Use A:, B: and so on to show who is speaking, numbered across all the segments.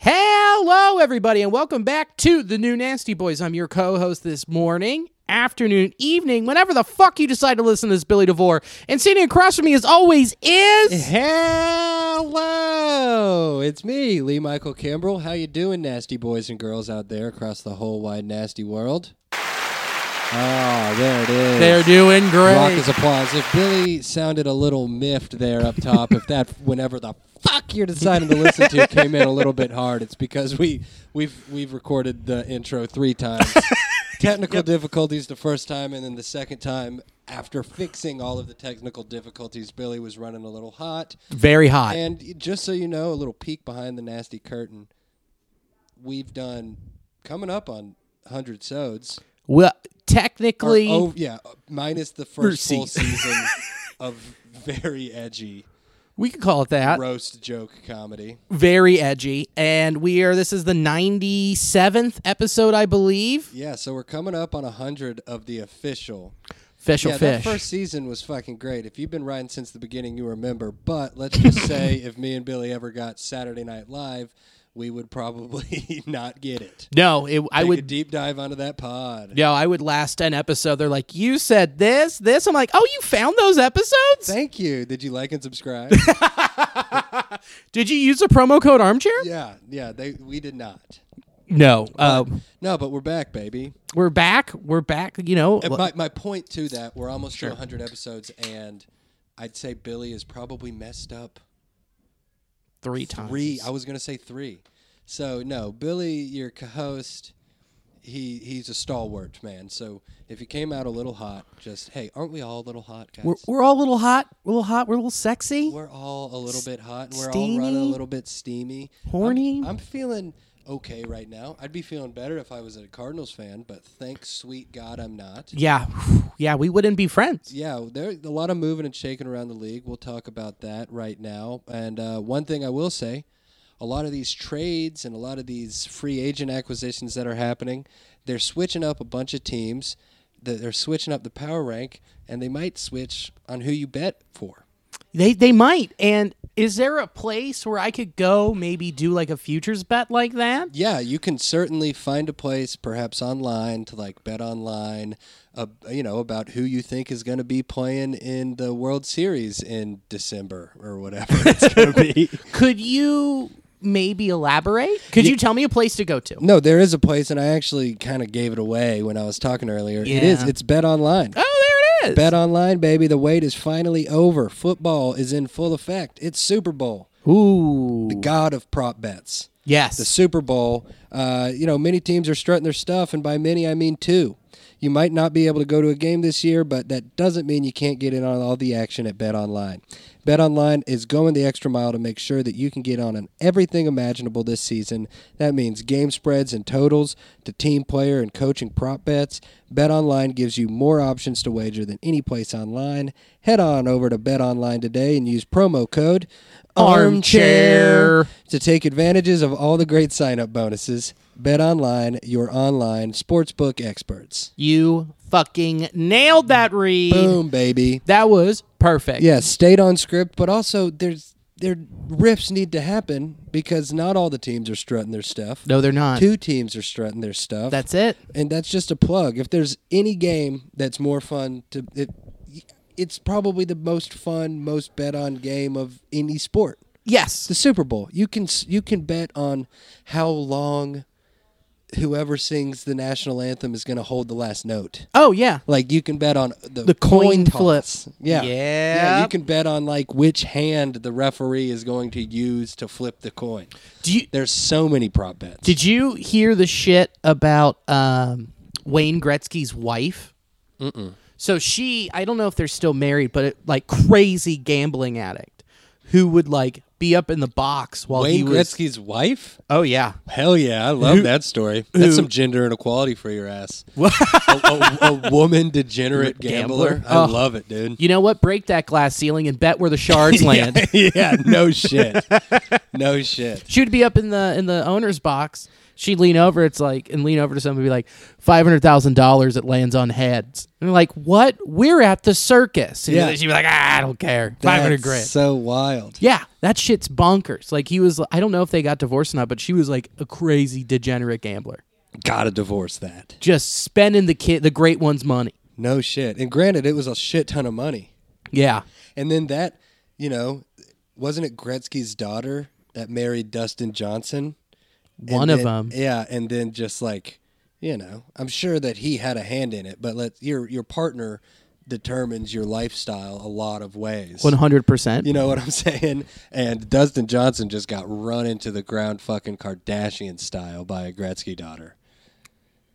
A: Hello, everybody, and welcome back to the new Nasty Boys. I'm your co host this morning, afternoon, evening, whenever the fuck you decide to listen to this Billy DeVore. And sitting across from me, as always, is.
B: Hello, it's me, Lee Michael Cambrell. How you doing, nasty boys and girls out there across the whole wide nasty world? Ah, there it is.
A: They're doing great.
B: Raucous applause. If Billy sounded a little miffed there up top, if that whenever the fuck you're deciding to listen to came in a little bit hard, it's because we we've we've recorded the intro three times. Technical difficulties the first time, and then the second time, after fixing all of the technical difficulties, Billy was running a little hot.
A: Very hot.
B: And just so you know, a little peek behind the nasty curtain, we've done coming up on hundred sods.
A: well,
B: Or,
A: technically,
B: oh yeah, minus the first full
A: season.
B: season of very edgy
A: we could call it that.
B: roast joke comedy.
A: Very edgy. And we are, this is the 97th episode, I believe.
B: Yeah, so we're coming up on hundred of the official.
A: Official
B: yeah,
A: fish.
B: that first season was fucking great. If you've been riding since the beginning, you remember. But let's just say, if me and Billy ever got Saturday Night Live, we would probably not get it.
A: no, it, I
B: Take
A: would
B: a deep dive onto that pod.
A: Yo, I would last an episode. They're like, you said this, this. I'm like, oh, you found those episodes?
B: Thank you. Did you like and subscribe?
A: Did you use the promo code armchair?
B: yeah, yeah. They we did not.
A: No. Uh,
B: No, but we're back, baby.
A: we're back. We're back. You know,
B: And my my point to that, we're almost to 100 episodes, and I'd say Billy is probably messed up
A: three times.
B: three. I was gonna say three. So no, Billy, your co-host, he he's a stalwart man. So if you came out a little hot, just hey, aren't we all a little hot, guys?
A: We're, we're all a little hot. We're a little hot. We're a little sexy.
B: We're all a little bit hot. and We're all running a
A: steamy?
B: little bit steamy. I'm-
A: Horny?
B: I'm, feeling okay right now. I'd be feeling better if I was a Cardinals fan, but thanks, sweet God, I'm not.
A: yeah. Yeah, we wouldn't be friends.
B: Yeah, there's a lot of moving and shaking around the league. We'll talk about that right now. And uh, one thing I will say a lot of these trades and a lot of these free agent acquisitions that are happening, they're switching up a bunch of teams. They're they're switching up the power rank, and they might switch on who you bet for.
A: They, they might. And is there a place where I could go maybe do like a futures bet like that?
B: yeah, you can certainly find a place, perhaps online, to like bet online, uh, you know, about who you think is going to be playing in the World Series in December or whatever it's going to be.
A: Could you maybe elaborate? Could you tell me a place to go to?
B: No, there is a place, and I actually kind of gave it away when I was talking earlier. It is.
A: Yeah.
B: It's bet
A: Oh,
B: online.
A: there it is.
B: Bet online, baby. The wait is finally over. Football is in full effect. It's Super Bowl,
A: Ooh.
B: god of prop bets.
A: Yes.
B: the Super Bowl. Uh, you know, many teams are strutting their stuff, and by many, I mean two. You might not be able to go to a game this year, but that doesn't mean you can't get in on all the action at Bet Online. Bet Online is going the extra mile to make sure that you can get on on everything imaginable this season. That means game spreads and totals to team player and coaching prop bets. Bet Online gives you more options to wager than any place online. Head on over to Bet Online today and use promo code
A: Armchair.
B: to take advantages of all the great sign-up bonuses. Bet online, your online sportsbook experts.
A: You fucking nailed that read.
B: Boom, baby.
A: That was perfect.
B: Yeah, stayed on script, but also there's their riffs need to happen because not all the teams are strutting their stuff.
A: No, they're not.
B: Two teams are strutting their stuff.
A: That's it.
B: and that's just a plug. If there's any game that's more fun to it, it's probably the most fun, most bet on game of any sport.
A: Yes.
B: the Super Bowl. You can you can bet on how long whoever sings the national anthem is going to hold the last note.
A: Oh yeah.
B: Like you can bet on the,
A: The coin
B: toss.
A: flip.
B: Yeah. Yeah, you
A: Yep.
B: can bet on like which hand the referee is going to use to flip the coin.
A: Do you
B: There's so many prop bets.
A: did you hear the shit about um, Wayne Gretzky's wife? Mm-mm. So she, I don't know if they're still married, but it, like crazy gambling addict who would like be up in the box while he
B: Wayne
A: was.
B: Gretzky's wife?
A: Oh yeah,
B: Hell yeah, I love that story. That's some gender inequality for your ass. a, a- a woman degenerate gambler.
A: Gambler?
B: I
A: Oh.
B: love it, dude.
A: you know what? Break that glass ceiling and bet where the shards land.
B: yeah, no shit. No shit.
A: She would be up in the in the owner's box. She'd lean over. It's like and lean over to someone and be like, five hundred thousand dollars. It lands on heads. And they're like, what? We're at the circus. And
B: Yeah.
A: she'd be like, ah, I don't care. Five hundred
B: That's
A: grand.
B: So wild.
A: Yeah, that shit's bonkers. Like he was, I don't know if they got divorced or not, but she was like a crazy degenerate gambler,
B: Gotta divorce that.
A: just spending the kid, the great one's money.
B: No shit. And granted, it was a shit ton of money.
A: Yeah,
B: And then that, you know, wasn't it Gretzky's daughter that married Dustin Johnson? And
A: one of
B: then-
A: them.
B: Yeah, and then just like, you know, I'm sure that he had a hand in it, but let your your partner determines your lifestyle a lot of ways.
A: One hundred percent.
B: You know what I'm saying? And Dustin Johnson just got run into the ground fucking Kardashian style by a Gretzky daughter.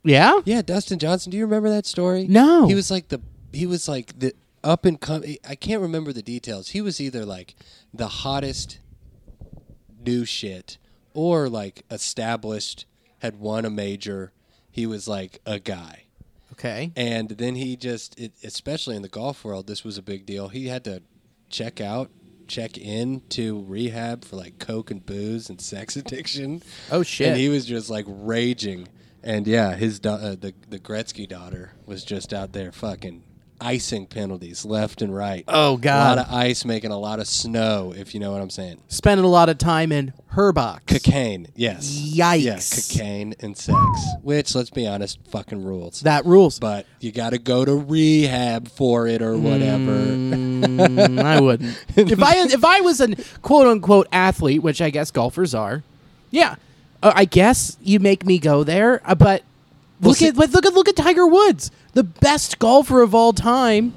A: Yeah,
B: Yeah, Dustin Johnson. Do you remember that story?
A: No.
B: He was like the he was like the up and come. I can't remember the details. He was either like the hottest new shit or like established had won a major. He was like a guy.
A: okay.
B: And then he just, it, especially in the golf world, this was a big deal. He had to check out, check in to rehab for like coke and booze and sex addiction.
A: Oh, shit.
B: And he was just like raging. And yeah, his da- uh, the the Gretzky daughter was just out there fucking icing penalties left and right.
A: Oh,
B: a
A: God.
B: lot of ice making a lot of snow, if you know what I'm saying.
A: Spending a lot of time in her box.
B: Cocaine, yes.
A: Yikes.
B: Yeah, cocaine and sex, which let's be honest, fucking rules
A: that rules.
B: but you got to go to rehab for it or whatever.
A: Mm, I wouldn't. if I if I was an quote unquote athlete, which I guess golfers are, yeah, uh, I guess you make me go there. Uh, but look
B: see-
A: at but look at look at Tiger Woods, the best golfer of all time,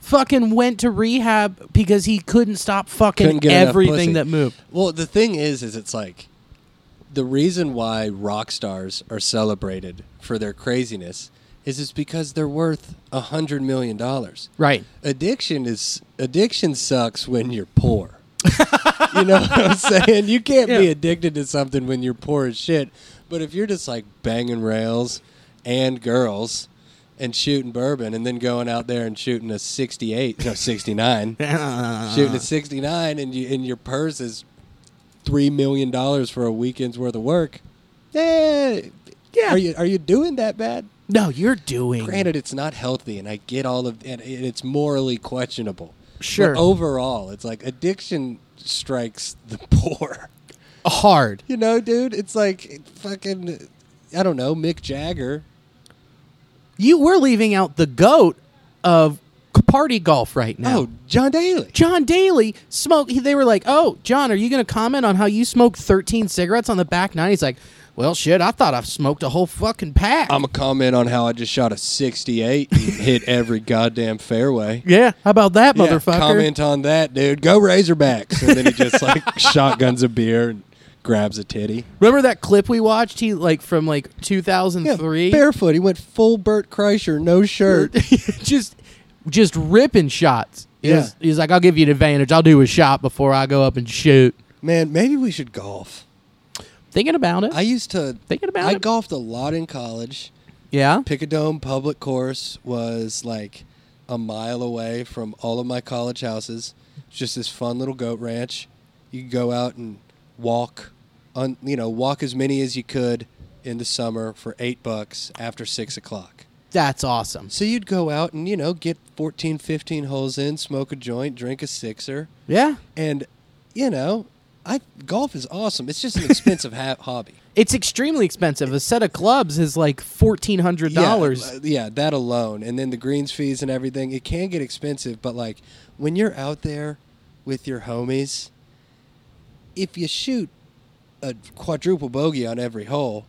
A: fucking went to rehab because he couldn't stop fucking
B: Couldn't get enough pussy.
A: everything that moved.
B: Well, the thing is, is it's like the reason why rock stars are celebrated for their craziness is it's because they're worth a hundred million dollars.
A: Right.
B: Addiction is addiction sucks when you're poor. you know what I'm saying? You can't be
A: Yeah.
B: addicted to something when you're poor as shit. But if you're just like banging rails and girls and shooting bourbon and then going out there and shooting a 68, no 69, shooting a 69 and you and your purse is 3 million dollars for a weekend's worth of work. Eh,
A: Yeah.
B: Are you are you doing that bad?
A: No, you're doing
B: Granted, it's not healthy, and I get all of, and and it's morally questionable.
A: Sure.
B: But overall, it's like addiction strikes the poor.
A: hard.
B: You know, dude, it's like fucking, I don't know, Mick Jagger.
A: You we're leaving out the goat of party golf right now.
B: Oh, John Daly.
A: John Daly smoked. They were like, "Oh, John, are you going to comment on how you smoked 13 cigarettes on the back nine?" He's like, "Well, shit, I thought I smoked a whole fucking pack."
B: I'm a comment on how I just shot a 68 and hit every goddamn fairway.
A: yeah, how about that,
B: Yeah,
A: motherfucker?
B: comment on that, dude. Go Razorbacks. And then he just like shotguns a beer and grabs a titty.
A: Remember that clip we watched? He like from like 2003,
B: barefoot. He went full Bert Kreischer, no shirt.
A: just just ripping shots. He
B: Yeah.
A: was- he's like, "I'll give you an advantage. I'll do a shot before I go up and shoot."
B: Man, maybe we should golf.
A: Thinking about it,
B: I used to
A: Thinking about
B: I
A: it.
B: golfed a lot in college.
A: yeah,
B: Picadome Public Course was like a mile away from all of my college houses. It's Just this fun little goat ranch. You could go out and walk, on you know, walk as many as you could in the summer for eight bucks after six o'clock.
A: that's awesome.
B: So you'd go out and you know get 14, 15 holes in, smoke a joint, drink a sixer,
A: Yeah,
B: and you know, I golf is awesome. It's just an expensive ha- hobby.
A: it's extremely expensive. A set of clubs is like fourteen hundred dollars.
B: Yeah, uh, yeah, that alone, and then the greens fees and everything. It can get expensive, but like when you're out there with your homies, if you shoot a quadruple bogey on every hole,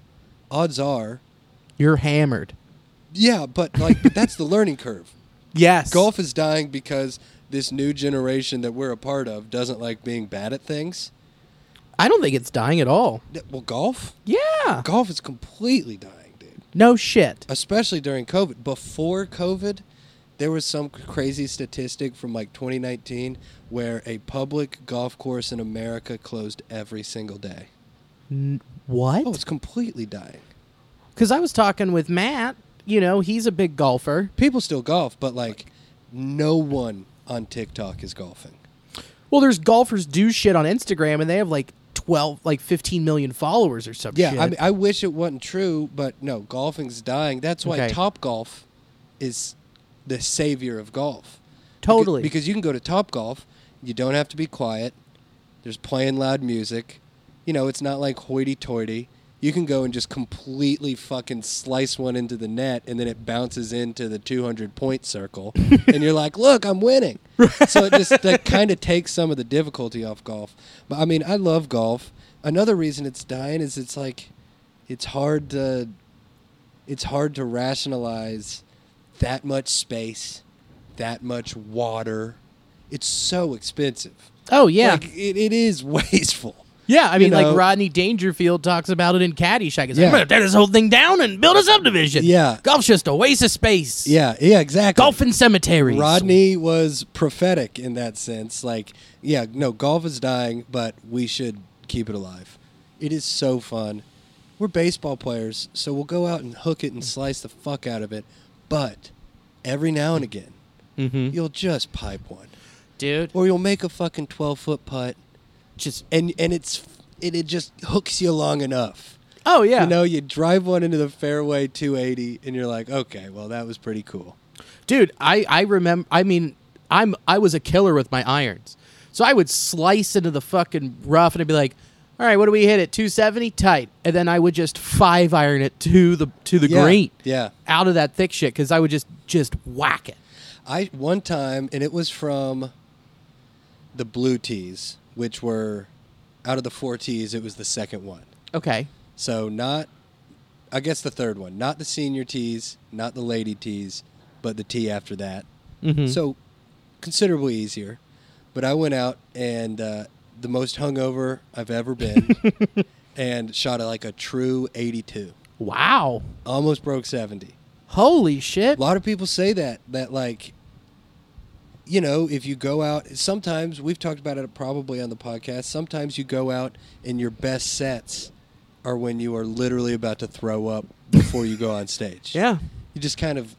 B: odds are,
A: You're hammered.
B: yeah. But like, but that's the learning curve.
A: Yes.
B: Golf is dying because this new generation that we're a part of doesn't like being bad at things.
A: I don't think it's dying at all.
B: Th- Well, golf,
A: Yeah.
B: golf is completely dying, dude.
A: No shit.
B: especially during COVID. Before COVID, There was some crazy statistic from like 2019 where a public golf course in America closed every single day. Oh,
A: What?
B: it's completely dying.
A: Because I was talking with Matt. You know, he's a big golfer.
B: People still golf, but like no one on TikTok is golfing.
A: Well, there's golfers do shit on Instagram, and they have like twelve, like fifteen million followers or some
B: Yeah,
A: shit.
B: I, mean, I wish it wasn't true, but no, golfing's dying. That's why
A: Okay.
B: Top Golf is the savior of golf. Beca-
A: Totally.
B: Because, you can go to Top Golf, you don't have to be quiet. There's playing loud music. You know, it's not like hoity toity. You can go and just completely fucking slice one into the net and then it bounces into the 200 point circle. and you're like, look, I'm winning. So it just like, kind of takes some of the difficulty off golf. But I mean, I love golf. Another reason it's dying is it's like, it's hard to it's hard to rationalize that much space, that much water. It's so expensive.
A: oh yeah,
B: Like, it, it is wasteful.
A: yeah. I
B: you
A: mean,
B: know-
A: like Rodney Dangerfield talks about it in Caddyshack. He's like,
B: Yeah.
A: I'm gonna tear this whole thing down and build a subdivision.
B: Yeah.
A: golf's just a waste of space.
B: Yeah, yeah, exactly.
A: golf and cemeteries.
B: Rodney was prophetic in that sense. Like, yeah, no, golf is dying, but we should keep it alive. It is so fun. We're baseball players, so we'll go out and hook it and slice the fuck out of it. But every now and again, you'll just pipe one,
A: dude,
B: or you'll make a fucking twelve foot putt,
A: just
B: and and it's it, it just hooks you long enough.
A: oh yeah.
B: You know, you drive one into the fairway 280, and you're like, okay, well, that was pretty cool.
A: dude i i remember i mean i'm i was a killer with my irons so i would slice into the fucking rough and i'd be like all right what do we hit at 270 tight and then i would just five iron it to the to the
B: Yeah,
A: green
B: yeah.
A: out of that thick shit because i would just just whack it
B: I one time, and it was from the blue tees, which were out of the four tees, it was the second one.
A: okay
B: So not, I guess the third one, not the senior tees, not the lady tees, but the tee after that. So considerably easier. But I went out and uh, the most hungover I've ever been, and shot a, like a true 82,
A: wow
B: almost broke 70.
A: holy shit
B: A lot of people say that that like you know, if you go out sometimes we've talked about it probably on the podcast, sometimes you go out and your best sets are when you are literally about to throw up before you go on stage.
A: yeah
B: You just kind of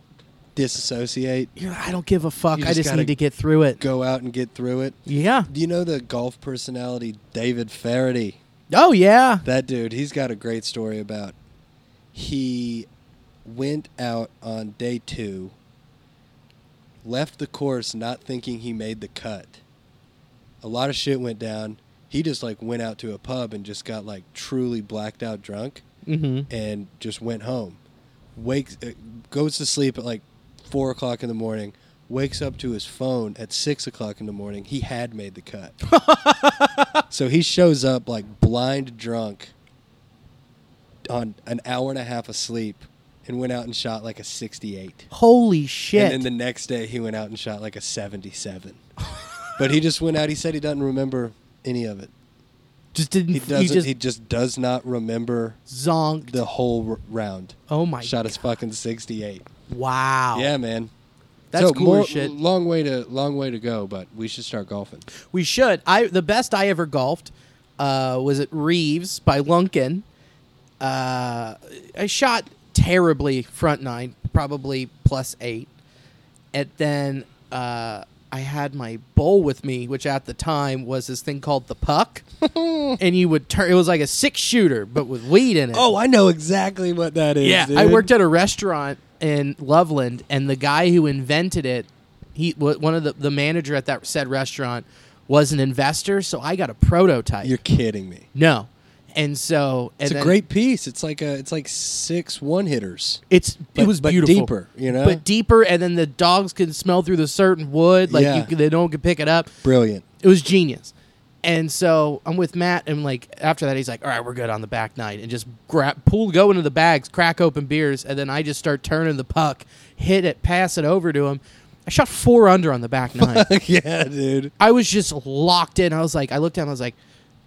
B: disassociate,
A: You're like, i don't give a fuck
B: You
A: i
B: just
A: just
B: gotta
A: need to get through it
B: go out and get through it.
A: yeah
B: Do you know the golf personality David Faraday?
A: oh yeah
B: That dude, he's got a great story about. He went out on day two, left the course not thinking he made the cut. A lot of shit went down. He just like went out to a pub and just got like truly blacked out drunk
A: mm-hmm.
B: and just went home. Wakes, uh, goes to sleep at like four o'clock in the morning. Wakes up to his phone at six o'clock in the morning. He had made the cut, so he shows up like blind drunk on an hour and a half of sleep, and went out and shot like a sixty-eight.
A: holy shit
B: And then the next day he went out and shot like a seventy-seven. but he just went out. He said he doesn't remember any of it.
A: just didn't he
B: He doesn't.
A: just
B: he just does not remember
A: zonked
B: the whole r- round.
A: oh my
B: Shot his fucking 68.
A: wow
B: Yeah, man.
A: That's
B: so
A: cool
B: more-
A: as shit.
B: Long way to long way to go, but we should start golfing.
A: We should. I the best I ever golfed uh, was at Reeves by Lunkin. Uh, I shot terribly front nine, probably plus eight, and then uh, I had my bowl with me, which at the time was this thing called the puck, and you would turn. It was like a six shooter, but with weed in it.
B: Oh, I know exactly what that is.
A: Yeah, I worked at a restaurant in Loveland, and the guy who invented it, he wa- one of the the manager at that said restaurant was an investor, so I got a prototype.
B: You're kidding me.
A: no, and so and
B: It's a
A: then-
B: great piece. It's like a it's like six one hitters.
A: It's
B: but-
A: it was
B: but
A: beautiful,
B: deeper, you know?
A: but deeper, and then the dogs can smell through the certain wood, like
B: Yeah.
A: you, c- they don't can pick it up.
B: Brilliant.
A: It was genius. And so I'm with Matt, and like after that, he's like, "All right, we're good on the back nine," and just grab, pull, go into the bags, crack open beers, and then I just start turning the puck, hit it, pass it over to him. I shot four under on the back nine.
B: yeah, dude.
A: I was just locked in. I was like, I looked down, I was like,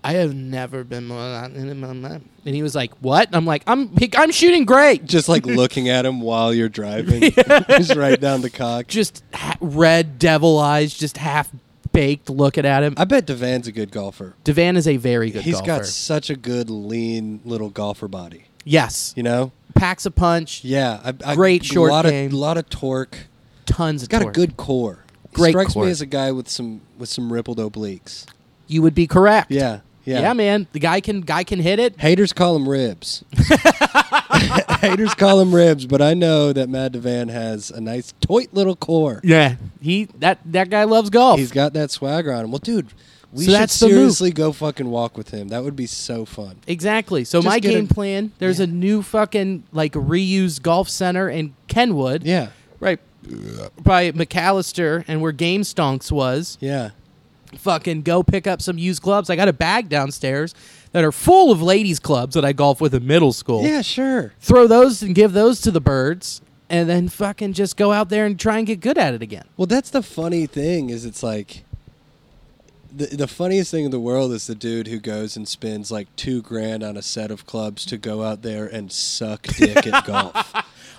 A: I have never been more than in my life. And he was like, "What?" And I'm like, "I'm I'm shooting great."
B: Just like looking at him while you're driving, just right down the cock.
A: Just ha- red devil eyes, just half baked looking at him.
B: I bet Devan's a good golfer.
A: Devan is a very good.
B: He's
A: golfer.
B: got such a good lean little golfer body.
A: yes,
B: You know?
A: packs a punch,
B: Yeah, I, I,
A: Great short
B: lot
A: game.
B: Of, lot of torque.
A: tons of.
B: Got
A: torque.
B: a good core. He
A: Great
B: Strikes
A: core.
B: me as a guy with some with some rippled obliques.
A: You would be correct.
B: Yeah, yeah.
A: man. The guy can guy can hit it.
B: Haters call him ribs. Haters call him ribs, but I know that Matt Devan has a nice toit little core.
A: Yeah, he that that guy loves golf.
B: He's got that swagger on him. Well, dude, we
A: So
B: should
A: that's the move.
B: seriously go fucking walk with him. That would be so fun.
A: exactly. So
B: Just
A: my
B: get
A: game
B: a-
A: plan. There's a new fucking like reused golf center in Kenwood.
B: Yeah,
A: Right. By McAllister and where Game Stonks was.
B: yeah.
A: Fucking go pick up some used clubs. I got a bag downstairs that are full of ladies clubs that I golf with in middle school.
B: Yeah, sure.
A: Throw those and give those to the birds and then fucking just go out there and try and get good at it again.
B: Well, that's the funny thing is it's like the the funniest thing in the world is the dude who goes and spends like two grand on a set of clubs to go out there and suck dick at golf.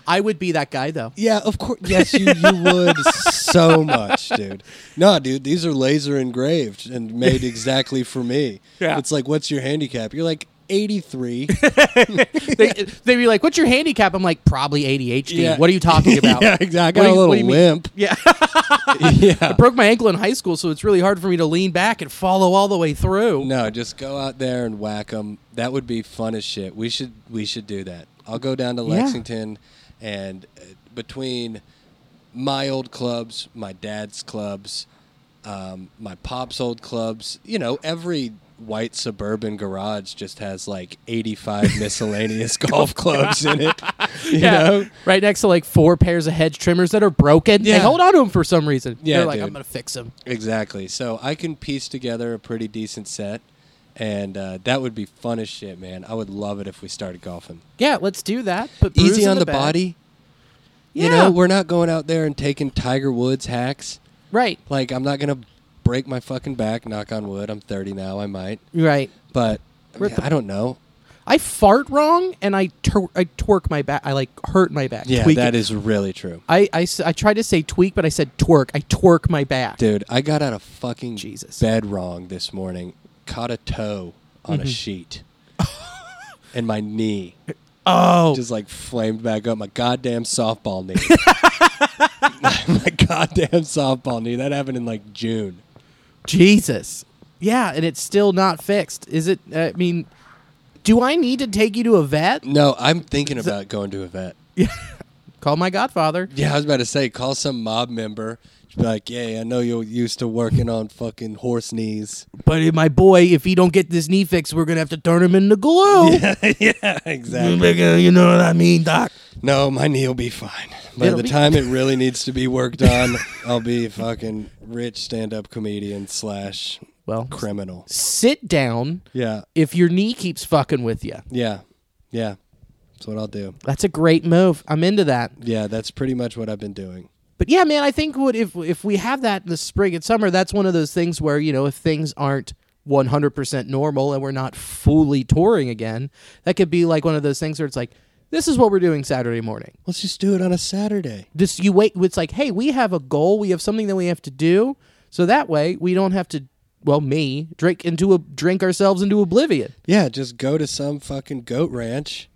A: I would be that guy though.
B: Yeah, of course. Yes, you, you would so much, dude. No, dude, these are laser engraved and made exactly for me.
A: Yeah.
B: It's like, what's your handicap? You're like 83.
A: they, they'd be like, "What's your handicap?" I'm like, "Probably ADHD."
B: Yeah.
A: What are you talking about?
B: yeah, exactly. I
A: What
B: got
A: do
B: a
A: you-
B: little
A: what do you mean?
B: limp.
A: Yeah,
B: yeah.
A: broke my ankle in high school, so it's really hard for me to lean back and follow all the way through.
B: No, just go out there and whack them. That would be fun as shit. We should we should do that. I'll go down to
A: Yeah.
B: Lexington, and uh, between my old clubs, my dad's clubs, um, my pop's old clubs, you know, every white suburban garage just has like eighty-five miscellaneous golf clubs in it. You know,
A: right next to like four pairs of hedge trimmers that are broken.
B: Yeah.
A: They hold on to them for some reason.
B: Yeah,
A: They're like,
B: dude.
A: "I'm gonna fix them."
B: exactly. So I can piece together a pretty decent set. And uh, that would be fun as shit, man. I would love it if we started golfing.
A: Yeah, let's do that. But
B: easy on the, body.
A: Yeah,
B: You know, we're not going out there and taking Tiger Woods hacks.
A: right,
B: Like, I'm not gonna break my fucking back. Knock on wood. I'm 30 now. I might,
A: right.
B: but I,
A: We're
B: mean,
A: at the-
B: I don't know.
A: I fart wrong and I tor- I twerk my back. I like hurt my back.
B: Yeah,
A: tweak
B: that
A: it.
B: is really true,
A: I, I, s- I tried to say tweak, but I said twerk. I twerk my back.
B: dude. I got out of fucking
A: Jesus.
B: bed wrong this morning. Caught a toe on a sheet, and my knee
A: Oh,
B: just like flamed back up. My goddamn softball knee. my goddamn softball knee. That happened in like June.
A: Jesus. Yeah, and it's still not fixed. Is it? I mean, do I need to take you to a vet?
B: No, I'm thinking about going to a vet.
A: Call my godfather.
B: Yeah, I was about to say, call some mob member. Just be like, yeah, I know you're used to working on fucking horse knees.
A: But if my boy, if he don't get this knee fixed, we're gonna have to turn him into glue.
B: yeah, exactly.
A: You know what I mean, doc?
B: No, my knee will be fine. By
A: It'll
B: the
A: be-
B: time it really needs to be worked on, I'll be fucking rich stand-up comedian slash
A: Well,
B: criminal.
A: sit down.
B: Yeah,
A: If your knee keeps fucking with you,
B: yeah, yeah. That's what I'll do.
A: that's a great move. I'm into that.
B: Yeah, that's pretty much what I've been doing.
A: But yeah, man, I think what if if we have that in the spring and summer, that's one of those things where you know if things aren't 100% normal and we're not fully touring again, that could be like one of those things where it's like, this is what we're doing Saturday morning.
B: Let's just do it on a Saturday.
A: This you wait. It's like, hey, we have a goal. We have something that we have to do, so that way we don't have to. Well, me drink into a drink ourselves into oblivion.
B: Yeah, just go to some fucking goat ranch,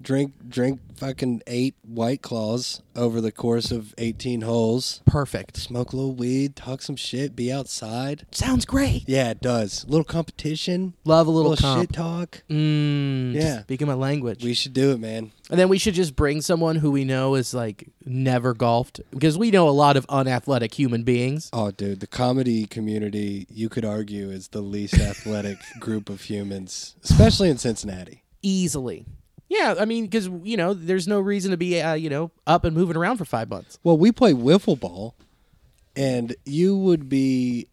B: drink drink fucking eight white claws over the course of eighteen holes,
A: Perfect.
B: smoke a little weed, talk some shit, be outside.
A: Sounds great.
B: Yeah, it does. little competition,
A: Love a little, comp.
B: shit talk.
A: Mm,
B: Yeah.
A: Speaking my language.
B: We should do it, man.
A: And then we should just bring someone who we know is like never golfed because we know a lot of unathletic human beings.
B: Oh, dude, the comedy community, you could argue, is the least athletic group of humans, especially in Cincinnati.
A: Easily. Yeah, I mean, because, you know, there's no reason to be, uh, you know, up and moving around for five months.
B: Well, we play wiffle ball, and you would be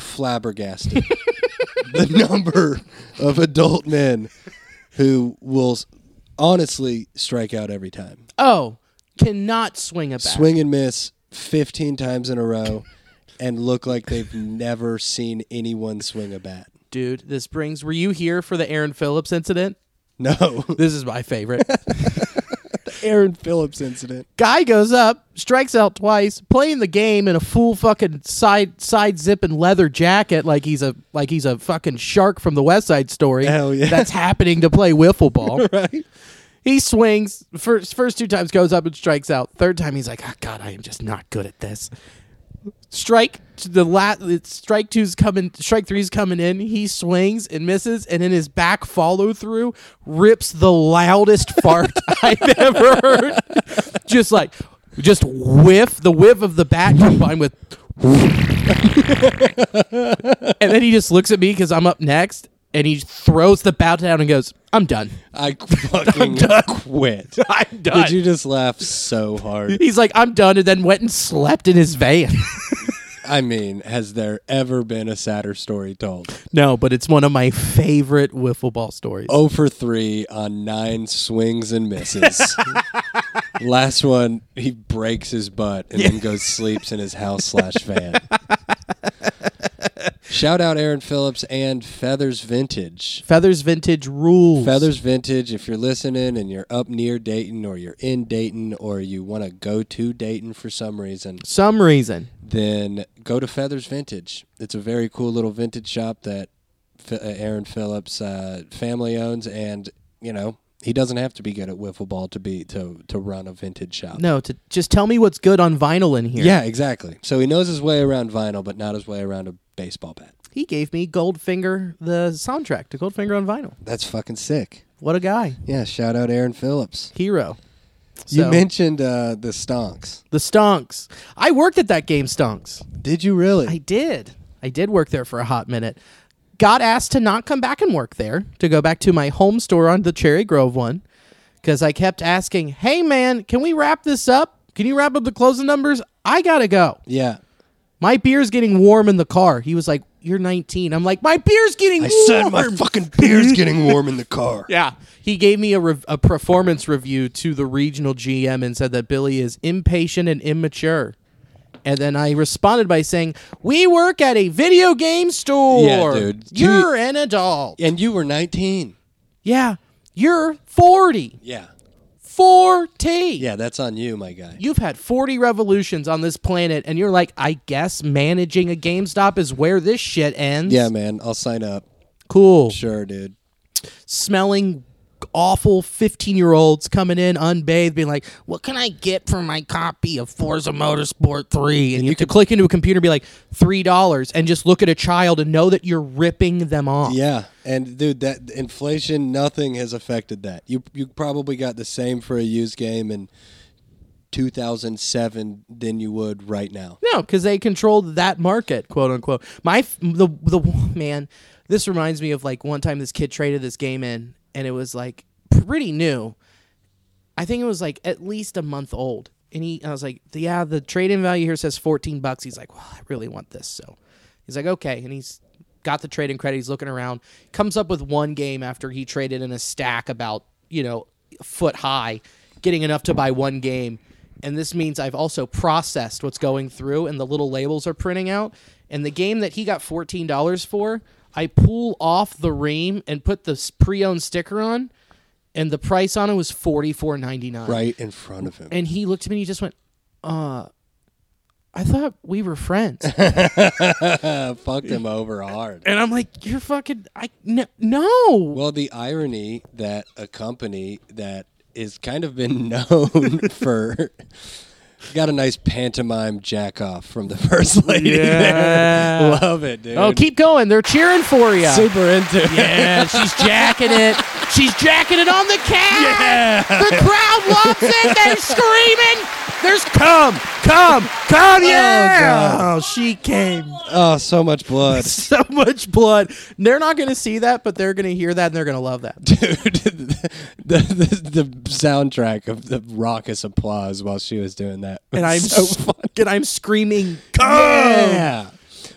B: flabbergasted the number of adult men who will s- honestly strike out every time,
A: Oh, cannot swing a bat.
B: swing and miss fifteen times in a row, and look like they've never seen anyone swing a bat.
A: dude this brings were you here for the aaron phillips incident
B: No.
A: this is my favorite
B: Aaron Phillips incident.
A: guy goes up strikes out twice playing the game in a full fucking side side zip and leather jacket like he's a like he's a fucking shark from the west side story
B: Hell yeah.
A: that's happening to play wiffle ball
B: Right?
A: he swings first first two times goes up and strikes out third time he's like oh god i am just not good at this strike t- the lat strike two's coming strike three's coming in he swings and misses and in his back follow through rips the loudest fart i've ever heard just like just whiff the whiff of the bat combined with and then he just looks at me because i'm up next and he throws the bat down and goes i'm done
B: I fucking quit.
A: i'm done
B: Did you just laugh so hard?
A: He's like, I'm done, and then went and slept in his van.
B: I mean, has there ever been a sadder story told?
A: no, but it's one of my favorite wiffle ball stories.
B: 0 for 3 on nine swings and misses. Last one, he breaks his butt and then goes sleeps in his house slash van. Shout out Aaron Phillips and Feathers Vintage.
A: Feathers Vintage rules.
B: Feathers Vintage, if you're listening and you're up near Dayton or you're in Dayton or you want to go to Dayton for some reason,
A: Some reason.
B: then go to Feathers Vintage. It's a very cool little vintage shop that F- uh, Aaron Phillips uh, family owns, and you know he doesn't have to be good at wiffle ball to be to to run a vintage shop.
A: No, to just tell me what's good on vinyl in here.
B: Yeah, exactly. So he knows his way around vinyl, but not his way around a baseball bat.
A: He gave me Goldfinger, the soundtrack to Goldfinger on vinyl.
B: That's fucking sick.
A: What a guy.
B: Yeah, shout out Aaron Phillips.
A: Hero.
B: You
A: So,
B: mentioned uh, the stonks.
A: the Stonks. I worked at that game, Stonks.
B: Did you really?
A: I did. I did work there for a hot minute. Got asked to not come back and work there, to go back to my home store on the Cherry Grove one, because I kept asking, hey, man, can we wrap this up? Can you wrap up the closing numbers? I got to go.
B: yeah.
A: My beer's getting warm in the car. He was like, you're 19. I'm like, my beer's getting
B: I
A: warm.
B: said my fucking beer's getting warm in the car.
A: Yeah. He gave me a, rev- a performance review to the regional GM and said that Billy is impatient and immature. And then I responded by saying, We work at a video game store.
B: Yeah, dude.
A: You're an adult.
B: And you were 19.
A: Yeah. You're 40.
B: Yeah.
A: 40.
B: Yeah, that's on you, my guy.
A: You've had 40 revolutions on this planet, and you're like, I guess managing a GameStop is where this shit ends.
B: Yeah, man. I'll sign up.
A: Cool.
B: Sure, dude.
A: smelling awful 15 year olds coming in unbathed being like what can i get for my copy of forza motorsport 3 and, you, have to click into a computer and be like three dollars and just look at a child and know that you're ripping them off
B: Yeah, and dude, that inflation, nothing has affected that. You you probably got the same for a used game in 2007 than you would right now.
A: No, because they controlled that market, quote unquote. My f- the the man, this reminds me of like one time this kid traded this game in, and it was like pretty new. I think it was like at least a month old, and he I was like, yeah, the trade in value here says fourteen bucks. He's like, well, I really want this, so he's like, okay, and he's got the trade in credit. He's looking around, comes up with one game after he traded in a stack about you know a foot high, getting enough to buy one game. And this means I've also processed what's going through, and the little labels are printing out. And the game that he got fourteen dollars for, I pull off the ream and put the s- pre-owned sticker on, and the price on it was forty four ninety nine.
B: Right in front of him.
A: And he looked at me and he just went, "Uh, I thought we were friends."
B: Uh, fucked him over hard.
A: and I'm like, "You're fucking I no no."
B: Well, the irony that a company that is kind of been known for got a nice pantomime jack off from the first lady. there.
A: Yeah.
B: Love it, dude.
A: Oh, keep going. They're cheering for you.
B: super into it.
A: Yeah, she's jacking it. She's jacking it on the cat. The crowd loves it. They're screaming. There's come, come, come, yeah. Oh, she came.
B: Oh, so much blood.
A: So much blood. They're not going to see that, but they're going to hear that and they're going to love that.
B: dude the, the, the soundtrack of the raucous applause while she was doing that was
A: And I'm
B: so
A: s- Oh! and I'm screaming, come.
B: yeah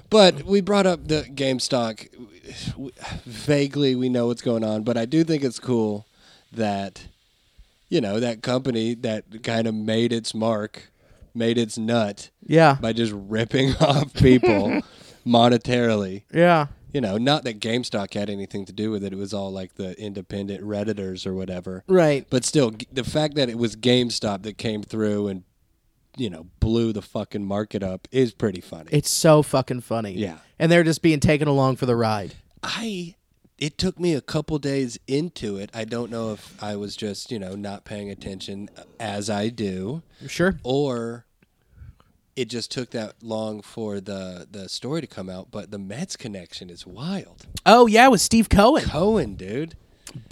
B: but we brought up the game stock We- vaguely we know what's going on but i do think it's cool that you know that company that kind of made its mark made its nut
A: Yeah.
B: by just ripping off people monetarily
A: Yeah.
B: you know, not that GameStop had anything to do with it. It was all like the independent redditors or whatever.
A: Right.
B: But still, g- the fact that it was GameStop that came through and you know blew the fucking market up is pretty funny.
A: It's so fucking funny.
B: Yeah.
A: And they're just being taken along for the ride.
B: I it took me a couple days into it. I don't know if I was just, you know, not paying attention uh, as I do
A: Sure.
B: or it just took that long for the the story to come out, but the Mets connection is wild.
A: Oh yeah, with Steve Cohen.
B: Cohen, dude.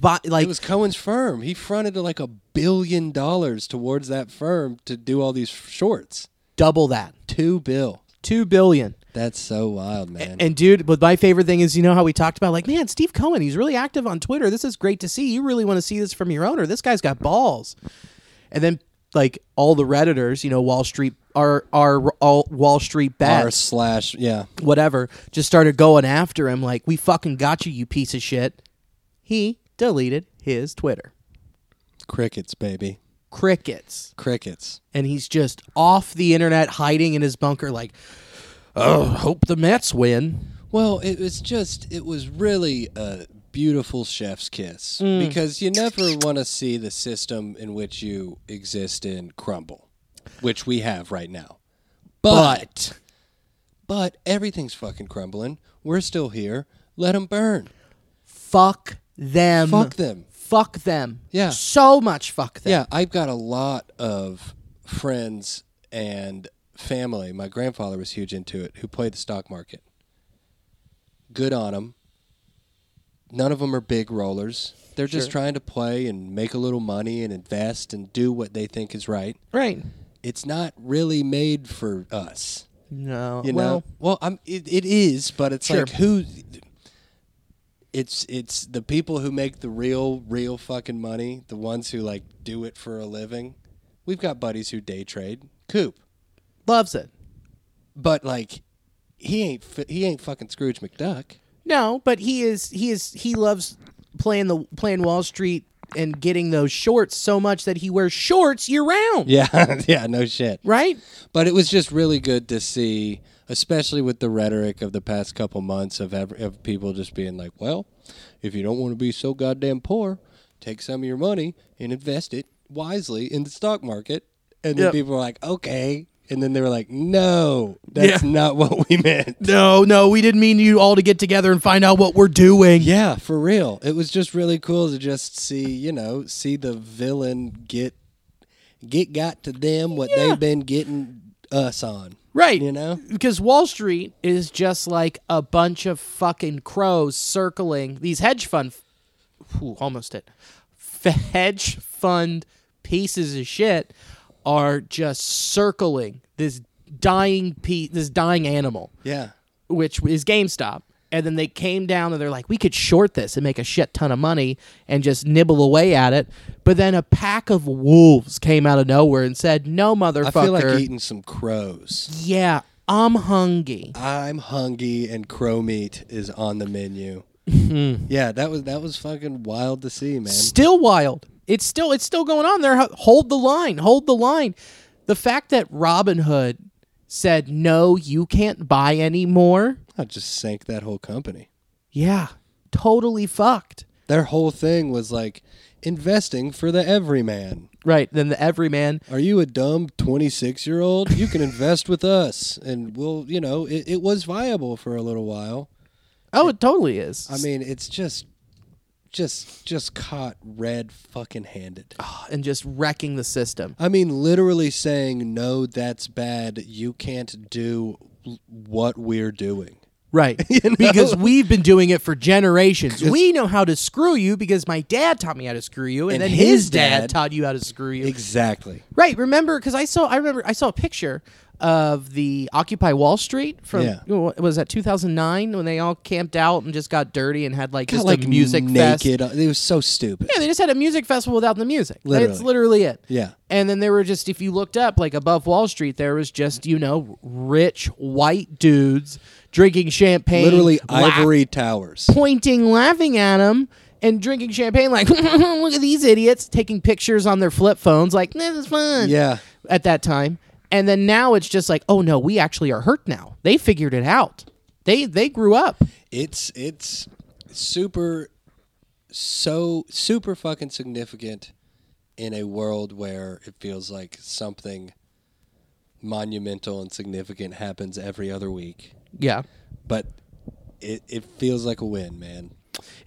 A: But like
B: It was Cohen's firm. He fronted like a billion dollars towards that firm to do all these shorts.
A: double that.
B: 2 bill.
A: Two billion.
B: That's so wild, man.
A: And dude, but my favorite thing is you know how we talked about like, man, Steve Cohen, he's really active on Twitter. This is great to see. You really want to see this from your owner. This guy's got balls. And then like all the redditors, you know, Wall Street are are all Wall Street
B: R
A: bets,
B: slash, yeah.
A: whatever, just started going after him like, we fucking got you, you piece of shit. He deleted his Twitter.
B: Crickets, baby.
A: Crickets.
B: Crickets.
A: and he's just off the internet hiding in his bunker like oh hope the mets win
B: Well, it was just, it was really a beautiful chef's kiss because you never want to see the system in which you exist in crumble, which we have right now. But, but everything's fucking crumbling. We're still here. Let them burn.
A: fuck them
B: Fuck them.
A: fuck them
B: Yeah.
A: so much fuck them
B: Yeah, I've got a lot of friends and family. My grandfather was huge into it, who played the stock market. Good on them. None of them are big rollers. They're just trying to play and make a little money and invest and do what they think is right.
A: right
B: It's not really made for us,
A: no
B: you
A: well,
B: know. Well, I'm it, it is, but it's
A: Sure.
B: like who it's it's the people who make the real real fucking money the ones who like do it for a living we've got buddies who day trade coop
A: loves it
B: but like he ain't fi- he ain't fucking scrooge mcduck
A: no but he is he is he loves playing the playing wall street and getting those shorts so much that he wears shorts year round
B: yeah yeah no shit
A: right
B: but it was just really good to see especially with the rhetoric of the past couple months of, ev- of people just being like well if you don't want to be so goddamn poor take some of your money and invest it wisely in the stock market and then
A: Yep.
B: people were like okay and then they were like no that's
A: Yeah.
B: not what we meant
A: no no we didn't mean you all to get together and find out what we're doing
B: yeah for real it was just really cool to just see you know see the villain get get got to them what they've been getting us on
A: Right.
B: you know
A: Because Wall Street is just like a bunch of fucking crows circling these hedge fund, whew, almost it, F- hedge fund pieces of shit are just circling this dying pe- this dying animal,
B: yeah
A: which is GameStop. And then they came down and they're like, we could short this and make a shit ton of money and just nibble away at it. But then a pack of wolves came out of nowhere and said, no, motherfucker.
B: I feel like eating some crows.
A: Yeah, I'm hungry.
B: I'm hungry, and crow meat is on the menu. yeah, that was that was fucking wild to see, man.
A: Still wild. It's still it's still going on there. Hold the line. Hold the line. The fact that Robin Hood said no, you can't buy anymore.
B: I just sank that whole company.
A: Yeah, totally fucked.
B: Their whole thing was like investing for the everyman.
A: Right. Then the everyman.
B: Are you a dumb 26 year old? You can invest with us, and we'll, you know, it, it was viable for a little while.
A: Oh, it totally is.
B: I mean, it's just, just, just caught red fucking handed.
A: and just wrecking the system.
B: I mean, literally saying, no, that's bad. You can't do l- what we're doing.
A: Right. Because we've been doing it for generations. We know how to screw you because my dad taught me how to screw you and,
B: And
A: then
B: his
A: his dad,
B: dad-
A: taught you how to screw you.
B: Exactly.
A: Right. Remember, because I saw, I remember, I saw a picture of the Occupy Wall Street from
B: Yeah.
A: what was that 2009 when they all camped out and just got dirty and had like just
B: like
A: a music fest.
B: naked. uh, It was so stupid.
A: Yeah, they just had a music festival without the music. That's
B: Literally.
A: literally it.
B: Yeah.
A: And then there were just, if you looked up, like above Wall Street, there was just, you know, rich white dudes drinking champagne,
B: Literally
A: laugh-
B: ivory towers.
A: pointing, laughing at them, and drinking champagne, like, look at these idiots, taking pictures on their flip phones, like, this is fun
B: Yeah.
A: at that time. And then now it's just like, oh no, we actually are hurt now. They figured it out. They they grew up.
B: It's it's super so super fucking significant in a world where it feels like something monumental and significant happens every other week.
A: Yeah.
B: But it, it feels like a win, man.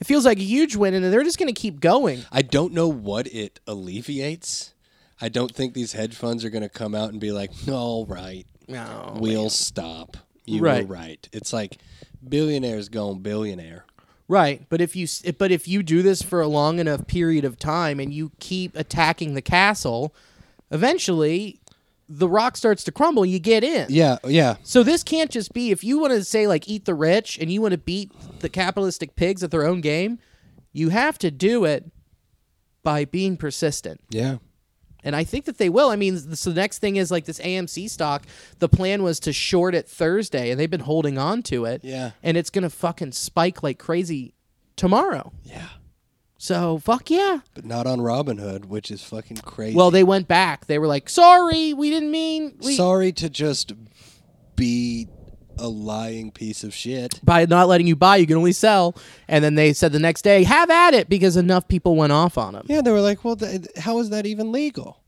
A: It feels like a huge win, and they're just going to keep going.
B: I don't know what it alleviates. I don't think these hedge funds are going to come out and be like, all right,
A: No.
B: we'll stop. You
A: Right.
B: were right. It's like billionaires gone billionaire.
A: Right, but if you s- but if you do this for a long enough period of time and you keep attacking the castle, eventually the rock starts to crumble. You get in.
B: Yeah, yeah.
A: So this can't just be if you want to say like eat the rich and you want to beat the capitalistic pigs at their own game, you have to do it by being persistent.
B: Yeah.
A: And I think that they will. I mean, th- so the next thing is like this AMC stock. The plan was to short it Thursday, and they've been holding on to it.
B: Yeah.
A: And it's gonna fucking spike like crazy tomorrow.
B: Yeah.
A: So fuck yeah.
B: But not on Robinhood, which is fucking crazy.
A: Well, they went back. They were like, "Sorry, we didn't mean we."
B: sorry to just be a lying piece of shit.
A: by not letting you buy, you can only sell. And then they said the next day, "Have at it," because enough people went off on them.
B: Yeah, they were like, well, th- how is that even legal?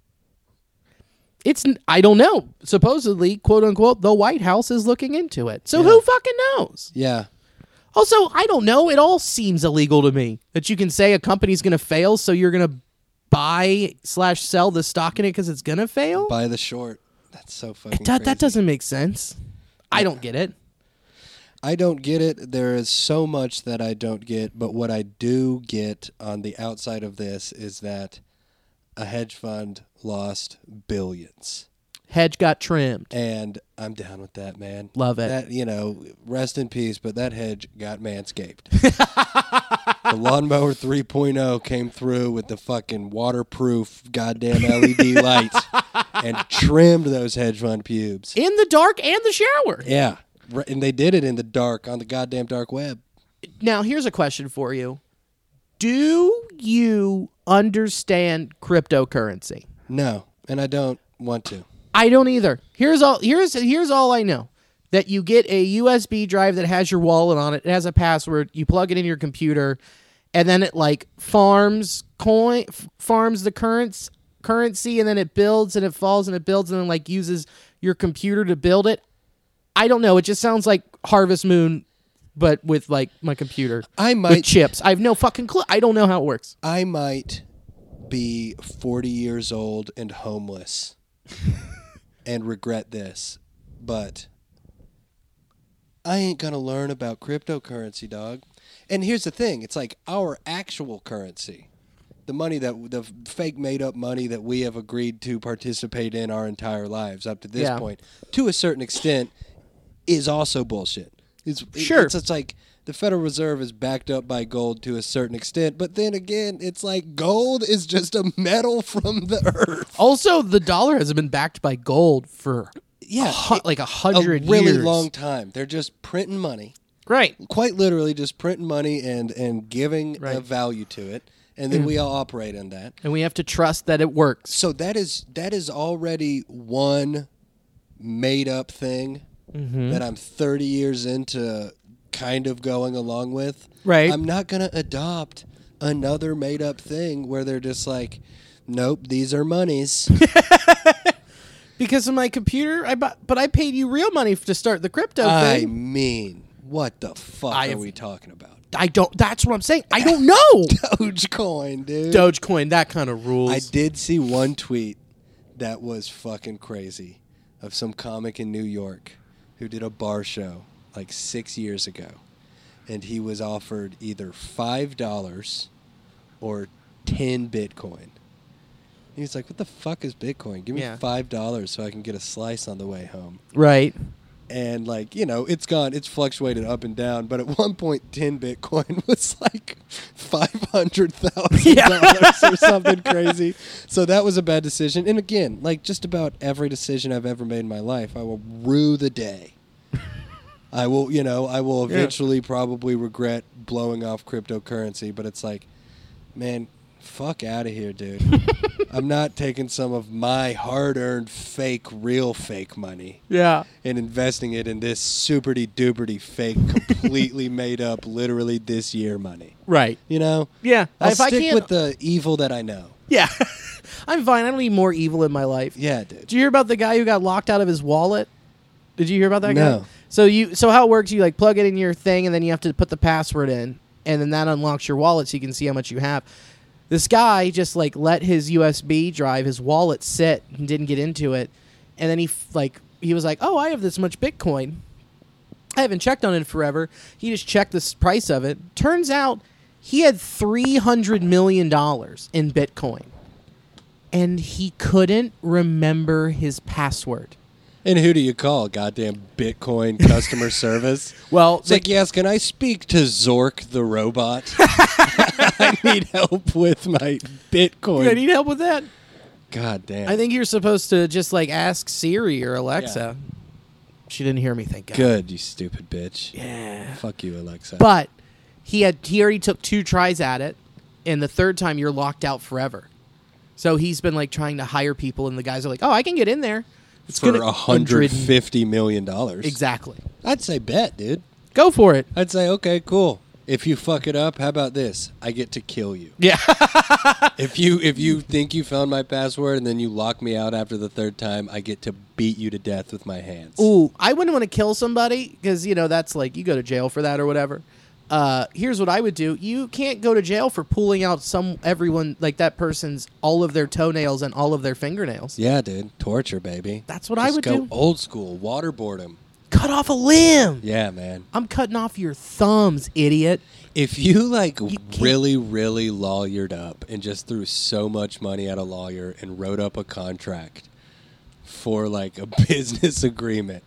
A: It's n- I don't know. Supposedly, quote unquote, the White House is looking into it. So who fucking knows?
B: Yeah.
A: Also, I don't know. It all seems illegal to me that you can say a company's going to fail, so you're going to buy slash sell the stock in it because it's going to fail.
B: By the short. That's so fucking
A: That
B: crazy.
A: that doesn't make sense. I don't get it.
B: I don't get it. There is so much that I don't get, but what I do get on the outside of this is that a hedge fund lost billions.
A: Hedge got trimmed.
B: And I'm down with that, man.
A: Love it.
B: That you know, rest in peace, but that hedge got manscaped. the lawnmower 3.0 came through with the fucking waterproof goddamn LED lights and trimmed those hedge fund pubes.
A: in the dark and the shower.
B: Yeah. Ri- And they did it in the dark on the goddamn dark web.
A: Now, here's a question for you. Do you understand cryptocurrency?
B: No, and I don't want to.
A: I don't either. Here's all here's here's all I know. That you get a USB drive that has your wallet on it, it has a password, you plug it in your computer, and then it like farms coin f- farms the currents currency and then it builds and it falls and it builds and then like uses your computer to build it. I don't know, it just sounds like Harvest Moon but with like my computer.
B: I
A: with
B: might
A: chips. I have no fucking clue. I don't know how it works.
B: I might be 40 years old and homeless and regret this, but I ain't going to learn about cryptocurrency, dog. And here's the thing it's like our actual currency. The money that the fake made up money that we have agreed to participate in our entire lives up to this
A: Yeah.
B: point, to a certain extent, is also bullshit. It's, it-
A: Sure.
B: It's, it's like the Federal Reserve is backed up by gold to a certain extent, but then again, it's like gold is just a metal from the earth.
A: Also, the dollar has been backed by gold for
B: Yeah.
A: hu- like a
B: a
A: hundred
B: really
A: years.
B: long time. They're just printing money,
A: right.
B: quite literally just printing money and and giving a
A: Right. Mm.
B: value to it, and then we all operate on that.
A: and we have to trust that it works.
B: So that is that is already one made up thing
A: Mm-hmm.
B: that I'm 30 years into kind of going along with.
A: Right.
B: I'm not going to adopt another made up thing where they're just like nope, these are monies.
A: Because of my computer, I bought, but I paid you real money f- to start the crypto
B: I
A: thing.
B: mean, what the fuck
A: I
B: are
A: have-
B: we talking about?
A: I don't. That's what I'm saying. I don't know.
B: Dogecoin, dude.
A: Dogecoin, that kind of rules.
B: I did see one tweet that was fucking crazy of some comic in New York who did a bar show like six years ago. And he was offered either $5 or 10 Bitcoin. He was like, What the fuck is Bitcoin? Give me
A: Yeah.
B: $5 so I can get a slice on the way home.
A: right.
B: And, like, you know, it's gone, it's fluctuated up and down. But at one point, 10 Bitcoin was like $500,000 dollars or something crazy. So that was a bad decision. And again, like just about every decision I've ever made in my life, I will rue the day. I will, you know, I will eventually probably regret blowing off cryptocurrency, but it's like, man, Fuck out of here, dude. I'm not taking some of my hard earned fake, real fake money
A: Yeah.
B: and investing it in this superty duperty fake, completely made up, literally this year money.
A: Right.
B: You know?
A: Yeah.
B: I'll
A: if
B: stick
A: I can't,
B: with the evil that I know.
A: yeah, I'm fine. I don't need more evil in my life.
B: Yeah, dude.
A: Did you hear about the guy who got locked out of his wallet? Did you hear about that
B: No.
A: guy? So you so how it works, you like plug it in your thing and then you have to put the password in and then that unlocks your wallet so you can see how much you have. This guy just like let his USB drive, his wallet sit and didn't get into it. And then he f- like he was like, "Oh, I have this much Bitcoin." I haven't checked on it in forever. He just checked the s- price of it. Turns out he had $300 million in Bitcoin and he couldn't remember his password.
B: And who do you call? Goddamn Bitcoin customer service?
A: Well,
B: It's like, yes, can I speak to Zork the robot? I need help with my
A: I
B: Bitcoin.
A: need help with that.
B: God damn.
A: I think you're supposed to just like ask Siri or Alexa. She didn't hear me, thank God.
B: Good, you stupid bitch.
A: Yeah.
B: Fuck you, Alexa.
A: But he had he already took two tries at it, and the third time you're locked out forever. So he's been like trying to hire people, and the guys are like, "Oh, I can get in there." It's
B: for
A: gonna-
B: a hundred fifty million dollars.
A: exactly.
B: I'd say bet, dude.
A: Go for it.
B: I'd say okay, cool. If you fuck it up, how about this? I get to kill you.
A: Yeah.
B: If you if you think you found my password and then you lock me out after the third time, I get to beat you to death with my hands.
A: Ooh, I wouldn't want to kill somebody because you know that's like you go to jail for that or whatever. Uh, here's what I would do: you can't go to jail for pulling out some everyone like that person's all of their toenails and all of their fingernails.
B: Yeah, dude. Torture, baby.
A: That's what I
B: Just
A: would
B: go
A: do.
B: old school, waterboard him.
A: Cut off a limb.
B: Yeah, man.
A: I'm cutting off your thumbs, idiot.
B: If you like
A: can't-
B: really, really lawyered up and just threw so much money at a lawyer and wrote up a contract for like a business agreement,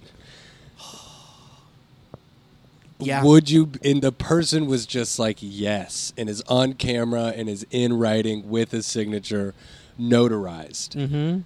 A: Yeah.
B: would you? And the person was just like, yes, and is on camera and is in writing with his signature notarized.
A: Mm.
B: Mm-hmm.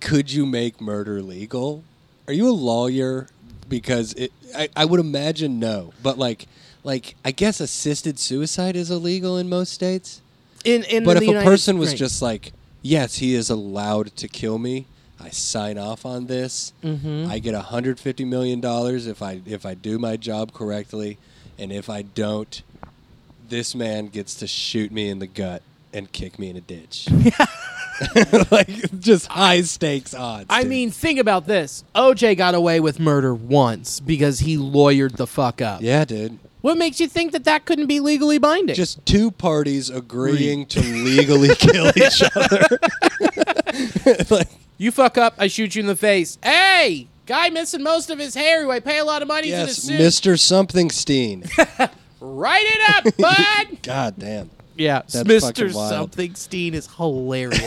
B: Could you make murder legal? Are you a lawyer? Because it, I, I would imagine no, but like, like I guess assisted suicide is illegal in most states.
A: In, in
B: But
A: the
B: if a
A: United-
B: person was
A: right.
B: just like, yes, he is allowed to kill me. I sign off on this.
A: Mm-hmm.
B: I get 150 million dollars if I if I do my job correctly, and if I don't, this man gets to shoot me in the gut and kick me in a ditch. like just high stakes odds.
A: I
B: dude.
A: mean, think about this: OJ got away with murder once because he lawyered the fuck up.
B: yeah, dude.
A: What makes you think that that couldn't be legally binding?
B: Just two parties agreeing to legally kill each other. like,
A: You fuck up, I shoot you in the face. Hey, guy missing most of his hair who I pay a lot of money to
B: yes,
A: suit.
B: Mr. Something Steen.
A: Write it up, bud.
B: God damn.
A: yeah,
B: fucking
A: Mr.
B: wild.
A: Something Steen is hilarious.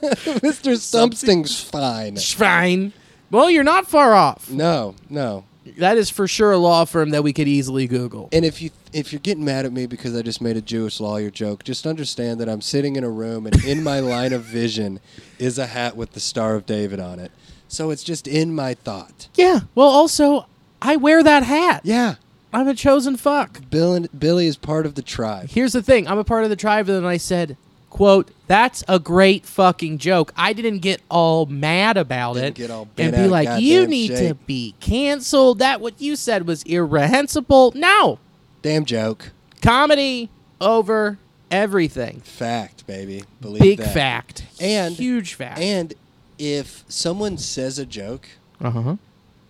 B: Mr. Something's fine.
A: Fine. Well, you're not far off.
B: No, no.
A: That is for sure a law firm that we could easily Google.
B: And if you if you're getting mad at me because I just made a Jewish lawyer joke, just understand that I'm sitting in a room and in my line of vision is a hat with the Star of David on it. So it's just in my thought.
A: Yeah. Well, also, I wear that hat.
B: Yeah.
A: I'm a chosen fuck.
B: Bill and Billy is part of the tribe.
A: Here's the thing: I'm a part of the tribe, and I said, "quote That's a great fucking joke." I didn't get all mad about
B: Didn't
A: it
B: get all bent
A: and
B: out
A: be
B: of
A: like, "You
B: goddamn
A: need to
B: shape."
A: be canceled." That what you said was irrehensible. No,
B: Damn joke.
A: comedy over everything.
B: Fact, baby. Believe
A: Big
B: that.
A: fact,
B: And-
A: huge fact.
B: And if someone says a joke
A: uh huh.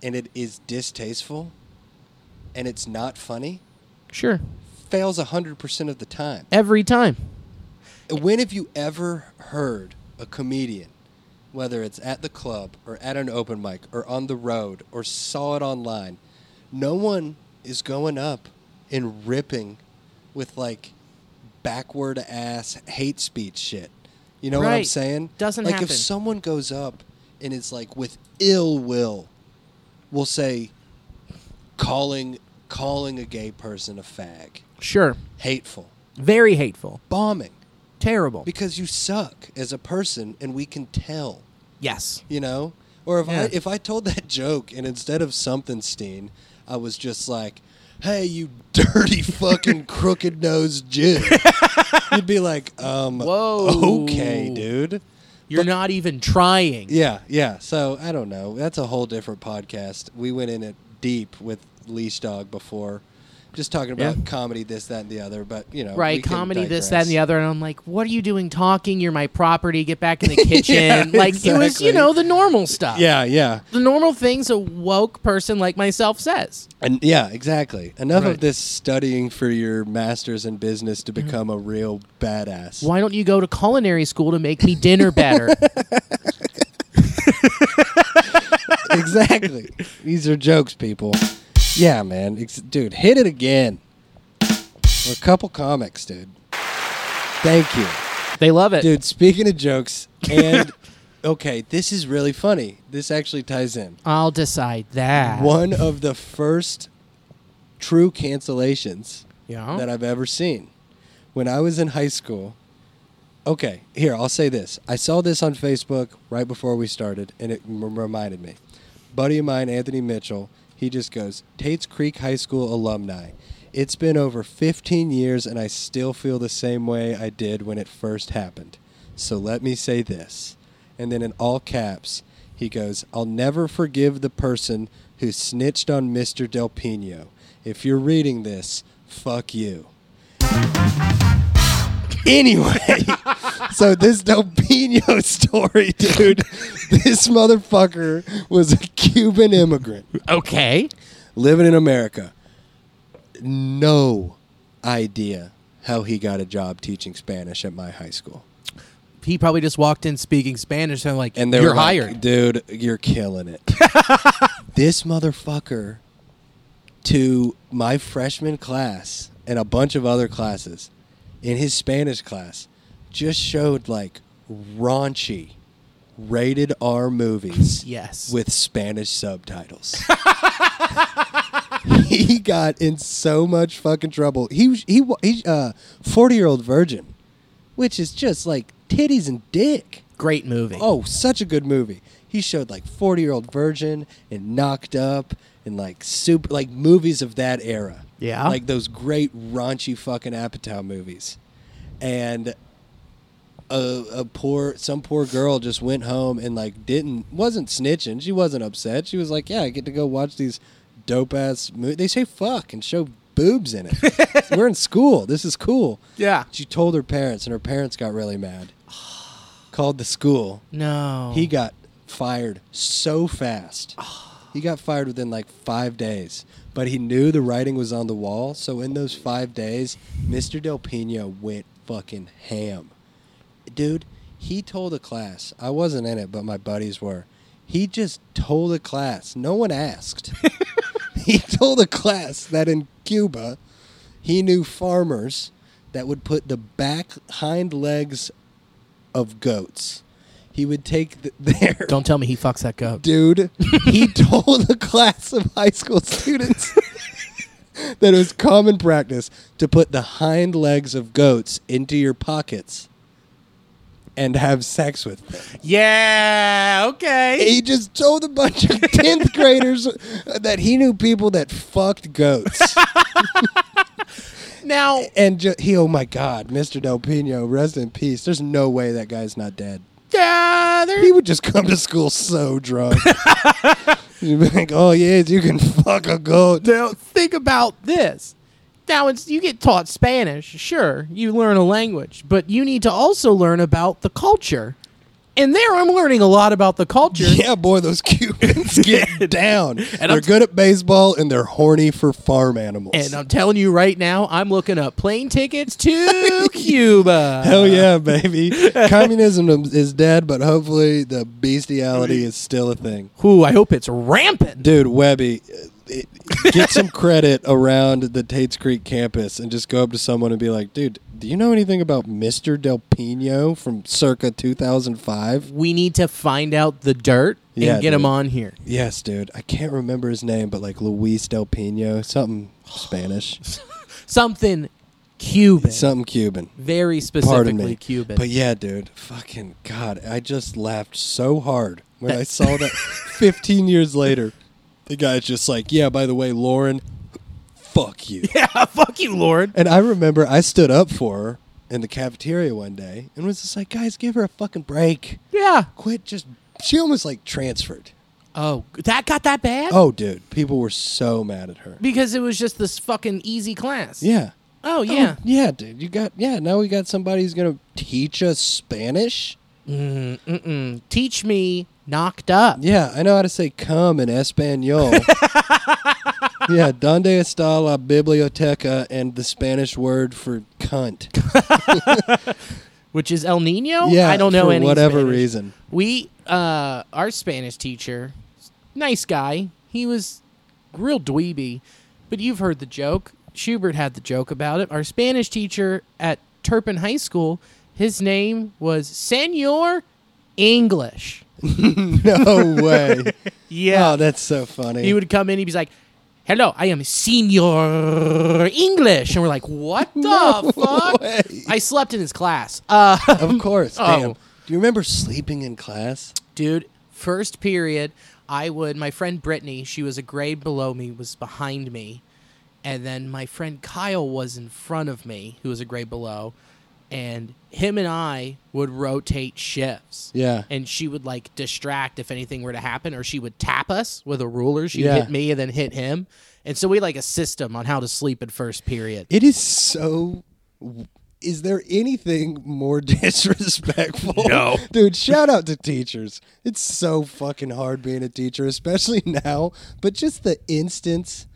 B: and it is distasteful and it's not funny,
A: Sure.
B: fails 100% of the time.
A: Every time.
B: When have you ever heard a comedian, whether it's at the club or at an open mic or on the road or saw it online, no one is going up and ripping with like backward ass hate speech shit. You know what I'm
A: Right.
B: saying?
A: Doesn't
B: like if
A: happen.
B: someone goes up and is like with ill will, will say calling calling a gay person a fag,
A: Sure.
B: hateful,
A: Very hateful.
B: bombing
A: Terrible.
B: because you suck as a person and we can tell
A: yes.
B: you know or if i
A: Yeah.
B: if i told that joke and instead of something steen i was just like "Hey, you dirty fucking crooked nosed Jew," you'd be like, um,
A: Whoa.
B: okay, dude."
A: You're not even trying.
B: Yeah, yeah. So I don't know. That's a whole different podcast. We went in it deep with Leash Dog before, just talking about
C: Yeah.
B: comedy, this, that, and the other. But you know,
A: right
B: we can
A: comedy this that and the
B: digress.
A: other and i'm like what are you doing talking you're my property get back in the kitchen like it was
B: exactly.
A: you know the normal stuff
B: Yeah, yeah,
A: the normal things a woke person like myself says
B: and yeah, exactly. Enough
A: Right.
B: of this studying for your masters in business to become a real badass.
A: why don't you go to culinary school to make me dinner better
B: exactly. These are jokes, people. Yeah, man. Ex- dude, hit it again. We're a couple comics, dude. Thank you.
A: they love it
B: Dude, speaking of jokes, and okay, this is really funny. This actually ties in.
A: i'll decide that
B: One of the first true cancellations
A: yeah
B: that I've ever seen. When I was in high school, okay, here, I'll say this. I saw this on Facebook right before we started, and it m- reminded me. Buddy of mine, Anthony Mitchell, he just goes, Tate's Creek High School alumni. It's been over 15 years, and I still feel the same way I did when it first happened. So let me say this. And then in all caps, he goes, I'll never forgive the person who snitched on Mr. Del Pino. If you're reading this, fuck you. Anyway, so this Del Pino story, dude, this motherfucker was a Cuban immigrant
A: okay
B: living in America. No idea how he got a job teaching Spanish at my high school.
A: he probably just walked in speaking spanish and like
B: And they
A: you're
B: were like,
A: hired
B: dude. You're killing it. this motherfucker to my freshman class and a bunch of other classes in his Spanish class just showed like raunchy rated R movies.
A: Yes.
B: with Spanish subtitles. he got in so much fucking trouble. He was- he wa- he uh forty year old virgin, which is just like titties and dick.
A: great movie
B: Oh, such a good movie. He showed like 40 year old virgin and knocked up and like super like movies of that era.
A: Yeah.
B: Like those great raunchy fucking Apatow movies. And a, a poor some poor girl just went home and like didn't wasn't snitching. She wasn't upset. She was like, "Yeah, I get to go watch these dope ass movies. They say fuck and show boobs in it. We're in school. This is cool."
A: yeah
B: She told her parents and her parents got really mad. Called the school.
A: no
B: He got fired so fast. He got fired within like five days, but he knew the writing was on the wall. So in those five days, Mr. Del Pino went fucking ham. Dude, he told a class, I wasn't in it, but my buddies were. He just told a class. No one asked. he told a class that in Cuba, he knew farmers that would put the back hind legs of goats. He would take the, their
A: don't tell me he fucks that goat
B: dude. he told a class of high school students that it was common practice to put the hind legs of goats into your pockets and have sex with them.
A: yeah okay
B: He just told a bunch of 10th graders that he knew people that fucked goats.
A: now
B: and ju- he, oh my God, Mr. Del Pino, rest in peace. There's no way that guy's not dead.
A: uh, there
B: He would just come to school so drunk. He'd be like, oh, yeah, you can fuck a goat.
A: Now think about this. Now it's you get taught Spanish, sure, you learn a language, but you need to also learn about the culture. And there I'm learning a lot about the culture.
B: Yeah, boy, those Cubans get down.
A: I'm
B: they're good at baseball and they're horny for farm animals.
A: And I'm telling you right now, I'm looking up plane tickets to Cuba.
B: Hell yeah, baby. Communism is dead, but hopefully the bestiality is still a thing.
A: Ooh, I hope it's rampant.
B: Dude, Webby, uh, it- get some credit around the Tates Creek campus and just go up to someone and be like, dude, do you know anything about Mr. Del Pino from circa 2005?
A: We need to find out the dirt and
B: Yeah,
A: get him
B: dude.
A: on here.
B: Yes, dude. I can't remember his name, but like Luis Del Pino, something Spanish,
A: Something Cuban.
B: something Cuban.
A: very
B: Pardon
A: specifically
B: me.
A: Cuban.
B: But yeah, dude, fucking God, I just laughed so hard when I saw that 15 years later. The guy's just like, yeah, by the way, Lauren fuck you.
A: Yeah, fuck you, Lord.
B: And I remember I stood up for her in the cafeteria one day and was just like, guys, give her a fucking break.
A: Yeah.
B: Quit just. She almost like transferred.
A: Oh, that got that bad?
B: Oh, dude. People were so mad at her.
A: Because it was just this fucking easy class.
B: Yeah.
A: Oh, yeah.
B: Oh, yeah, dude. You got. Yeah, now we got somebody who's going to teach us Spanish.
A: Mm, Teach me knocked up.
B: Yeah, I know how to say come in Espanol. yeah, donde está la biblioteca and the Spanish word for cunt.
A: Which is El Nino?
B: Yeah,
A: I don't know
B: for
A: any
B: whatever
A: Spanish.
B: reason.
A: We uh our Spanish teacher, nice guy. He was real dweeby, but you've heard the joke. Schubert had the joke about it. Our Spanish teacher at Turpin High School, his name was Senor English.
B: No way.
A: Yeah.
B: Oh, that's so funny.
A: He would come in, he'd be like, Hello, I am Senior English. And we're like, What the fuck? I slept in his class. Uh
B: of course.
A: Oh.
B: Damn. Do you remember sleeping in class?
A: dude first period i would my friend brittany she was a grade below me was behind me and then my friend kyle was in front of me who was a grade below and him and i would rotate shifts
B: Yeah.
A: and she would like distract if anything were to happen or she would tap us with a ruler she'd
B: Yeah.
A: hit me and then hit him and so we had, like a system on how to sleep at first period
B: It is so. Is there anything more disrespectful? No. Dude, shout out to teachers. It's so fucking hard being a teacher, especially now, but just the instance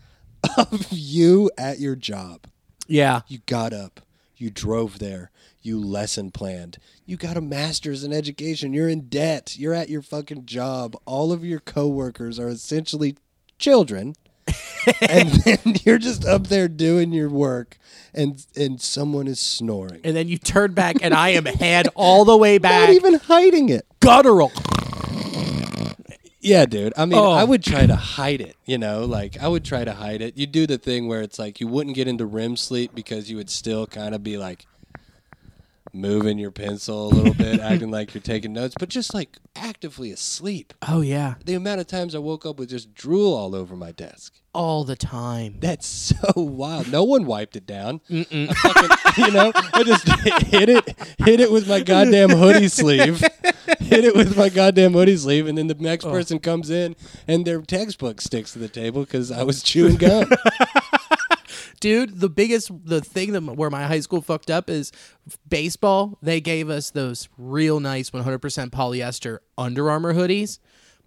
B: of you at your job.
A: yeah
B: You got up, you drove there, you lesson planned, you got a master's in education, you're in debt, you're at your fucking job. All of your coworkers are essentially children. and then you're just up there doing your work and and someone is snoring.
A: and then you turn back and i am head all the way back
B: Not even hiding it.
A: guttural
B: Yeah, dude. I mean,
A: Oh.
B: I would try to hide it, you know? Like, I would try to hide it. You do the thing where it's like you wouldn't get into REM sleep because you would still kind of be like moving your pencil a little bit, acting like you're taking notes, but just like actively asleep.
A: oh yeah
B: The amount of times I woke up with just drool all over my desk.
A: all the time
B: That's so wild. No one wiped it down. I fucking- you know, I just hit it, hit it with my goddamn hoodie sleeve, hit it with my goddamn hoodie sleeve, and then the
A: Oh.
B: next person comes in and their textbook sticks to the table because I was chewing gum.
A: dude the biggest the thing that where my high school fucked up is baseball they gave us those real nice 100% polyester under armor hoodies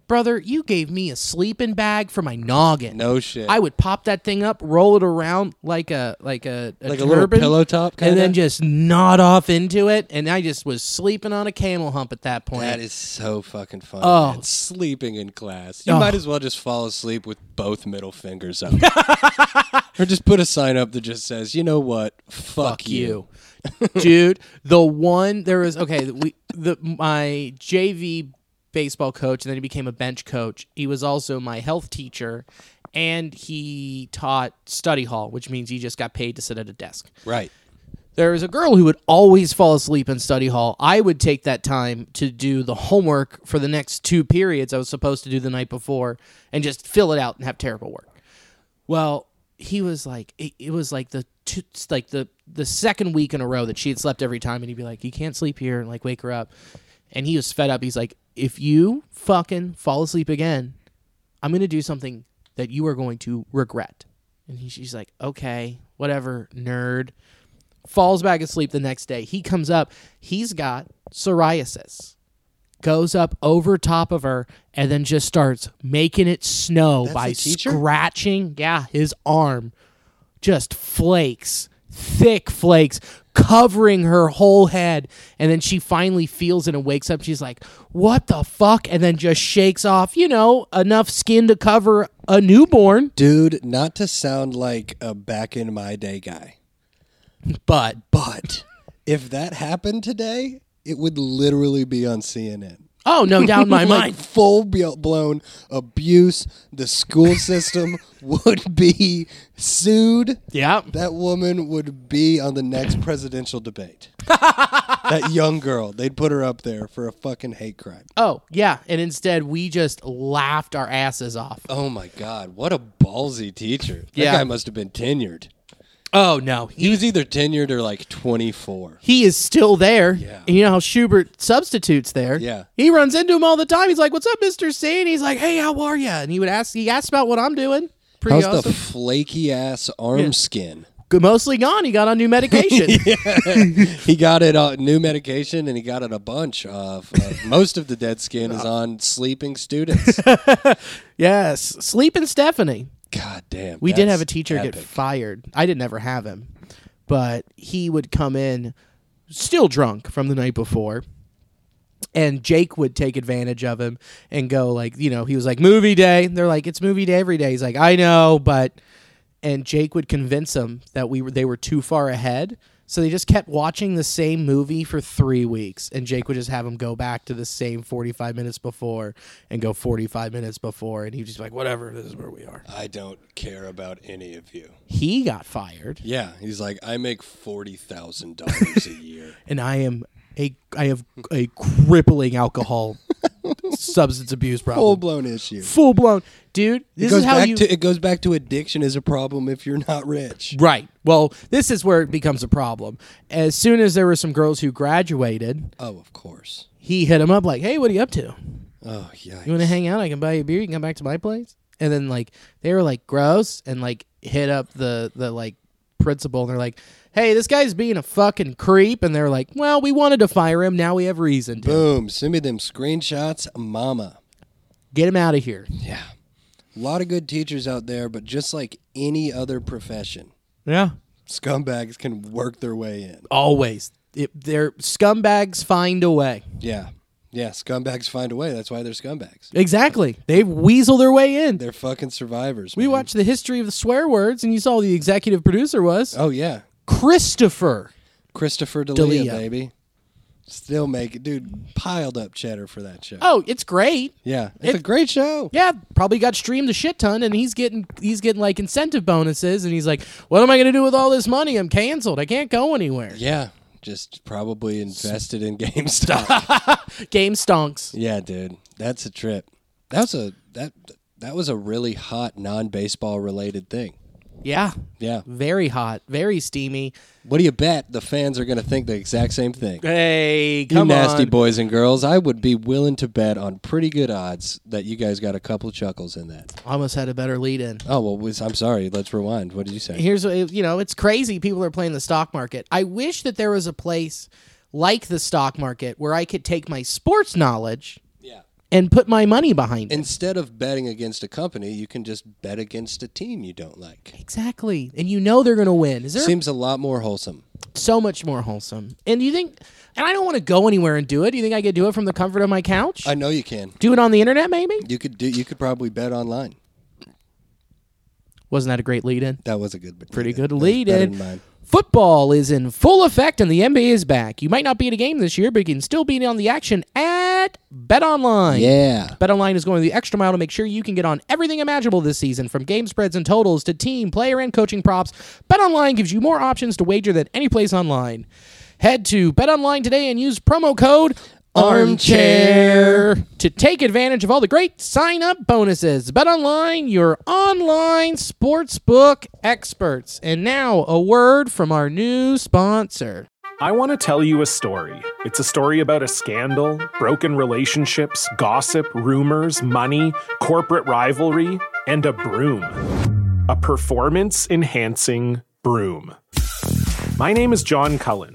A: brother you gave me a sleeping bag for my noggin
B: No shit.
A: i would pop that thing up roll it around like a like a,
B: Like a little
A: turban,
B: pillow top
A: and
B: kinda?
A: then just nod off into it and i just was sleeping on a camel hump at that point
B: that is so fucking funny.
A: Oh.
B: man. sleeping in class. You
A: Oh.
B: might as well just fall asleep with both middle fingers up, or just put a sign up that just says, "You know what? Fuck,
A: fuck you, dude. The one there was okay. We the my JV baseball coach, and then he became a bench coach. He was also my health teacher, and he taught study hall, which means he just got paid to sit at a desk.
B: Right.
A: There was a girl who would always fall asleep in study hall. I would take that time to do the homework for the next two periods I was supposed to do the night before and just fill it out and have terrible work. Well, he was like, it, it was like the two, like the the second week in a row that she had slept every time, and he'd be like, "You can't sleep here," and like wake her up. And he was fed up. He's like, "If you fucking fall asleep again, I'm gonna do something that you are going to regret." And he, she's like, "Okay, whatever, nerd." Falls back asleep the next day. He comes up. He's got psoriasis. Goes up over top of her and then just starts making it snow by
B: the teacher?
A: scratching. Yeah, his arm just flakes, thick flakes, covering her whole head. And then she finally feels it and wakes up. She's like, What the fuck? And then just shakes off, you know, enough skin to cover a newborn.
B: Dude, not to sound like a back in my day guy,
A: But
B: but if that happened today, it would literally be on CNN.
A: Oh no, down my
B: like
A: mind.
B: full bl- blown abuse. The school system would be sued.
A: Yeah.
B: That woman would be on the next presidential debate. that young girl, they'd put her up there for a fucking hate crime.
A: Oh yeah, and instead we just laughed our asses off.
B: Oh my god, what a ballsy teacher! That
A: Yeah.
B: guy must have been tenured.
A: Oh no,
B: He was either tenured or like twenty four.
A: he is still there.
B: Yeah.
A: And you know how Schubert substitutes there.
B: Yeah.
A: He runs into him all the time. He's like, "What's up, Mister C?" And he's like, "Hey, how are you?" And he would ask. He asked about what I'm doing. Pretty
B: How's
A: awesome.
B: the flaky ass arm skin?
A: Good- Mostly gone. He got on new medication.
B: He got it uh, new medication, and he got it a bunch of. Uh, most of the dead skin is on sleeping students.
A: Yes, sleep and Stephanie.
B: God damn.
A: We did
B: that's
A: have a teacher get
B: epic.
A: fired. I didn't ever have him, but he would come in still drunk from the night before. And Jake would take advantage of him and go like, you know, he was like movie day. And they're like, it's movie day every day. He's like, I know, but and Jake would convince him that we were they were too far ahead. So they just kept watching the same movie for three weeks, and Jake would just have him go back to the same forty-five minutes before and go forty-five minutes before, and he'd just be like, "Whatever, this is where we are."
B: I don't care about any of you.
A: He got fired.
B: Yeah, he's like, I make forty thousand dollars a year.
A: and I am a I have a crippling alcohol substance abuse problem.
B: Full
A: Full,
B: blown issue.
A: blown, dude.
B: It
A: This
B: goes
A: is how
B: back
A: you
B: to it goes back to addiction is a problem if you're not rich.
A: right. Well, this is where it becomes a problem. As soon as there were some girls who graduated,
B: Oh, of course.
A: he hit him up like, "Hey, what are you up to?
B: Oh, yeah.
A: You want to hang out? I can buy you a beer. You can come back to my place." And then like they were like gross and like hit up the the like principal and they're like, "Hey, this guy's being a fucking creep." And they're like, "Well, we wanted to fire him. Now we have reason to
B: Boom! Send me them screenshots, mama.
A: get him out of here."
B: Yeah. A lot of good teachers out there, but just like any other profession,
A: Yeah.
B: scumbags can work their way in.
A: always. It, they're scumbags find a way.
B: Yeah. Yeah, scumbags find a way. That's why they're scumbags.
A: Exactly. They weasel their way in.
B: They're fucking survivors.
A: We
B: man.
A: watched the history of the swear words, and you saw who the executive producer was
B: Oh yeah,
A: Christopher.
B: Christopher D'Elia,
A: D'Elia.
B: baby. Still make it, dude. Piled up cheddar for that show.
A: Oh, it's great.
B: yeah, it's a
A: it-
B: great show.
A: Yeah, probably got streamed a shit ton, and he's getting he's getting like incentive bonuses, and he's like, "What am I going to do with all this money? I'm canceled. I can't go anywhere."
B: Yeah, just probably invested in GameStop.
A: Game stonks.
B: yeah, dude, that's a trip. That was a that that was a really hot non-baseball related thing.
A: Yeah,
B: Yeah.
A: very hot, very steamy.
B: What do you bet the fans are going to think the exact same thing?
A: Hey,
B: You
A: come
B: nasty
A: on.
B: boys and girls, I would be willing to bet on pretty good odds that you guys got a couple chuckles in that.
A: Almost had a better lead in.
B: Oh well, was- I'm sorry. Let's rewind. What did you say?
A: here's what you know it's crazy people are playing the stock market i wish that there was a place like the stock market where i could take my sports knowledge
B: Yeah.
A: and put my money behind it
B: Instead of betting against a company, you can just bet against a team you don't like.
A: exactly and you know they're going to win is there
B: Seems a lot more wholesome.
A: so much more wholesome and you think and i don't want to go anywhere and do it do you think i could do it from the comfort of my couch
B: I know you can.
A: do it on the internet maybe
B: You could do. You could probably bet online.
A: wasn't that a great lead in
B: That was a good.
A: pretty good
B: that was
A: lead
B: better
A: in.
B: than mine.
A: Football is in full effect and the NBA is back. You might not be at a game this year, but you can still be on the action at Bet Online.
B: Yeah.
A: BetOnline is going the extra mile to make sure you can get on everything imaginable this season, from game spreads and totals to team, player, and coaching props. BetOnline gives you more options to wager than any place online. Head to BetOnline today and use promo code
B: Armchair.
A: ARMCHAIR to take advantage of all the great sign-up bonuses. BetOnline, your online sportsbook experts. And now, a word from our new sponsor.
D: I want to tell you a story. It's a story about a scandal, broken relationships, gossip, rumors, money, corporate rivalry, and a broom. A performance enhancing broom. My name is John Cullen.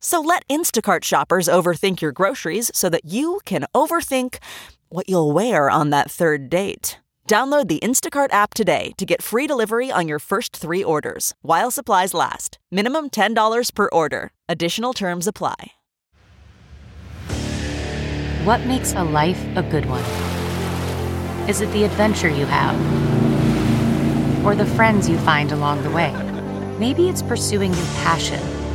E: So let Instacart shoppers overthink your groceries so that you can overthink what you'll wear on that third date. Download the Instacart app today to get free delivery on your first three orders while supplies last. Minimum $10 per order. Additional terms apply.
F: What makes a life a good one? Is it the adventure you have? Or the friends you find along the way? Maybe it's pursuing your passion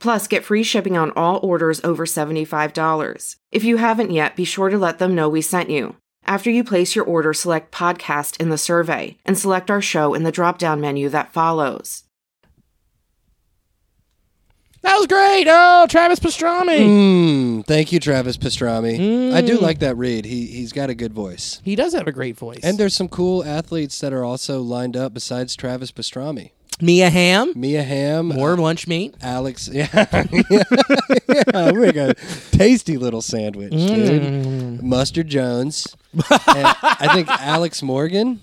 G: Plus, get free shipping on all orders over $75. If you haven't yet, be sure to let them know we sent you. After you place your order, select podcast in the survey and select our show in the drop down menu that follows.
A: That was great. Oh, Travis Pastrami.
B: Mm, thank you, Travis Pastrami. I
A: Hmm.
B: do like that read. He he's got a good voice.
A: He does have a great voice.
B: And there's some cool athletes that are also lined up besides Travis Pastrami.
A: Mia Hamm,
B: Mia Hamm, uh,
A: more lunch meat.
B: Alex. Yeah, yeah, yeah. We got a tasty little sandwich, dude. Mustard Jones. And I think Alex Morgan.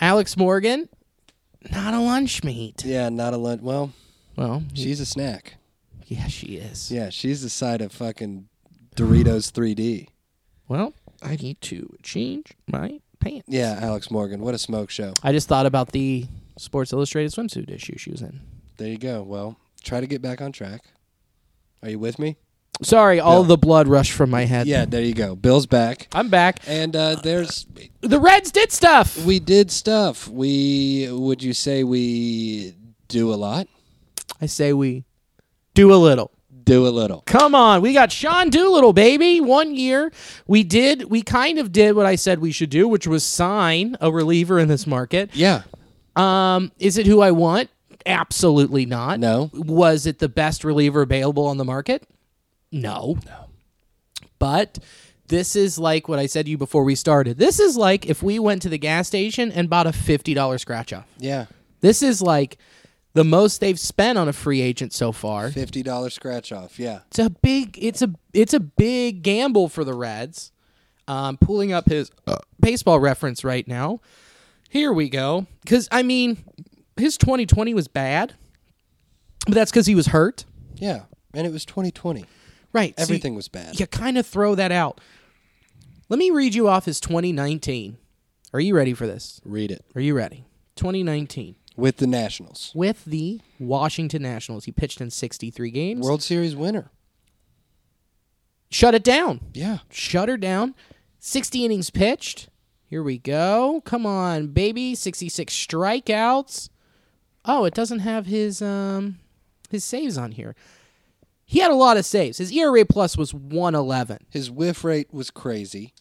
A: Alex Morgan, not a lunch meat.
B: Yeah, not a lunch. Well,
A: Well,
B: she's a snack.
A: Yeah, she is.
B: Yeah, she's the side of fucking Doritos 3D.
A: Well, I need to change my pants.
B: Yeah, Alex Morgan. What a smoke show.
A: I just thought about the Sports Illustrated swimsuit issue she was in.
B: There you go. Well, try to get back on track. Are you with me?
A: Sorry, all the blood rushed from my head.
B: Yeah, there you go. Bill's back.
A: I'm back.
B: And uh, there's
A: The Reds did stuff.
B: we did stuff. We would you say we do a lot?
A: I say we do a little.
B: Do a little.
A: Come on, we got Sean Doolittle, baby. One year we did, we kind of did what I said we should do, which was sign a reliever in this market.
B: Yeah.
A: Um, is it who I want? Absolutely not.
B: No.
A: Was it the best reliever available on the market? No. No. But this is like what I said to you before we started. This is like if we went to the gas station and bought a fifty dollar scratch off.
B: Yeah.
A: This is like the most they've spent on a free agent so far.
B: Fifty dollar scratch off. Yeah.
A: It's a big it's a it's a big gamble for the Reds. Um, pulling up his uh, baseball reference right now. Here we go. Cuz I mean his 2020 was bad. But that's cuz he was hurt.
B: Yeah. And it was 2020.
A: Right. so
B: Everything
A: you-
B: was bad.
A: You kind of throw that out. Let me read you off his 2019. Are you ready for this?
B: Read it
A: Are you ready? 2019
B: with the Nationals.
A: with the Washington Nationals. He pitched in 63 games.
B: World Series winner.
A: Shut it down.
B: Yeah.
A: Shut her down. 60 innings pitched. Here we go. Come on, baby. 66 strikeouts. Oh, it doesn't have his um his saves on here. He had a lot of saves. His ERA plus was 111.
B: His whiff rate was crazy.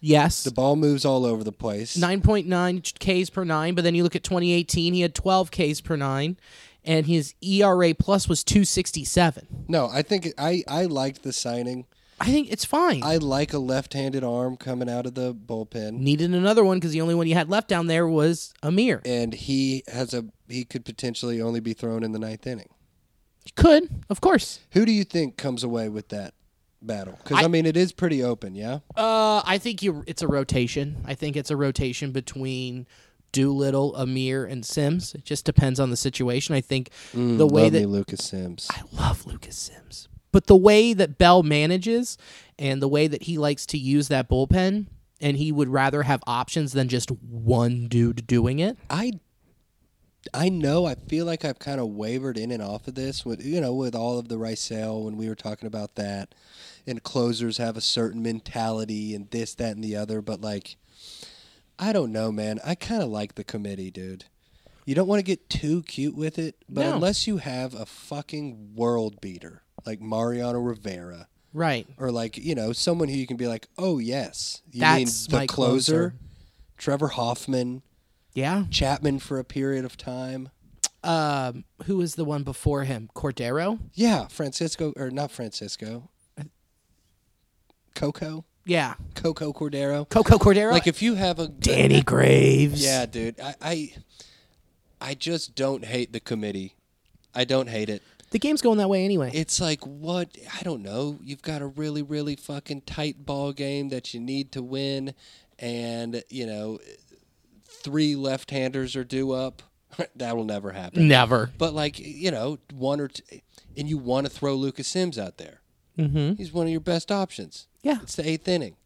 A: Yes.
B: The ball moves all over the place.
A: 9.9 Ks per 9, but then you look at 2018, he had 12 Ks per 9 and his ERA plus was 267.
B: No, I think it- I I liked the signing.
A: I think it's fine.
B: I like a left-handed arm coming out of the bullpen,
A: needed another one because the only one he had left down there was Amir.
B: and he has a he could potentially only be thrown in the ninth inning.
A: Could, of course.
B: Who do you think comes away with that battle? Because I,
A: I-
B: mean, it is pretty open. Yeah,
A: Uh, I think you. It's a rotation. I think it's a rotation between Doolittle, Amir, and Sims. It just depends on the situation. I think the way
B: love
A: that
B: me Lucas Sims.
A: I love Lucas Sims, but the way that Bell manages and the way that he likes to use that bullpen, and he would rather have options than just one dude doing it.
B: I I know I feel like I've kind of wavered in and off of this with you know with all of the rice sale when we were talking about that and closers have a certain mentality and this that and the other but like I don't know man I kind of like the committee dude you don't want to get too cute with it but
A: No.
B: unless you have a fucking world beater like Mariano Rivera
A: Right.
B: or like you know someone who you can be like oh yes you
A: That's
B: mean the
A: my
B: closer,
A: closer.
B: Trevor Hoffman
A: Yeah.
B: Chapman for a period of time
A: Um. Who was the one before him? Cordero.
B: Yeah, Francisco or not Francisco. Coco,
A: Yeah.
B: Coco Cordero.
A: Coco Cordero.
B: Like if you have a
A: Danny Graves.
B: yeah, dude. I, I I just don't hate the committee. I don't hate it.
A: The game's going that way anyway.
B: It's like what I don't know. You've got a really really fucking tight ball game that you need to win, and you know, three left-handers are due up. that will never happen.
A: Never.
B: But like you know, one or two, and you want to throw Lucas Sims out there.
A: Mm-hmm.
B: He's one of your best options.
A: Yeah.
B: It's the eighth inning.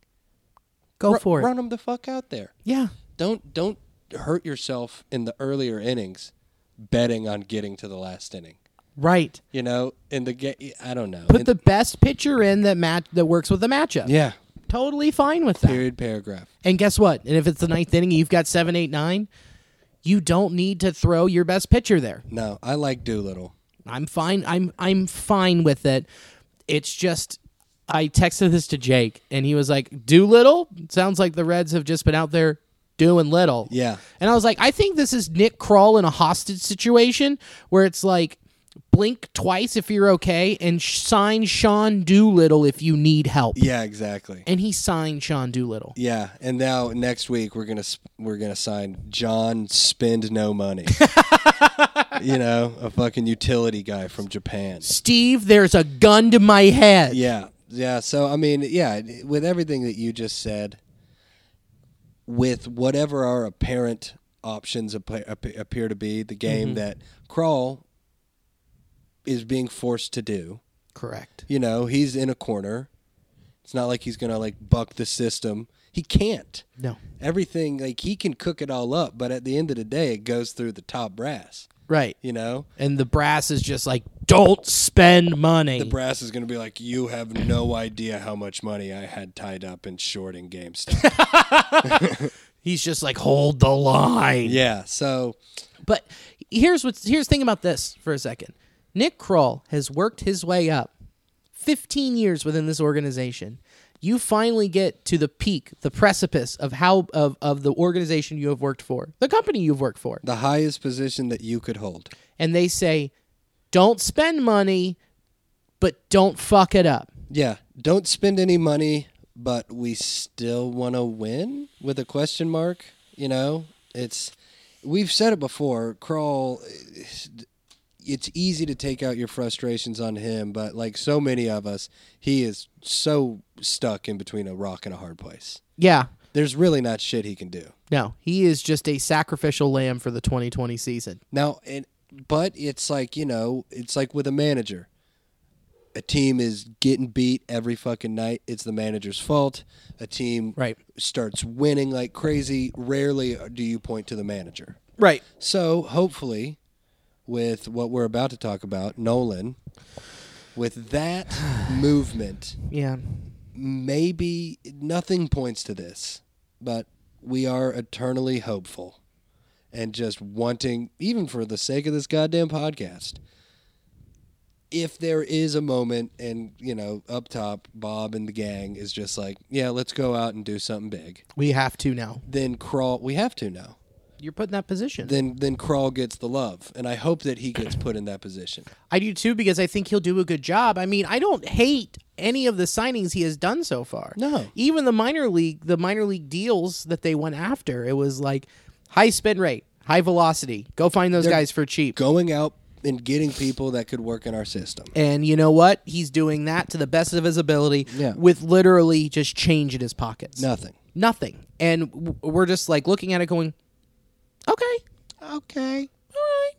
A: Go
B: Ru-
A: for it.
B: Run him the fuck out there.
A: Yeah.
B: Don't don't hurt yourself in the earlier innings, betting on getting to the last inning.
A: Right.
B: You know, in the game, I don't know.
A: Put
B: In-
A: the best pitcher in that match that works with the matchup.
B: yeah
A: Totally fine with that.
B: period paragraph.
A: And guess what? And if it's the ninth inning, you've got seven, eight, nine. You don't need to throw your best pitcher there.
B: No, I like Doolittle.
A: I'm fine. I'm I'm fine with it. It's just I texted this to Jake and he was like, "Do little." Sounds like the Reds have just been out there doing little.
B: Yeah.
A: And I was like, I think this is Nick Kroll in a hostage situation where it's like blink twice if you're okay and sh- sign Sean Doolittle if you need help.
B: Yeah, exactly.
A: And he signed Sean Doolittle.
B: Yeah, and now next week we're gonna sp- we're gonna sign John Spend No Money. you know, a fucking utility guy from Japan.
A: Steve, there's a gun to my head.
B: Yeah, yeah. So I mean, yeah, with everything that you just said, with whatever our apparent options appa- ap- appear to be, the game that Crawl is being forced to do.
A: Correct.
B: You know, he's in a corner. It's not like he's going to like buck the system. He can't.
A: No.
B: Everything like he can cook it all up, but at the end of the day it goes through the top brass.
A: Right.
B: You know?
A: And the brass is just like, don't spend money.
B: The brass is going to be like, you have no idea how much money I had tied up in shorting GameStop.
A: He's just like, hold the line.
B: Yeah. So,
A: but here's what's here's the thing about this for a second. Nick Kroll has worked his way up 15 years within this organization. You finally get to the peak, the precipice of how of, of the organization you have worked for, the company you've worked for.
B: The highest position that you could hold.
A: And they say, don't spend money, but don't fuck it up.
B: Yeah. Don't spend any money, but we still want to win with a question mark. You know, it's, we've said it before, Crawl, it's easy to take out your frustrations on him, but like so many of us, he is so stuck in between a rock and a hard place.
A: Yeah.
B: There's really not shit he can do.
A: No, he is just a sacrificial lamb for the 2020 season.
B: Now, and but it's like you know it's like with a manager a team is getting beat every fucking night it's the manager's fault a team
A: right.
B: starts winning like crazy rarely do you point to the manager
A: right
B: so hopefully with what we're about to talk about nolan with that movement
A: yeah
B: maybe nothing points to this but we are eternally hopeful and just wanting, even for the sake of this goddamn podcast, if there is a moment and, you know, up top, Bob and the gang is just like, yeah, let's go out and do something big.
A: We have to now.
B: Then crawl, we have to now.
A: You're put in that position.
B: Then then Crawl gets the love, and I hope that he gets put in that position.
A: I do too because I think he'll do a good job. I mean, I don't hate any of the signings he has done so far.
B: No.
A: Even the minor league, the minor league deals that they went after, it was like high spin rate, high velocity. Go find those They're guys for cheap.
B: Going out and getting people that could work in our system.
A: And you know what? He's doing that to the best of his ability
B: yeah.
A: with literally just change in his pockets.
B: Nothing.
A: Nothing. And w- we're just like looking at it going, okay, okay, all right.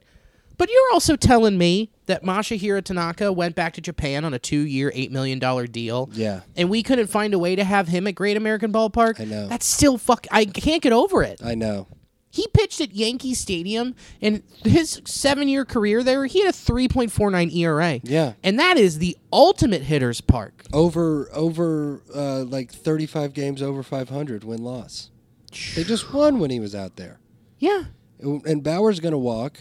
A: But you're also telling me that Masahiro Tanaka went back to Japan on a two-year, eight million dollar deal.
B: Yeah,
A: and we couldn't find a way to have him at Great American Ballpark.
B: I know.
A: That's still fuck. I can't get over it.
B: I know.
A: He pitched at Yankee Stadium, and his seven-year career there, he had a three point four nine ERA.
B: Yeah,
A: and that is the ultimate hitter's park.
B: Over over uh, like thirty five games over five hundred win loss. They just won when he was out there.
A: Yeah,
B: and Bauer's gonna walk.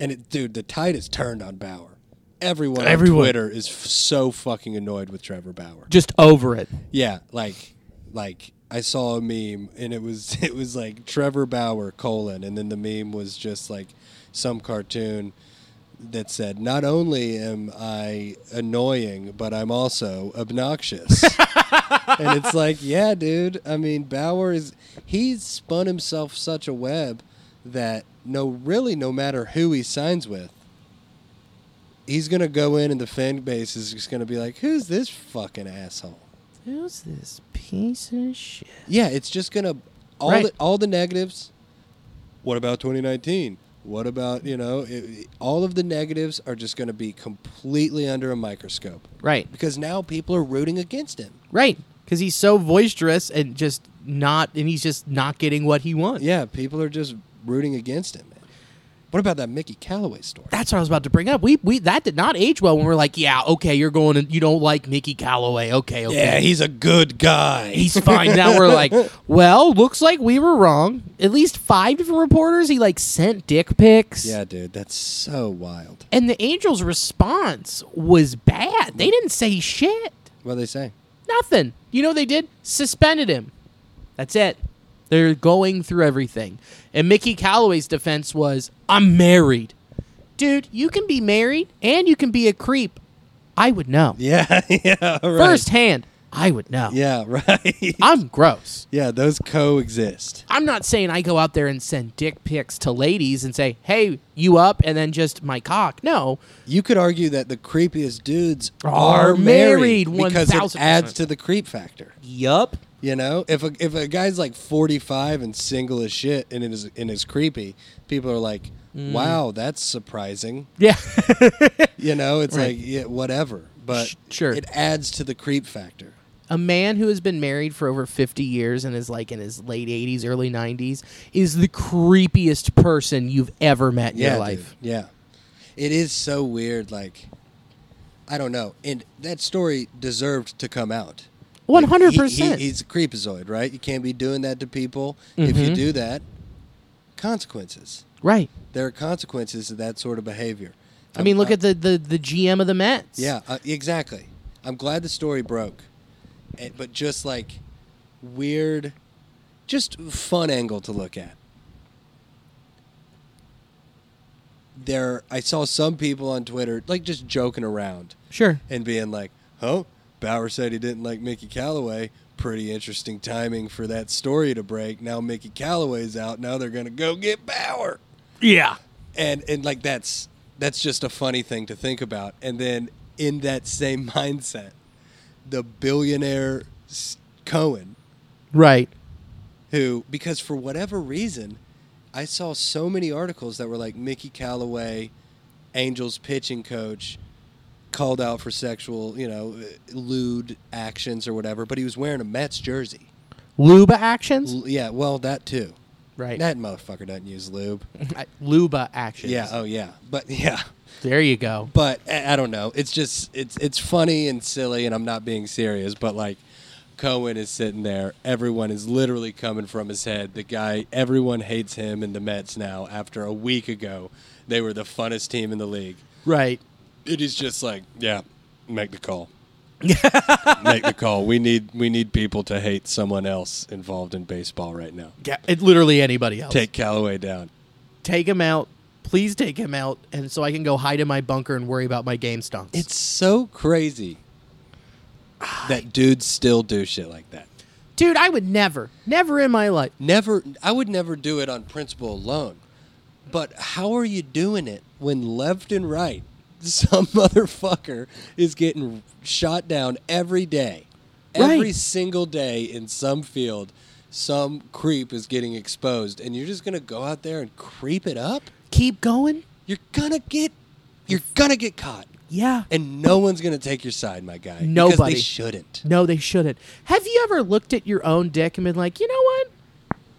B: And it, dude, the tide has turned on Bauer. Everyone,
A: Everyone.
B: on Twitter is f- so fucking annoyed with Trevor Bauer.
A: Just over it.
B: Yeah, like, like I saw a meme and it was it was like Trevor Bauer colon, and then the meme was just like some cartoon that said, "Not only am I annoying, but I'm also obnoxious." and it's like, yeah, dude. I mean, Bauer is he's spun himself such a web that no, really, no matter who he signs with, he's gonna go in, and the fan base is just gonna be like, "Who's this fucking asshole?"
A: Who's this piece of shit?
B: Yeah, it's just gonna all
A: Right.
B: the all the negatives. What about 2019? What about you know? It, all of the negatives are just going to be completely under a microscope,
A: Right.
B: Because now people are rooting against him.
A: Right. Because he's so boisterous and just not, and he's just not getting what he wants.
B: Yeah, people are just rooting against him. Man. What about that Mickey Callaway story?
A: That's what I was about to bring up. We we that did not age well when we were like, yeah, okay, you're going and you don't like Mickey Callaway. Okay, okay.
B: Yeah, he's a good guy.
A: He's fine. now we're like, well, looks like we were wrong. At least five different reporters he like sent dick pics.
B: yeah, dude, that's so wild.
A: And the Angels' response was bad. They didn't say shit.
B: What do they say?
A: Nothing. You know what they did? Suspended him. That's it. They're going through everything. And Mickey Calloway's defense was, I'm married. Dude, you can be married and you can be a creep. I would know.
B: Yeah, yeah, right.
A: Firsthand, I would know.
B: Yeah, right.
A: I'm gross.
B: yeah, those coexist.
A: I'm not saying I go out there and send dick pics to ladies and say, hey, you up, and then just my cock. No.
B: You could argue that the creepiest dudes
A: Are
B: are,
A: married,
B: because it
A: 1000%.
B: adds to the creep factor.
A: Yup.
B: You know, if a, if a guy's like 45 and single as shit and it is and is creepy, people are like,
A: Mm.
B: "Wow, that's surprising."
A: Yeah.
B: you know, it's
A: Right.
B: like yeah, whatever, but
A: sure.
B: it adds to the creep factor.
A: a man who has been married for over 50 years and is like in his late 80s early 90s is the creepiest person you've ever met in
B: yeah,
A: your
B: dude.
A: life
B: Yeah. It is so weird like I don't know. And that story deserved to come out. Like, he-
A: 100%.
B: he- he's a creepazoid, right? You can't be doing that to people. If you
A: Mhm.
B: do that, consequences.
A: right
B: There are consequences to that sort of behavior.
A: i mean look
B: at
A: at the, the the gm of the mets
B: Yeah, uh, exactly. I'm glad the story broke, Eh, but just like weird, just fun angle to look at. There, I saw some people on Twitter like just joking around
A: sure
B: and being like, "Oh, Bauer said he didn't like Mickey Callaway. Pretty interesting timing for that story to break. Now Mickey Callaway's out. Now they're gonna go get Bauer."
A: yeah
B: and and like that's that's just a funny thing to think about and then in that same mindset the billionaire S- cohen
A: right
B: who because for whatever reason i saw so many articles that were like mickey callaway angels pitching coach called out for sexual you know lewd actions or whatever but he was wearing a mets jersey
A: luba actions
B: L- yeah well that too
A: right
B: that motherfucker doesn't use lube
A: luba actions
B: yeah oh yeah but yeah
A: there you go
B: but I I don't know. It's just it's it's funny and silly, and I'm not being serious. But like, Cohen is sitting there. Everyone is literally coming from his head. The guy, everyone hates him and the Mets now. After a week ago, they were the funnest team in the league.
A: right
B: It is just like, yeah, make the call. make the call. We need we need people to hate someone else involved in baseball right now.
A: yeah it, literally anybody else
B: Take Callaway down.
A: take him out please take him out and so i can go hide in my bunker and worry about my game stunts
B: It's so crazy that dudes still do shit like that.
A: dude i would never never in my life
B: never i would never do it on principle alone but how are you doing it when left and right some motherfucker is getting shot down every day every
A: Right.
B: single day in some field some creep is getting exposed and you're just gonna go out there and creep it up
A: keep going
B: you're gonna get you're gonna get caught
A: yeah
B: and no one's gonna take your side my guy because
A: Nobody.
B: they shouldn't
A: No, they shouldn't. Have you ever looked at your own dick and been like, you know what?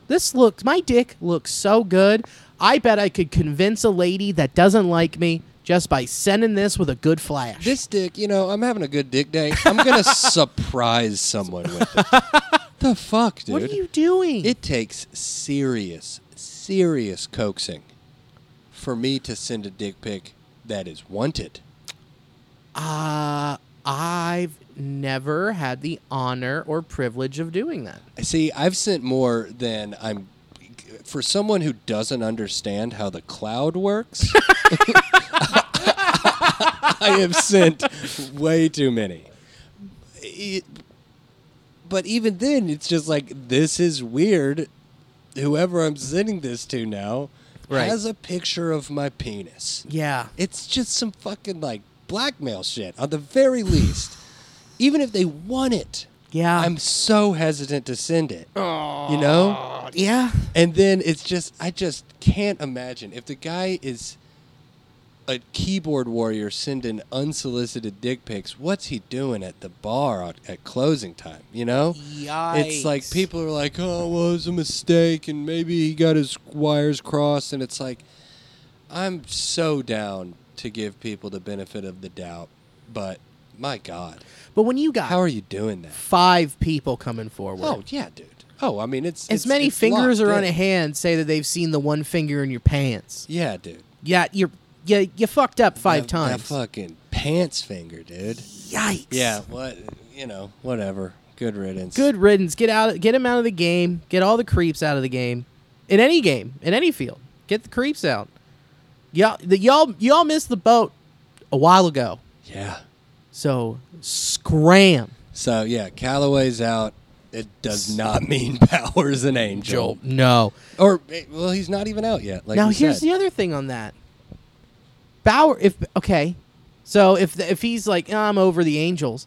A: This looks, my dick looks so good. I bet I could convince a lady that doesn't like me just by sending this with a good flash.
B: this dick, you know, I'm having a good dick day. I'm gonna surprise someone with it. the fuck, dude?
A: what are you doing?
B: it takes serious, serious coaxing for me to send a dick pic that is wanted.
A: uh, I've never had the honor or privilege of doing that.
B: See, I've sent more than I'm. For someone who doesn't understand how the cloud works, I have sent way too many. It- but even then, it's just like, this is weird. Whoever I'm sending this to now
A: Right.
B: has a picture of my penis.
A: Yeah.
B: It's just some fucking like blackmail shit, on the very least. Even if they want it,
A: Yeah.
B: I'm so hesitant to send it. You know?
A: yeah.
B: And then it's just, I just can't imagine. If the guy is a keyboard warrior sending unsolicited dick pics, what's he doing at the bar at, at closing time? You know? It's like
A: Yikes.
B: people are like, oh, well, it was a mistake, and maybe he got his wires crossed. And it's like, I'm so down to give people the benefit of the doubt, but my God,
A: But when you got
B: how are you doing that?
A: five people coming forward,
B: Oh yeah, dude. Oh, I mean, it's
A: as
B: it's-
A: many
B: it's
A: fingers
B: locked
A: are on
B: in.
A: a hand say that they've seen the one finger in your pants.
B: Yeah, dude.
A: Yeah, you're you, you fucked up five
B: That-
A: times.
B: That fucking pants finger, dude.
A: Yikes.
B: Yeah. What? You know, whatever. Good riddance.
A: Good riddance. Get out. Get him out of the game. Get all the creeps out of the game. In any game, in any field, get the creeps out. Y'all, the, y'all, y'all missed the boat a while ago.
B: Yeah.
A: So scram,
B: So yeah, Callaway's out. It does not mean Powers an angel.
A: No.
B: Or eh, well, he's not even out yet. Like
A: now
B: you
A: here's
B: said.
A: the other thing on that. Bauer, if okay, so if the, if he's like "Oh, I'm over the Angels,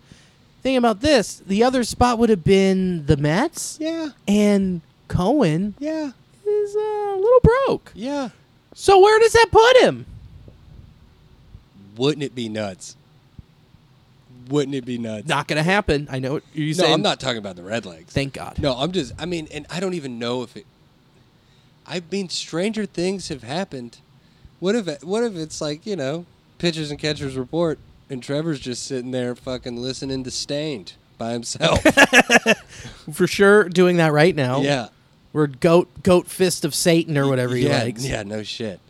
A: Thing about this, the other spot would have been the Mets.
B: Yeah.
A: And Cohen
B: Yeah.
A: is uh, a little broke.
B: Yeah.
A: So where does that put him?
B: Wouldn't it be nuts? Wouldn't it be nuts?
A: Not gonna happen. I know. What you
B: no,
A: saying.
B: I'm not talking about the red legs.
A: Thank God.
B: No, I'm just. I mean, and I don't even know if it. I mean, stranger things have happened. What if? it- What if it's like you know, pitchers and catchers report, and Trevor's just sitting there fucking listening to Stained by himself.
A: For sure, doing that right now.
B: yeah.
A: We're goat goat fist of Satan or whatever he
B: yeah.
A: likes.
B: Yeah. No shit.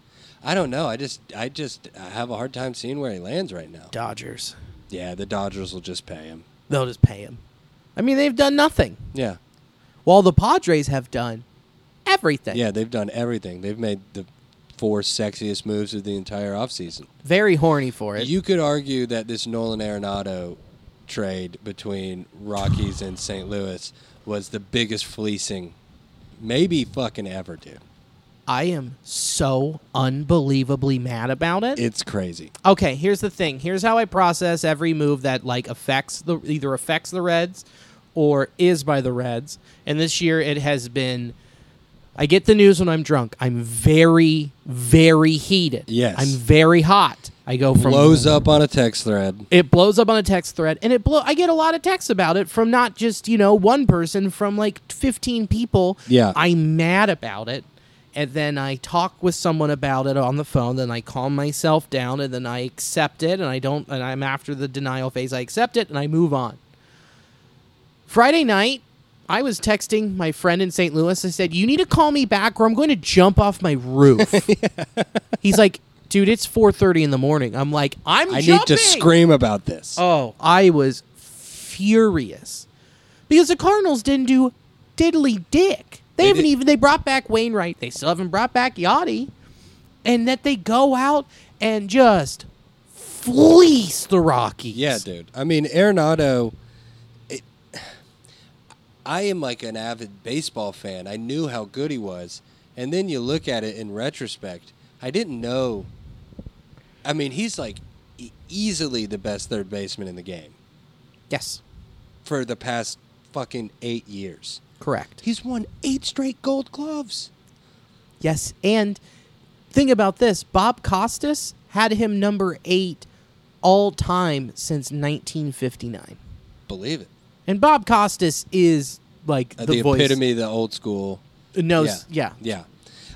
B: I don't know. I just. I just. I have a hard time seeing where he lands right now.
A: Dodgers.
B: Yeah, the Dodgers will just pay him.
A: They'll just pay him. I mean, they've done nothing.
B: Yeah.
A: While the Padres have done everything.
B: Yeah, they've done everything. They've made the four sexiest moves of the entire offseason.
A: Very horny for it.
B: You could argue that this Nolan Arenado trade between Rockies and St. Louis was the biggest fleecing maybe fucking ever, dude.
A: I am so unbelievably mad about it.
B: It's crazy.
A: okay here's the thing here's how i process every move that like affects the either affects the reds or is by the reds and this year it has been i get the news when i'm drunk i'm very very heated
B: Yes.
A: i'm very hot i go from
B: Blows up on a text thread.
A: it blows up on a text thread and it blow i get a lot of texts about it from not just you know one person from like 15 people
B: Yeah.
A: i'm mad about it and then i talk with someone about it on the phone then i calm myself down and then i accept it and i don't and i'm after the denial phase i accept it and i move on friday night i was texting my friend in st louis i said you need to call me back or i'm going to jump off my roof he's like dude it's 4.30 in the morning i'm like i'm
B: I need
A: jumping.
B: to scream about this.
A: Oh, I was furious because the Cardinals didn't do diddly dick. They, haven't
B: did-
A: even they brought back Wainwright. They still haven't brought back Yachty, and that they go out and just fleece the Rockies.
B: Yeah, dude. I mean, Arenado. It, I am like an avid baseball fan. I knew how good he was, and then you look at it in retrospect. I didn't know. I mean, he's like e- easily the best third baseman in the game
A: Yes,
B: for the past fucking eight years.
A: correct.
B: He's won eight straight Gold Gloves.
A: Yes, and think about this: Bob Costas had him number eight all time since 1959,
B: Believe it.
A: and Bob Costas is like
B: Uh,
A: the,
B: the
A: voice.
B: epitome of the old school.
A: Knows, yeah.
B: Yeah.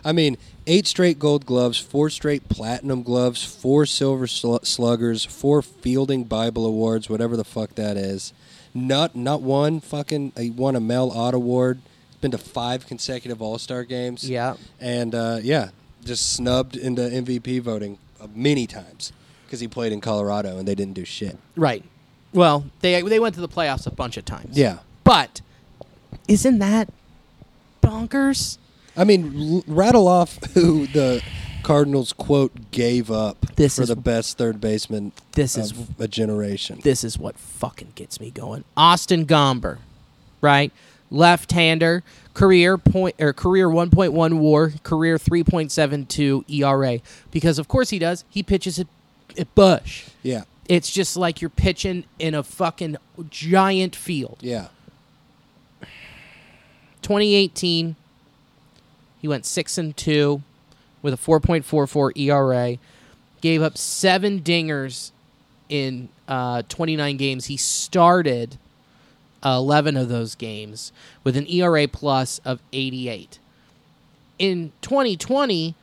B: I mean, eight straight gold gloves, four straight platinum gloves, four silver sl- sluggers, four fielding Bible awards, whatever the fuck that is. Not not one fucking he won a Mel Ott award. Been to five consecutive All Star games.
A: Yeah.
B: and uh, yeah, just snubbed into MVP voting uh, many times because he played in Colorado and they didn't do shit.
A: Right. Well, they they went to the playoffs a bunch of times.
B: Yeah,
A: But isn't that bonkers?
B: I mean, l- rattle off who the Cardinals quote gave up
A: This
B: for
A: is-
B: the best third baseman.
A: This is-
B: of a generation.
A: This is what fucking gets me going. Austin Gomber, right? Left-hander, career point or career 1.1 WAR, career 3.72 ERA E because of course he does. He pitches at, at Bush.
B: yeah,
A: It's just like you're pitching in a fucking giant field.
B: yeah,
A: 2018, he went six and two with a 4.44 ERA. E Gave up seven dingers in uh, 29 games. He started 11 of those games with an ERA plus of 88. In 2020,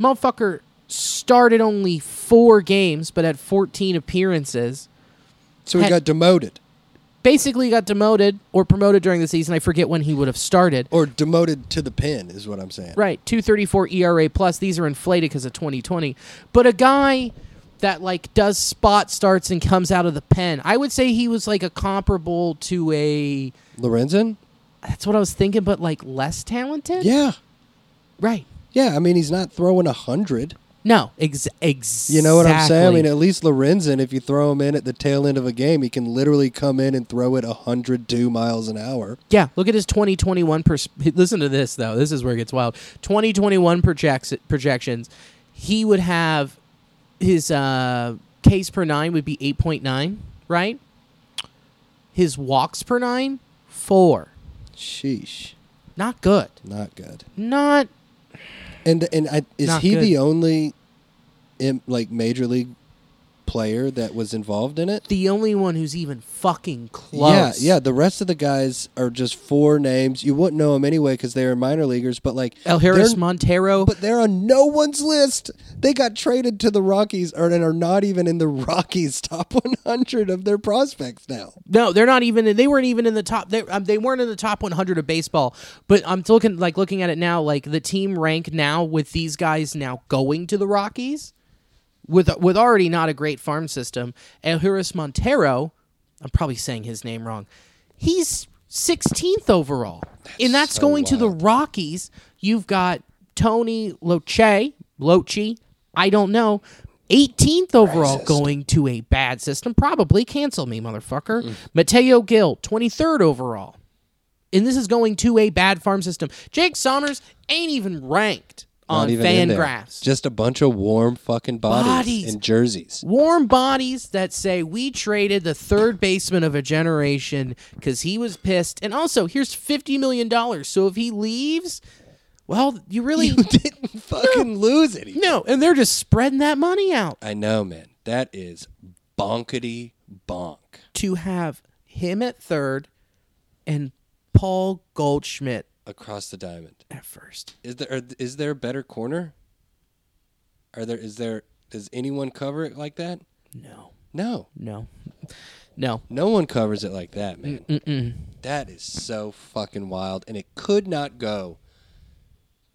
A: motherfucker started only four games, but had 14 appearances
B: so he
A: Heck-
B: got demoted
A: basically got demoted or promoted during the season. I forget when he would have started.
B: or demoted to the pen is what I'm saying.
A: Right, 234 ERA plus. These are inflated because of 2020. But a guy that like does spot starts and comes out of the pen. I would say he was like a comparable to a
B: Lorenzen.
A: that's what I was thinking, but like less talented.
B: Yeah,
A: Right.
B: yeah. I mean, he's not throwing a hundred.
A: No. Ex- exactly.
B: You know what I'm saying? I mean, at least Lorenzen, if you throw him in at the tail end of a game, he can literally come in and throw it 102 miles an hour.
A: Yeah, look at his 2021 pers- listen to this though. This is where it gets wild. 2021 projects- projections, he would have his uh case per 9 would be 8.9, right? His walks per nine, four.
B: Sheesh.
A: Not good.
B: Not good.
A: Not.
B: And and I, is
A: Not
B: he
A: good.
B: the only, im- like major league player that was involved in it?
A: The only one who's even fucking close.
B: Yeah, yeah. The rest of the guys are just four names. You wouldn't know them anyway because they were minor leaguers. But like
A: El Harris
B: they're-
A: Montero.
B: but they're on no one's list. They got traded to the Rockies or, and are not even in the Rockies top 100 of their prospects now.
A: No, they're not even. They weren't even in the top. They um, they weren't in the top 100 of baseball. But I'm looking like looking at it now. Like the team rank now with these guys now going to the Rockies, with with already not a great farm system. El Harris Montero, I'm probably saying his name wrong. He's 16th overall, and that's going to the Rockies. You've got Tony Loche, Loche. I don't know. 18th overall going to a bad system. Probably cancel me, motherfucker. Mateo Gill, 23rd overall. And this is going to a bad farm system. Jake Saunders ain't even ranked
B: Not
A: on
B: even in there.
A: Fangraphs.
B: Just a bunch of warm fucking bodies,
A: Bodies.
B: and jerseys.
A: Warm bodies that say we traded the third baseman of a generation because he was pissed. And also, here's $50 million. So if he leaves, well, you really
B: Didn't fucking lose any.
A: No, and they're just spreading that money out.
B: I know, man. That is bonkety bonk.
A: to have him at third and Paul Goldschmidt
B: Across the diamond.
A: at first.
B: Is there are, is there a better corner? Are there is there does anyone cover it like that?
A: No,
B: No.
A: no, no.
B: No one covers it like that, man.
A: Mm-mm.
B: That is so fucking wild, and it could not go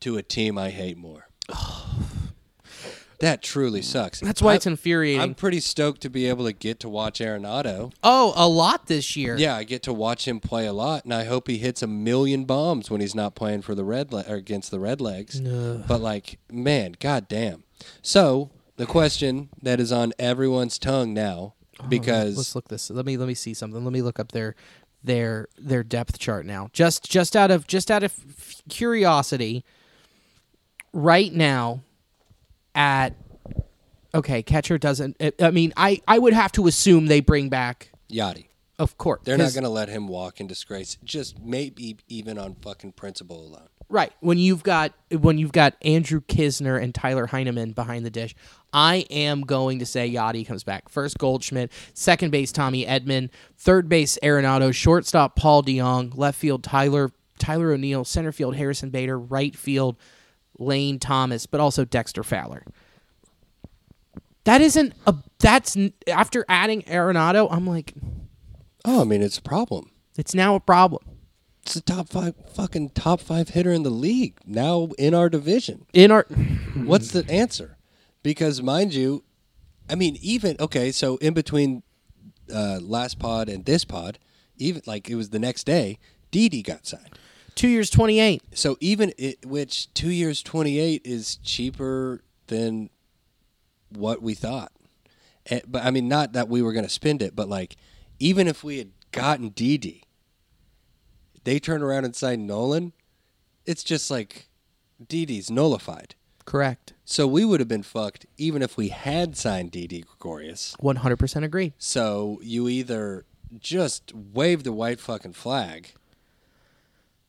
B: to a team I hate more. that truly sucks.
A: That's why
B: I-
A: it's infuriating.
B: I'm pretty stoked to be able to get to watch Arenado.
A: oh, a lot this year.
B: Yeah, I get to watch him play a lot, and I hope he hits a million bombs when he's not playing for the red le- or against the Redlegs. But like, man, goddamn. So the question that is on everyone's tongue now, because
A: Let's look this. Let me let me see something. Let me look up their their their depth chart now. Just just out of just out of f- curiosity. Right now, at okay, catcher doesn't. I- I mean, I I would have to assume they bring back.
B: Yachty.
A: Of course,
B: They're not
A: 'cause-
B: going to let him walk in disgrace, just maybe even on fucking principle alone.
A: Right. When you've got when you've got Andrew Kisner and Tyler Heineman behind the dish, I am going to say Yachty comes back. First Goldschmidt, second base Tommy Edmond, third base Arenado, shortstop Paul DeYoung, left field Tyler Tyler O'Neill, center field Harrison Bader, right field Lane Thomas, but also Dexter Fowler. That isn't a that's n- after adding Arenado, I'm like
B: Oh, I mean, it's a problem.
A: it's now a problem.
B: It's the top five, fucking top five hitter in the league now in our division.
A: In our
B: What's the answer? Because mind you, I mean, even okay, so in between uh, last pod and this pod, even like it was the next day, Didi got signed.
A: 2 years 28.
B: So even it, which two years twenty eight is cheaper than what we thought. Eh, but I mean, not that we were going to spend it, but like even if we had gotten DD, they turn around and sign Nolan. It's just like DD's nullified.
A: Correct.
B: So we would have been fucked even if we had signed DD Gregorius.
A: 100% agree.
B: So you either just wave the white fucking flag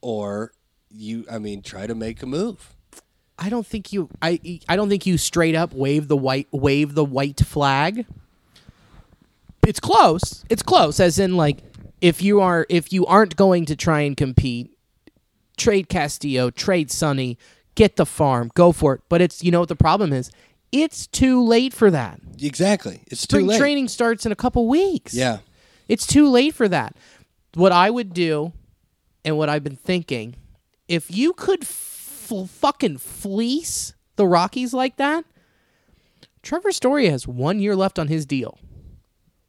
B: or you I mean try to make a move.
A: I don't think you I I don't think you straight up wave the white wave the white flag. It's close. It's close as in like if you are if you aren't going to try and compete, trade Castillo, trade Sonny, get the farm, go for it. But it's you know what the problem is? It's too late for that.
B: Exactly. It's
A: Spring
B: too late.
A: training starts in a couple weeks.
B: Yeah.
A: It's too late for that. What I would do, and what I've been thinking, if you could f- fucking fleece the Rockies like that, Trevor Story has one year left on his deal.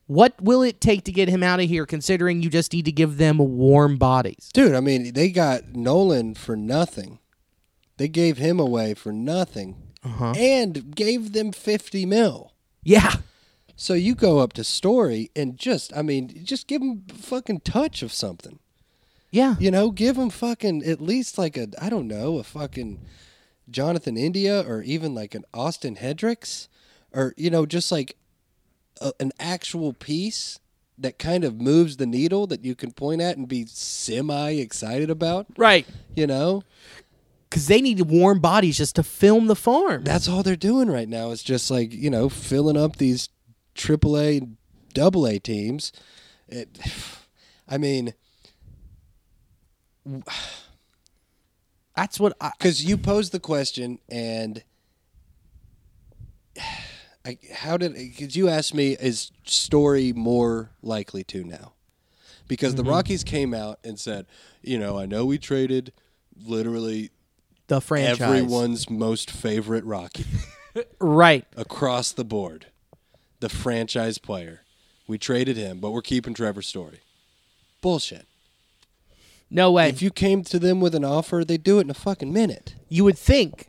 A: What will it take to get him out of here, considering you just need to give them warm bodies?
B: Dude, I mean they got Nolan for nothing. They gave him away for nothing.
A: Uh-huh.
B: And gave them 50 mil.
A: Yeah.
B: So you go up to Story and just, I mean, just give him fucking touch of something.
A: Yeah.
B: You know, give him fucking at least like a, I don't know, a fucking Jonathan India or even like an Austin Hedricks or, you know, just like a, an actual piece that kind of moves the needle that you can point at and be semi excited about.
A: Right.
B: You know?
A: Because they need warm bodies just to film the farm.
B: That's all they're doing right now is just like, you know, filling up these AAA and AA teams. It, I mean,
A: that's what I.
B: Because you posed the question and. I, how did because you asked me is story more likely to now because the
A: Mhm.
B: Rockies came out and said, you know, I know we traded literally
A: The franchise.
B: everyone's most favorite Rocky
A: Right.
B: across the board, the franchise player. We traded him, but we're keeping Trevor Story. Bullshit.
A: No way.
B: If you came to them with an offer, they do it in a fucking minute.
A: you would think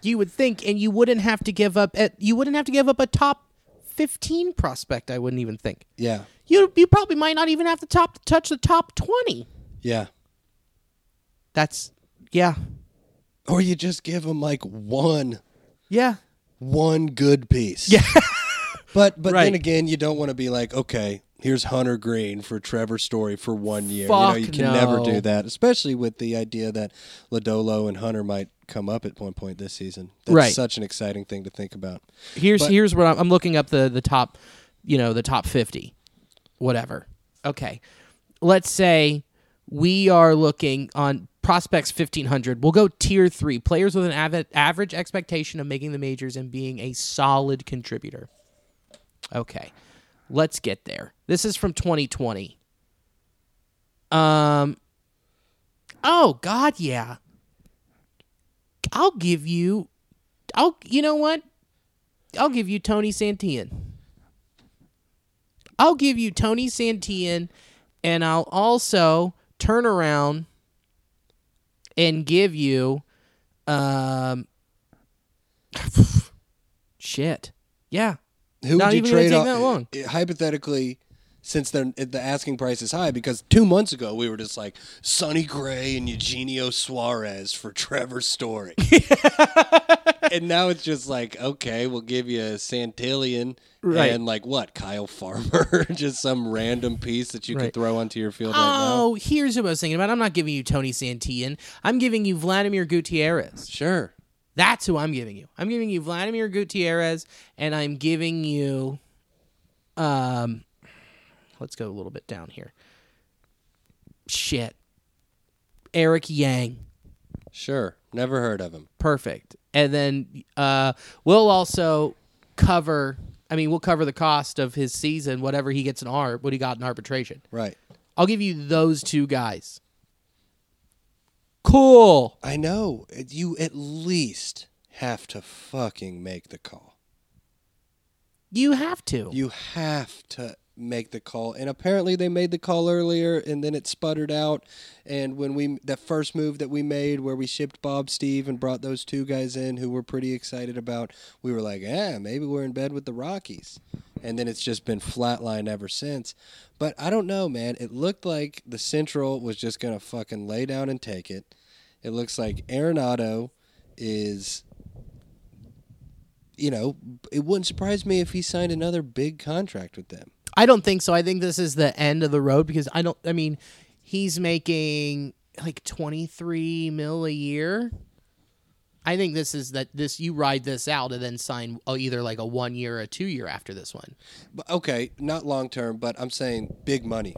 A: you would think and you wouldn't have to give up at you wouldn't have to give up a top 15 prospect i wouldn't even think
B: Yeah.
A: you you probably might not even have to top touch the top 20
B: Yeah.
A: that's yeah
B: Or you just give them like one
A: yeah
B: one good piece. Yeah. but but
A: Right.
B: then again, you don't want to be like, okay, here's Hunter Green for Trevor Story for one year. you know,
A: Fuck
B: you can never
A: no.
B: do that, especially with the idea that Ladolo and Hunter might come up at one point this season. That's
A: Right.
B: such an exciting thing to think about.
A: here's
B: But-
A: here's what I'm, I'm looking up the the top you know the top 50 whatever okay let's say we are looking on prospects 1500 we'll go tier 3 players with an av- average expectation of making the majors and being a solid contributor okay let's get there this is from 2020 um oh god yeah i'll give you i'll you know what I'll give you Tony Santian. I'll give you Tony Santian, and I'll also turn around and give you, um, shit. Yeah,
B: Who
A: Not
B: would you
A: even gonna
B: trade
A: take
B: off?
A: that long.
B: eh, Hypothetically, since they're, eh, the asking price is high, because two months ago we were just like Sonny Gray and Eugenio Suarez for Trevor Story, and now it's just like okay, we'll give you Santillian
A: Right.
B: and like what Kyle Farmer, just some random piece that you
A: Right.
B: could throw onto your field right now.
A: Oh, here's what I was thinking about. I'm not giving you Tony Santian. I'm giving you Vladimir Gutierrez.
B: Sure,
A: That's who I'm giving you. I'm giving you Vladimir Gutierrez, and I'm giving you, um, let's go a little bit down here. Shit, Eric Yang,
B: sure, never heard of him.
A: perfect. And then uh, we'll also cover. I mean, we'll cover the cost of his season, whatever he gets in art, what he got in arbitration.
B: Right,
A: I'll give you those two guys. Cool.
B: I know eh, you at least have to fucking make the call.
A: You have to.
B: You have to make the call. And apparently they made the call earlier and then it sputtered out and when we that first move that we made where we shipped Bob Steve and brought those two guys in who we're pretty excited about, we were like, "Yeah, maybe we're in bed with the Rockies." And then it's just been flatline ever since. But I don't know, man. It looked like the Central was just going to fucking lay down and take it. It looks like Arenado is you know, it wouldn't surprise me if he signed another big contract with them.
A: I don't think so. I think this is the end of the road because I don't. I mean, he's making like twenty three mil a year. I think this is that this you ride this out and then sign uh, either like a one year or a two year after this one.
B: But okay, not long term, but I'm saying big money.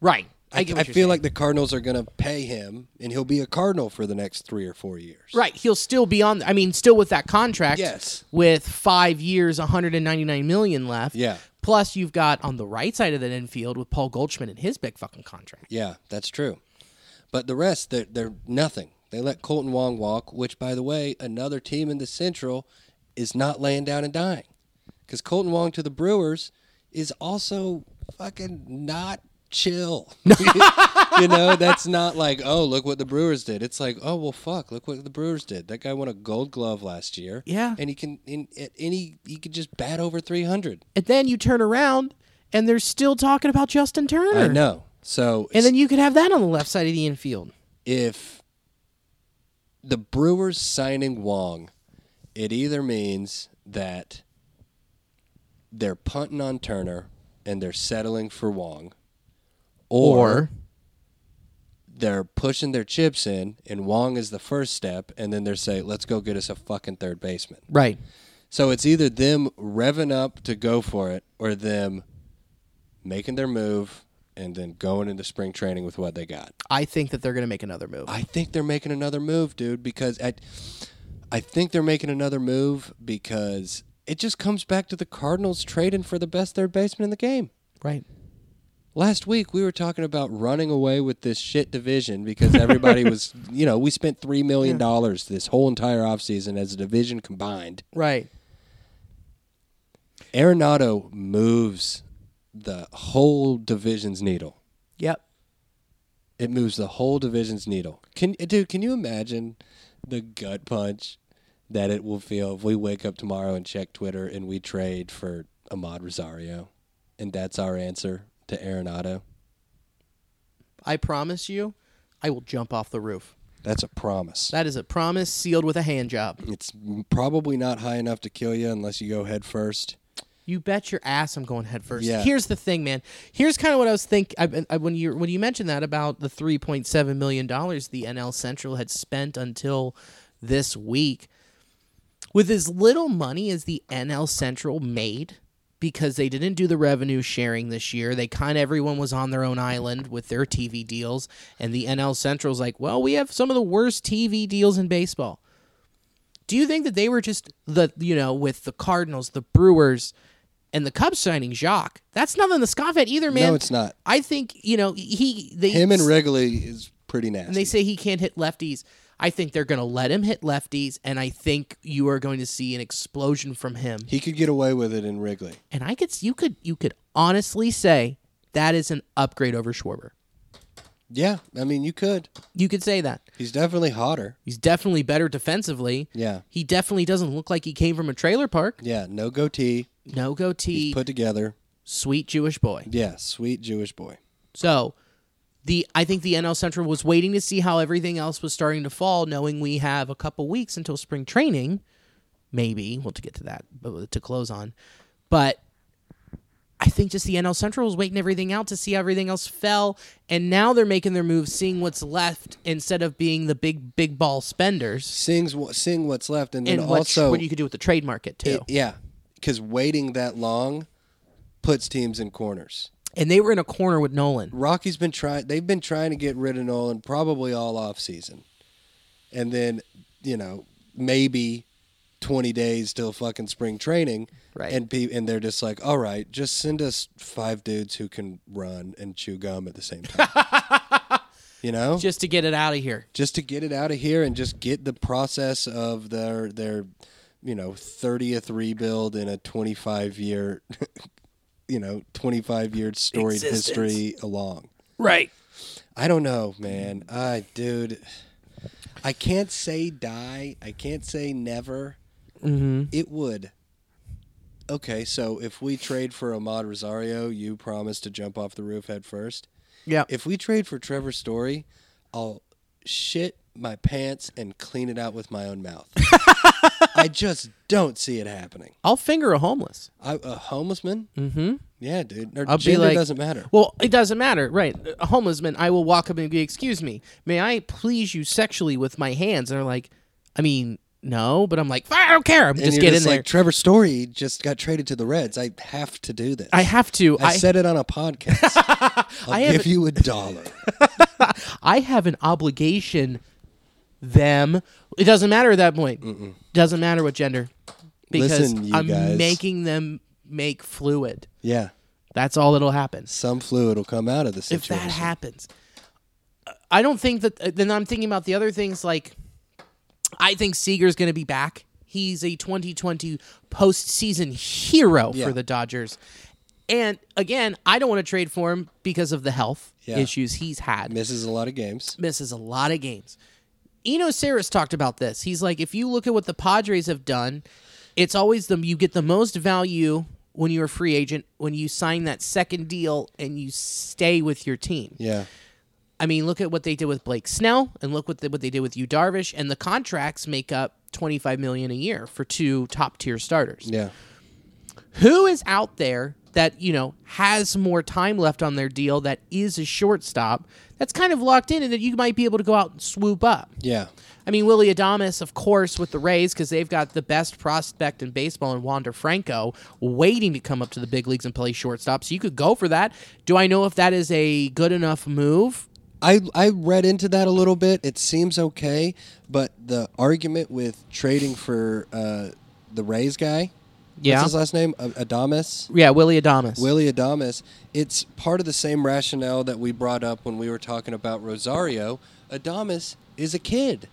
A: Right.
B: I, I
A: get
B: feel
A: what you're saying.
B: like the Cardinals are going to pay him, and he'll be a Cardinal for the next three or four years.
A: right. He'll still be on. I mean, still with that contract.
B: Yes.
A: With five years, one hundred and ninety nine million left.
B: Yeah.
A: Plus, you've got on the right side of that infield with Paul Goldschmidt and his big fucking contract.
B: Yeah, that's true. But the rest, they're, they're nothing. They let Colton Wong walk, which, by the way, another team in the Central is not laying down and dying. Because Colton Wong to the Brewers is also fucking not chill. you know, that's not like, oh, look what the Brewers did. It's like, oh, well, fuck, look what the Brewers did. That guy won a gold glove last year.
A: Yeah.
B: And he can, in, at any, he could just bat over 300.
A: And then you turn around and they're still talking about Justin Turner.
B: I know. So,
A: And then you could have that on the left side of the infield.
B: if the Brewers signing Wong, it either means that they're punting on Turner and they're settling for Wong,
A: Or-
B: they're pushing their chips in, and Wong is the first step, and then they're saying, "Let's go get us a fucking third baseman."
A: Right.
B: So it's either them revving up to go for it, or them making their move and then going into spring training with what they got.
A: I think that they're going to make another move.
B: I think they're making another move, dude, because at I think they're making another move because it just comes back to the Cardinals trading for the best third baseman in the game.
A: Right.
B: Last week we were talking about running away with this shit division because everybody was, you know, we spent 3 million dollars this whole entire offseason as a division combined.
A: Right.
B: Arenado moves the whole division's needle.
A: Yep.
B: It moves the whole division's needle. Can dude, can you imagine the gut punch that it will feel if we wake up tomorrow and check Twitter and we trade for Ahmad Rosario and that's our answer to Arenado?
A: I promise you, I will jump off the roof.
B: That's a promise.
A: That is a promise sealed with a hand job.
B: It's probably not high enough to kill you unless you go head first.
A: You bet your ass I'm going head first.
B: Yeah.
A: Here's the thing, man. Here's kind of what I was thinking I, I, when you when you mentioned that about the 3.7 million dollars the NL Central had spent until this week. With as little money as the NL Central made because they didn't do the revenue sharing this year, they kind of everyone was on their own island with their TV deals and the NL Central's like, "Well, we have some of the worst TV deals in baseball." Do you think that they were just the you know with the Cardinals, the Brewers, and the Cubs signing Jacques? That's nothing to scoff at either, man.
B: No, it's not.
A: I think you know he they
B: Him and Wrigley is pretty nasty.
A: and they say he can't hit lefties. I think they're going to let him hit lefties, and I think you are going to see an explosion from him.
B: he could get away with it in Wrigley.
A: And I could you could you could honestly say that is an upgrade over Schwarber.
B: Yeah, I mean you could.
A: You could say that
B: He's definitely hotter.
A: he's definitely better defensively.
B: Yeah.
A: He definitely doesn't look like he came from a trailer park.
B: Yeah, no goatee.
A: No goatee,
B: He's put together.
A: sweet Jewish boy.
B: Yeah, sweet Jewish boy.
A: So the I think the NL Central was waiting to see how everything else was starting to fall, knowing we have a couple weeks until spring training. Maybe we'll to get to that but to close on, but I think just the NL Central was waiting everything out to see how everything else fell, and now they're making their moves, seeing what's left instead of being the big big ball spenders
B: Sings wh- sing what's left, and then
A: and what's-
B: also
A: what you could do with the trade market too.
B: it- yeah, because waiting that long puts teams in corners.
A: and they were in a corner with Nolan.
B: Rocky's been trying; they've been trying to get rid of Nolan probably all off season, and then you know maybe twenty days till fucking spring training,
A: Right.
B: And pe- and they're just like, all right, just send us five dudes who can run and chew gum at the same time. you know,
A: Just to get it out of here.
B: just to get it out of here and just get the process of their their you know 30th rebuild in a 25 year you know 25 year storied history along
A: Right.
B: i don't know man i dude i can't say die i can't say never it would okay so if we trade for ahmad rosario you promise to jump off the roof head first
A: Yeah.
B: if we trade for Trevor Story, I'll shit my pants and clean it out with my own mouth. I just don't see it happening.
A: I'll finger a homeless.
B: I, a homeless man?
A: Mm-hmm.
B: Yeah, dude. Or
A: I'll be
B: gender
A: like-
B: doesn't matter.
A: Well, it doesn't matter, right? A homeless man, I will walk up and be, excuse me, may I please you sexually with my hands? And they're like, I mean, no, but I'm like, "Fine, I don't care. I'm
B: And
A: just
B: you're
A: get
B: just
A: in
B: like
A: there.
B: Trevor Story just got traded to the Reds. I have to do this.
A: I have to.
B: I
A: I,
B: said it on a podcast. I'll
A: I
B: give
A: haven't-
B: you a dollar.
A: I have an obligation. Them. It doesn't matter at that point. Doesn't matter what gender, because
B: Listen, you
A: I'm
B: guys.
A: making them make fluid.
B: yeah,
A: That's all that'll happen.
B: some fluid will come out of the
A: if
B: situation.
A: that happens. Uh, I don't think that. Then I'm thinking about the other things. Like, I think Seager's going to be back. He's a 2020 postseason hero
B: Yeah.
A: for the Dodgers. And again, I don't want to trade for him because of the health
B: Yeah.
A: issues he's had.
B: misses a lot of games.
A: misses a lot of games. Eno Saris talked about this. He's like, if you look at what the Padres have done, it's always the you get the most value when you're a free agent when you sign that second deal and you stay with your team.
B: Yeah,
A: I mean, look at what they did with Blake Snell, and look what they, what they did with you Darvish, and the contracts make up twenty five million a year for two top tier starters.
B: yeah.
A: Who is out there that you know has more time left on their deal that is a shortstop that's kind of locked in and that you might be able to go out and swoop up.
B: Yeah.
A: I mean, Willie Adamas, of course, with the Rays because they've got the best prospect in baseball in Wander Franco waiting to come up to the big leagues and play shortstop. So you could go for that. Do I know if that is a good enough move?
B: I, I read into that a little bit. It seems okay, but the argument with trading for uh, the Rays guy,
A: Yeah.
B: what's his last name? A- Adamas.
A: Yeah, Willie Adamas.
B: Willie Adamas. It's part of the same rationale that we brought up when we were talking about Rosario. Adamas is a kid.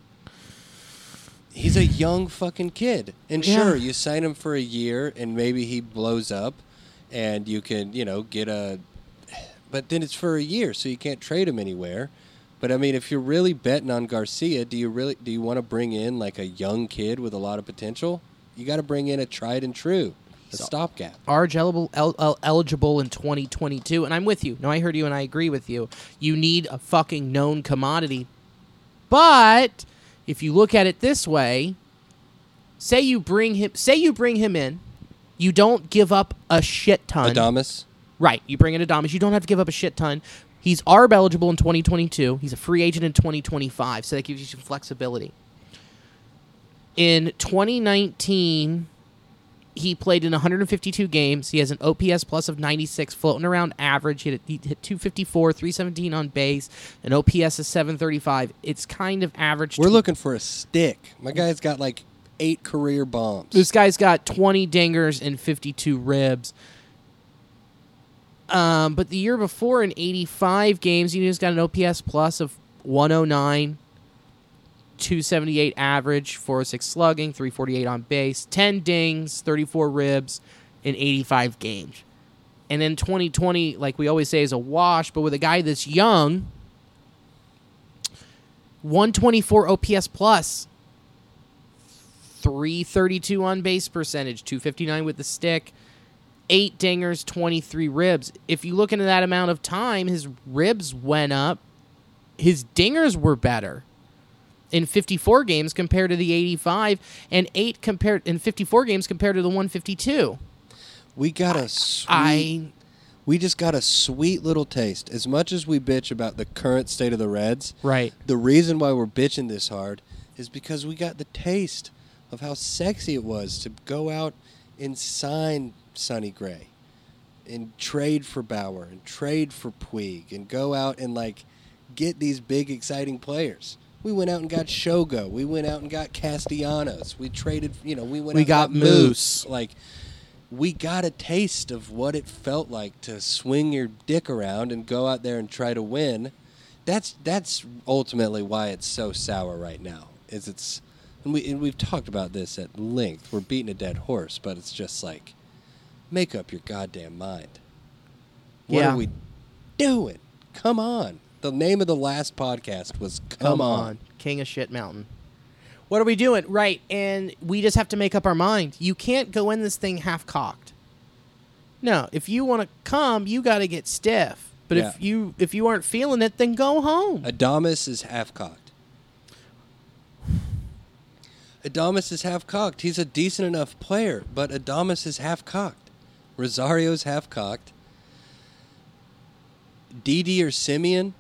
B: He's a young fucking kid. And
H: Yeah.
B: sure, you sign him for a year and maybe he blows up and you can, you know, get a but then it's for a year, so you can't trade him anywhere. But I mean, if you're really betting on Garcia, do you really do you want to bring in like a young kid with a lot of potential? You got to bring in a tried and true, a stopgap.
A: are eligible el- el- eligible in 2022 and i'm with you no i heard you and i agree with you you need a fucking known commodity but if you look at it this way say you bring him say you bring him in you don't give up a shit ton
B: Adamas.
A: right you bring in adamas you don't have to give up a shit ton he's arb eligible in 2022 he's a free agent in 2025 so that gives you some flexibility in 2019 he played in 152 games. He has an OPS plus of 96, floating around average. He hit, he hit 254, 317 on base, an OPS of 735. It's kind of average.
B: We're looking for a stick. My guy's got like eight career bombs.
A: This guy's got 20 dingers and 52 ribs. Um, but the year before, in 85 games, he just got an OPS plus of 109, 278 average, 406 slugging, 348 on base, 10 dings, 34 ribs in 85 games. And then 2020, like we always say, is a wash, but with a guy that's young, 124 OPS plus, 332 on base percentage, 259 with the stick, eight dingers, 23 ribs. If you look into that amount of time, his ribs went up, his dingers were better in 54 games compared to the 85 and 8 compared in 54 games compared to the 152.
B: We got a sweet.
A: I-
B: we just got a sweet little taste. As much as we bitch about the current state of the Reds,
A: Right.
B: The reason why we're bitching this hard is because we got the taste of how sexy it was to go out and sign Sonny Gray, and trade for Bauer, and trade for Puig, and go out and like get these big exciting players. We went out and got Shogo. We went out and got Castellanos. We traded, you know, we went
A: We
B: out
A: got
B: and
A: Moose.
B: Like we got a taste of what it felt like to swing your dick around and go out there and try to win. That's that's ultimately why it's so sour right now. Is it's and we and we've talked about this at length. We're beating a dead horse, but it's just like make up your goddamn mind. What
A: Yeah.
B: are we doing? Come on. The name of the last podcast was Come, on.
A: King of Shit Mountain. What are we doing? Right. And we just have to make up our mind. You can't go in this thing half cocked. No, if you want to come, you got to get stiff. But if
B: Yeah.
A: you if you aren't feeling it, then go home.
B: Adamas is half cocked. Adamas is half cocked. He's a decent enough player, but Adamas is half cocked. Rosario's half cocked. Didi or Simeon,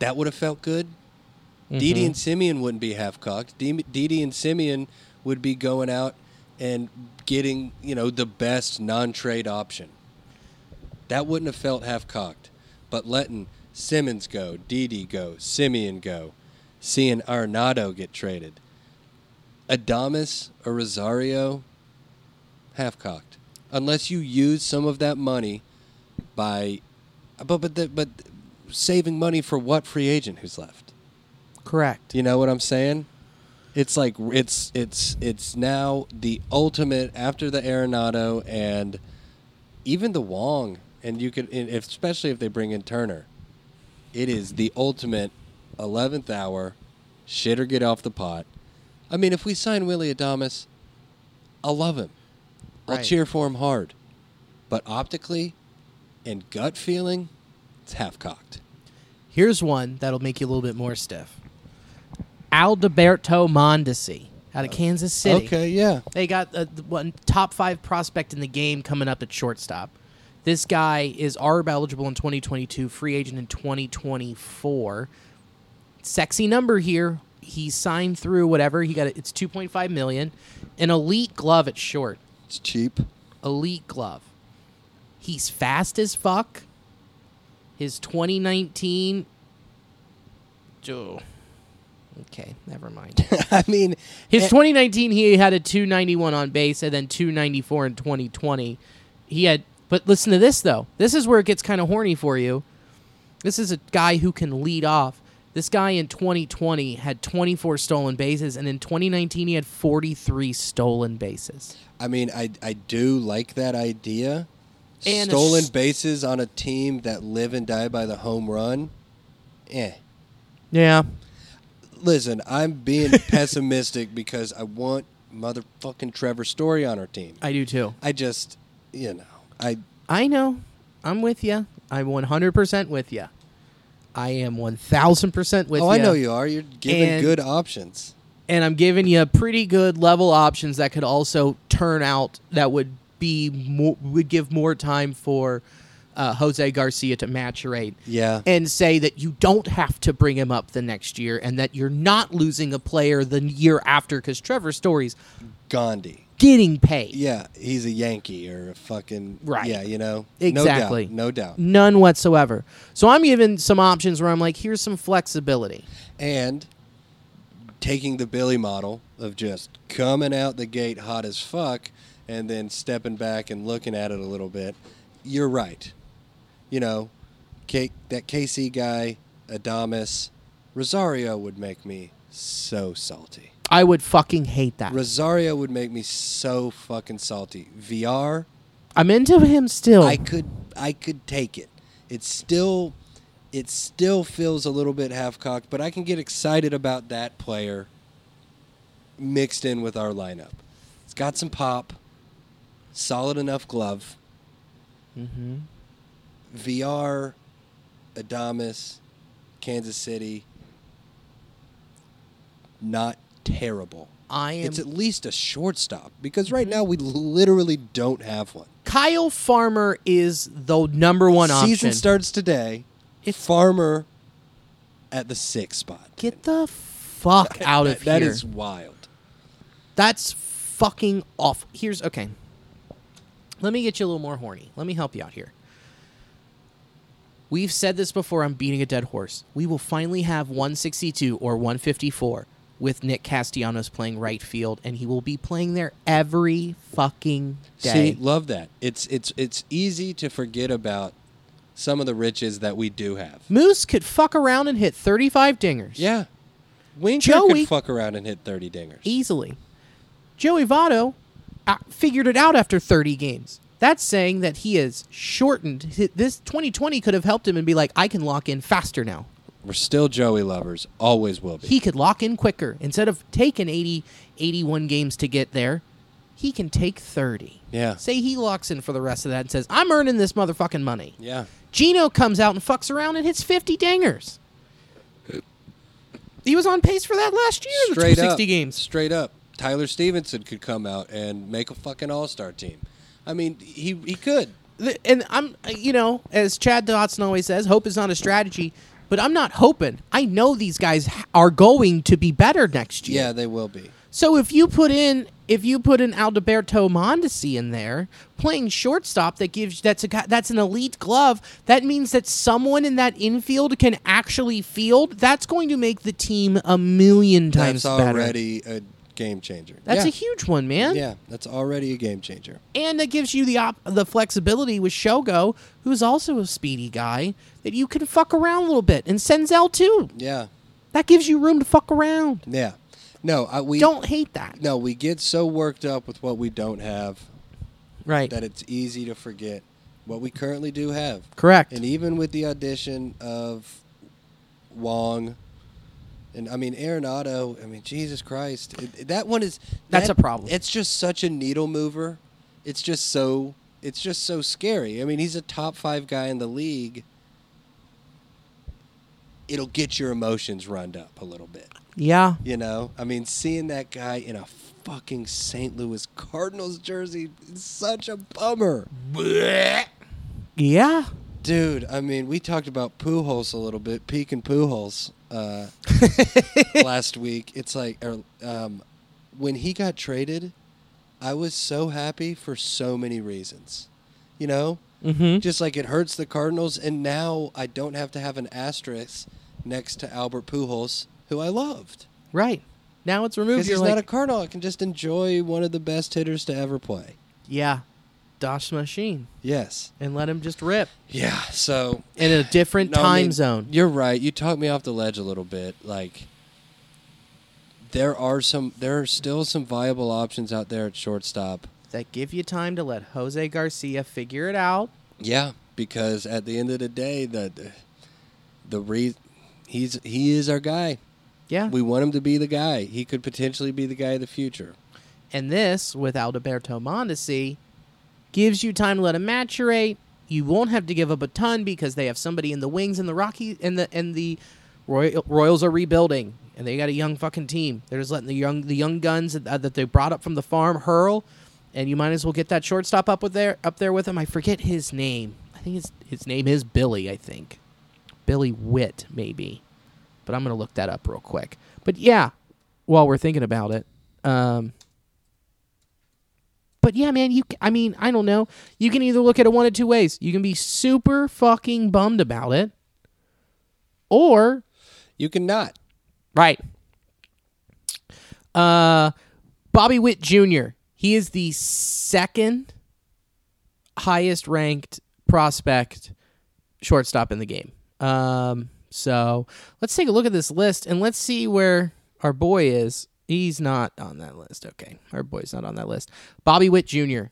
B: that would have felt good. Didi
H: Mhm.
B: and Simeon wouldn't be half cocked. Didi Didi and Simeon would be going out and getting, you know, the best non trade option. That wouldn't have felt half cocked. But letting Simmons go, Didi go, Simeon go, seeing Arnado get traded, Adamas or Rosario, half cocked. Unless you use some of that money by, but but the, but saving money for what free agent who's left?
A: Correct.
B: You know what I'm saying? It's like it's it's it's now the ultimate after the Arenado and even the Wong, and you could and if- especially if they bring in Turner, it is the ultimate eleventh hour shit or get off the pot. I mean, if we sign Willie Adamas, I'll love him. I'll
H: Right.
B: cheer for him hard, but optically and gut feeling, it's half cocked.
A: Here's one that'll make you a little bit more stiff. Aldeberto Mondesi out of
B: Oh.
A: Kansas City.
B: Okay, yeah.
A: They got uh, the one top five prospect in the game coming up at shortstop. This guy is ARB eligible in 2022, free agent in 2024. Sexy number here. He signed through whatever he got. It, it's 2.5 million. An elite glove at short.
B: It's cheap.
A: Elite glove. He's fast as fuck. His 2019. Oh. Okay, never mind.
B: I mean,
A: his 2019 he had a 291 on base and then 294 in 2020. He had but listen to this though. This is where it gets kind of horny for you. This is a guy who can lead off. This guy in 2020 had 24 stolen bases and in 2019 he had 43 stolen bases.
B: I mean, I I do like that idea. And stolen st- bases on a team that live and die by the home run. Eh.
A: Yeah
B: listen, I'm being pessimistic because I want motherfucking Trevor Story on our team.
A: I do too.
B: I just, you know, I
A: I know. I'm with you. I'm 100% with you. I am 1000% with you.
B: Oh, I know you are. You're giving
A: And-
B: good options.
A: And I'm giving you pretty good level options that could also turn out that would be more, would give more time for uh, Jose Garcia to maturate.
B: Yeah.
A: and say that you don't have to bring him up the next year and that you're not losing a player the year after because Trevor Story's
B: Gandhi.
A: getting paid.
B: Yeah, he's a Yankee or a fucking
A: Right.
B: Yeah, you know.
A: Exactly.
B: No doubt. No doubt.
A: None whatsoever. So I'm given some options where I'm like, here's some flexibility.
B: And taking the Billy model of just coming out the gate hot as fuck and then stepping back and looking at it a little bit. You're right. You know, K- that KC guy, Adamas, Rosario would make me so salty.
A: I would fucking hate that.
B: Rosario would make me so fucking salty. VR,
A: I'm into him still.
B: I could I could take it. It's still it still feels a little bit half cocked, but I can get excited about that player mixed in with our lineup. It's got some pop, solid enough glove.
A: mm-hmm.
B: VR, Adamas, Kansas City, not terrible.
A: I am
B: It's at least a shortstop because right now we literally don't have one.
A: Kyle Farmer is the number one
B: Season
A: option.
B: starts today.
A: It's-
B: Farmer at the sixth spot.
A: Get the fuck out of
B: That- that
A: here.
B: is wild.
A: That's fucking off. Here's okay. Let me get you a little more horny. Let me help you out here. We've said this before. I'm beating a dead horse. We will finally have 162 or 154 with Nick Castellanos playing right field, and he will be playing there every fucking day.
B: See, love that. It's it's it's easy to forget about some of the riches that we do have.
A: Moose could fuck around and hit 35 dingers.
B: Yeah. Winker
A: Joey-
B: could fuck around and hit 30 dingers.
A: easily. Joey Votto uh, figured it out after 30 games. That's saying that he is shortened. Hi- This 2020 could have helped him and be like, I can lock in faster now.
B: We're still Joey lovers. Always will be.
A: He could lock in quicker. Instead of taking 80, 81 games to get there, he can take 30.
B: Yeah.
A: Say he locks in for the rest of that and says, I'm earning this motherfucking money.
B: yeah.
A: Gino comes out and fucks around and hits 50 dingers. He was on pace for that last year, in the
B: Uh, Straight
A: 60
B: up.
A: games.
B: Straight up. Tyler Stevenson could come out and make a fucking all-star team. I mean, he he could.
A: Th- and I'm, uh, you know, as Chad Dodson always says, hope is not a strategy. But I'm not hoping. I know these guys h- are going to be better next year.
B: Yeah, they will be.
A: So if you put in, if you put in Alberto Mondesi in there playing shortstop, that gives that's a guy- that's an elite glove. That means that someone in that infield can actually field. That's going to make the team a million times
B: That's
A: better.
B: already a game changer.
A: That's
B: yeah.
A: a huge one, man.
B: Yeah, that's already a game changer.
A: and that gives you the op- the flexibility with Shogo, who's also a speedy guy, that you can fuck around a little bit, and Senzel too.
B: Yeah,
A: That gives you room to fuck around.
B: yeah. No, I, we
A: Don't hate that.
B: No, we get so worked up with what we don't have
A: Right.
B: that it's easy to forget what we currently do have.
A: Correct.
B: And even with the audition of Wong, and I mean Arenado, I mean Jesus Christ, it- that one is
A: That's
B: that-
A: a problem.
B: It's just such a needle mover. It's just so it's just so scary. I mean, he's a top five guy in the league. It'll get your emotions runned up a little bit.
A: yeah.
B: You know, I mean, seeing that guy in a fucking St. Louis Cardinals jersey is such a bummer.
A: Yeah.
B: Dude, I mean, we talked about poo holes a little bit, peak and poo holes uh, last week. It's like or, um, when he got traded, I was so happy for so many reasons. You know,
A: Mm-hmm.
B: just like it hurts the Cardinals, and now I don't have to have an asterisk next to Albert Pujols, who I loved.
A: Right. Now it's removed.
B: Because
A: You're
B: he's
A: like,
B: not a Cardinal, I can just enjoy one of the best hitters to ever play.
A: yeah, Dosh machine,
B: Yes.
A: and let him just rip
B: Yeah. So
A: in a different
B: No, I
A: time
B: mean,
A: zone.
B: You're right. You talked me off the ledge a little bit. Like there are some, there are still some viable options out there at shortstop.
A: That give you time to let Jose Garcia figure it out.
B: Yeah, because at the end of the day, the the re he's he is our guy.
A: Yeah.
B: We want him to be the guy. He could potentially be the guy of the future.
A: And this, with Alberto Mondesi, gives you time to let him maturate. You won't have to give up a ton because they have somebody in the wings and the Rocky and the and the Royal, Royals are rebuilding and they got a young fucking team. They're just letting the young the young guns that, uh, that they brought up from the farm hurl, and you might as well get that shortstop up with there up there with him. I forget his name. I think his his name is Billy. I think Billy Witt maybe, but I'm gonna look that up real quick. But yeah, while we're thinking about it, um, but yeah, man, you. I mean, I don't know. You can either look at it one of two ways. You can be super fucking bummed about it, or
B: You cannot.
A: right. Uh, Bobby Witt Jr. He is the second highest ranked prospect shortstop in the game. Um, so let's take a look at this list and let's see where our boy is. He's not on that list. Okay, our boy's not on that list. Bobby Witt Jr.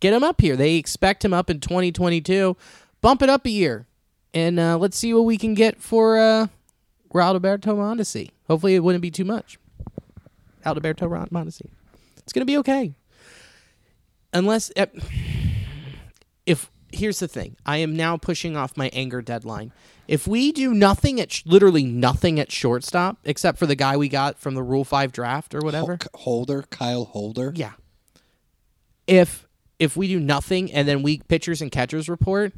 A: Get him up here. They expect him up in 2022. Bump it up a year, and uh, let's see what we can get for uh, Alberto Mondesi. Hopefully, it wouldn't be too much. Alberto Mondesi. It's gonna be okay, unless. Uh, if here's the thing i am now pushing off my anger deadline if we do nothing at sh- literally nothing at shortstop except for the guy we got from the rule 5 draft or whatever
B: Holder, Kyle Holder.
A: yeah if if we do nothing and then we pitchers and catchers report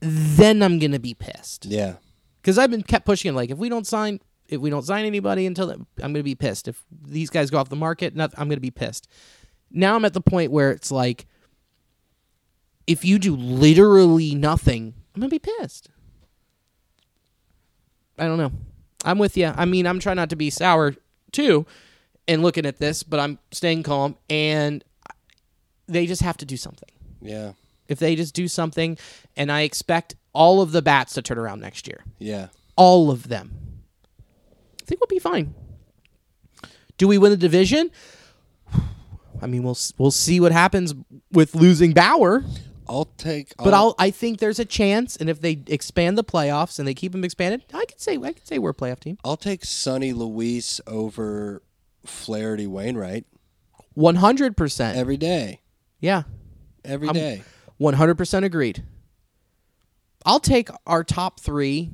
A: then i'm gonna be pissed
B: Yeah.
A: because I've been kept pushing it. Like if we don't sign, if we don't sign anybody until then, I'm going to be pissed. If these guys go off the market, not, I'm going to be pissed. Now I'm at the point where it's like, if you do literally nothing, I'm going to be pissed. I don't know. I'm with you. I mean, I'm trying not to be sour too, and looking at this, but I'm staying calm. And they just have to do something
B: Yeah.
A: if they just do something and i expect all of the bats to turn around next year
B: Yeah.
A: all of them i think we'll be fine do we win the division i mean we'll s- we'll see what happens with losing bauer
B: I'll take.
A: but I'll, I think there's a chance, and if they expand the playoffs and they keep them expanded, I could say I could say we're a playoff team.
B: I'll take Sonny Luis over Flaherty Wainwright
A: One hundred percent,
B: every day.
A: yeah,
B: Every
A: I'm-
B: day.
A: one hundred percent agreed. I'll take our top three,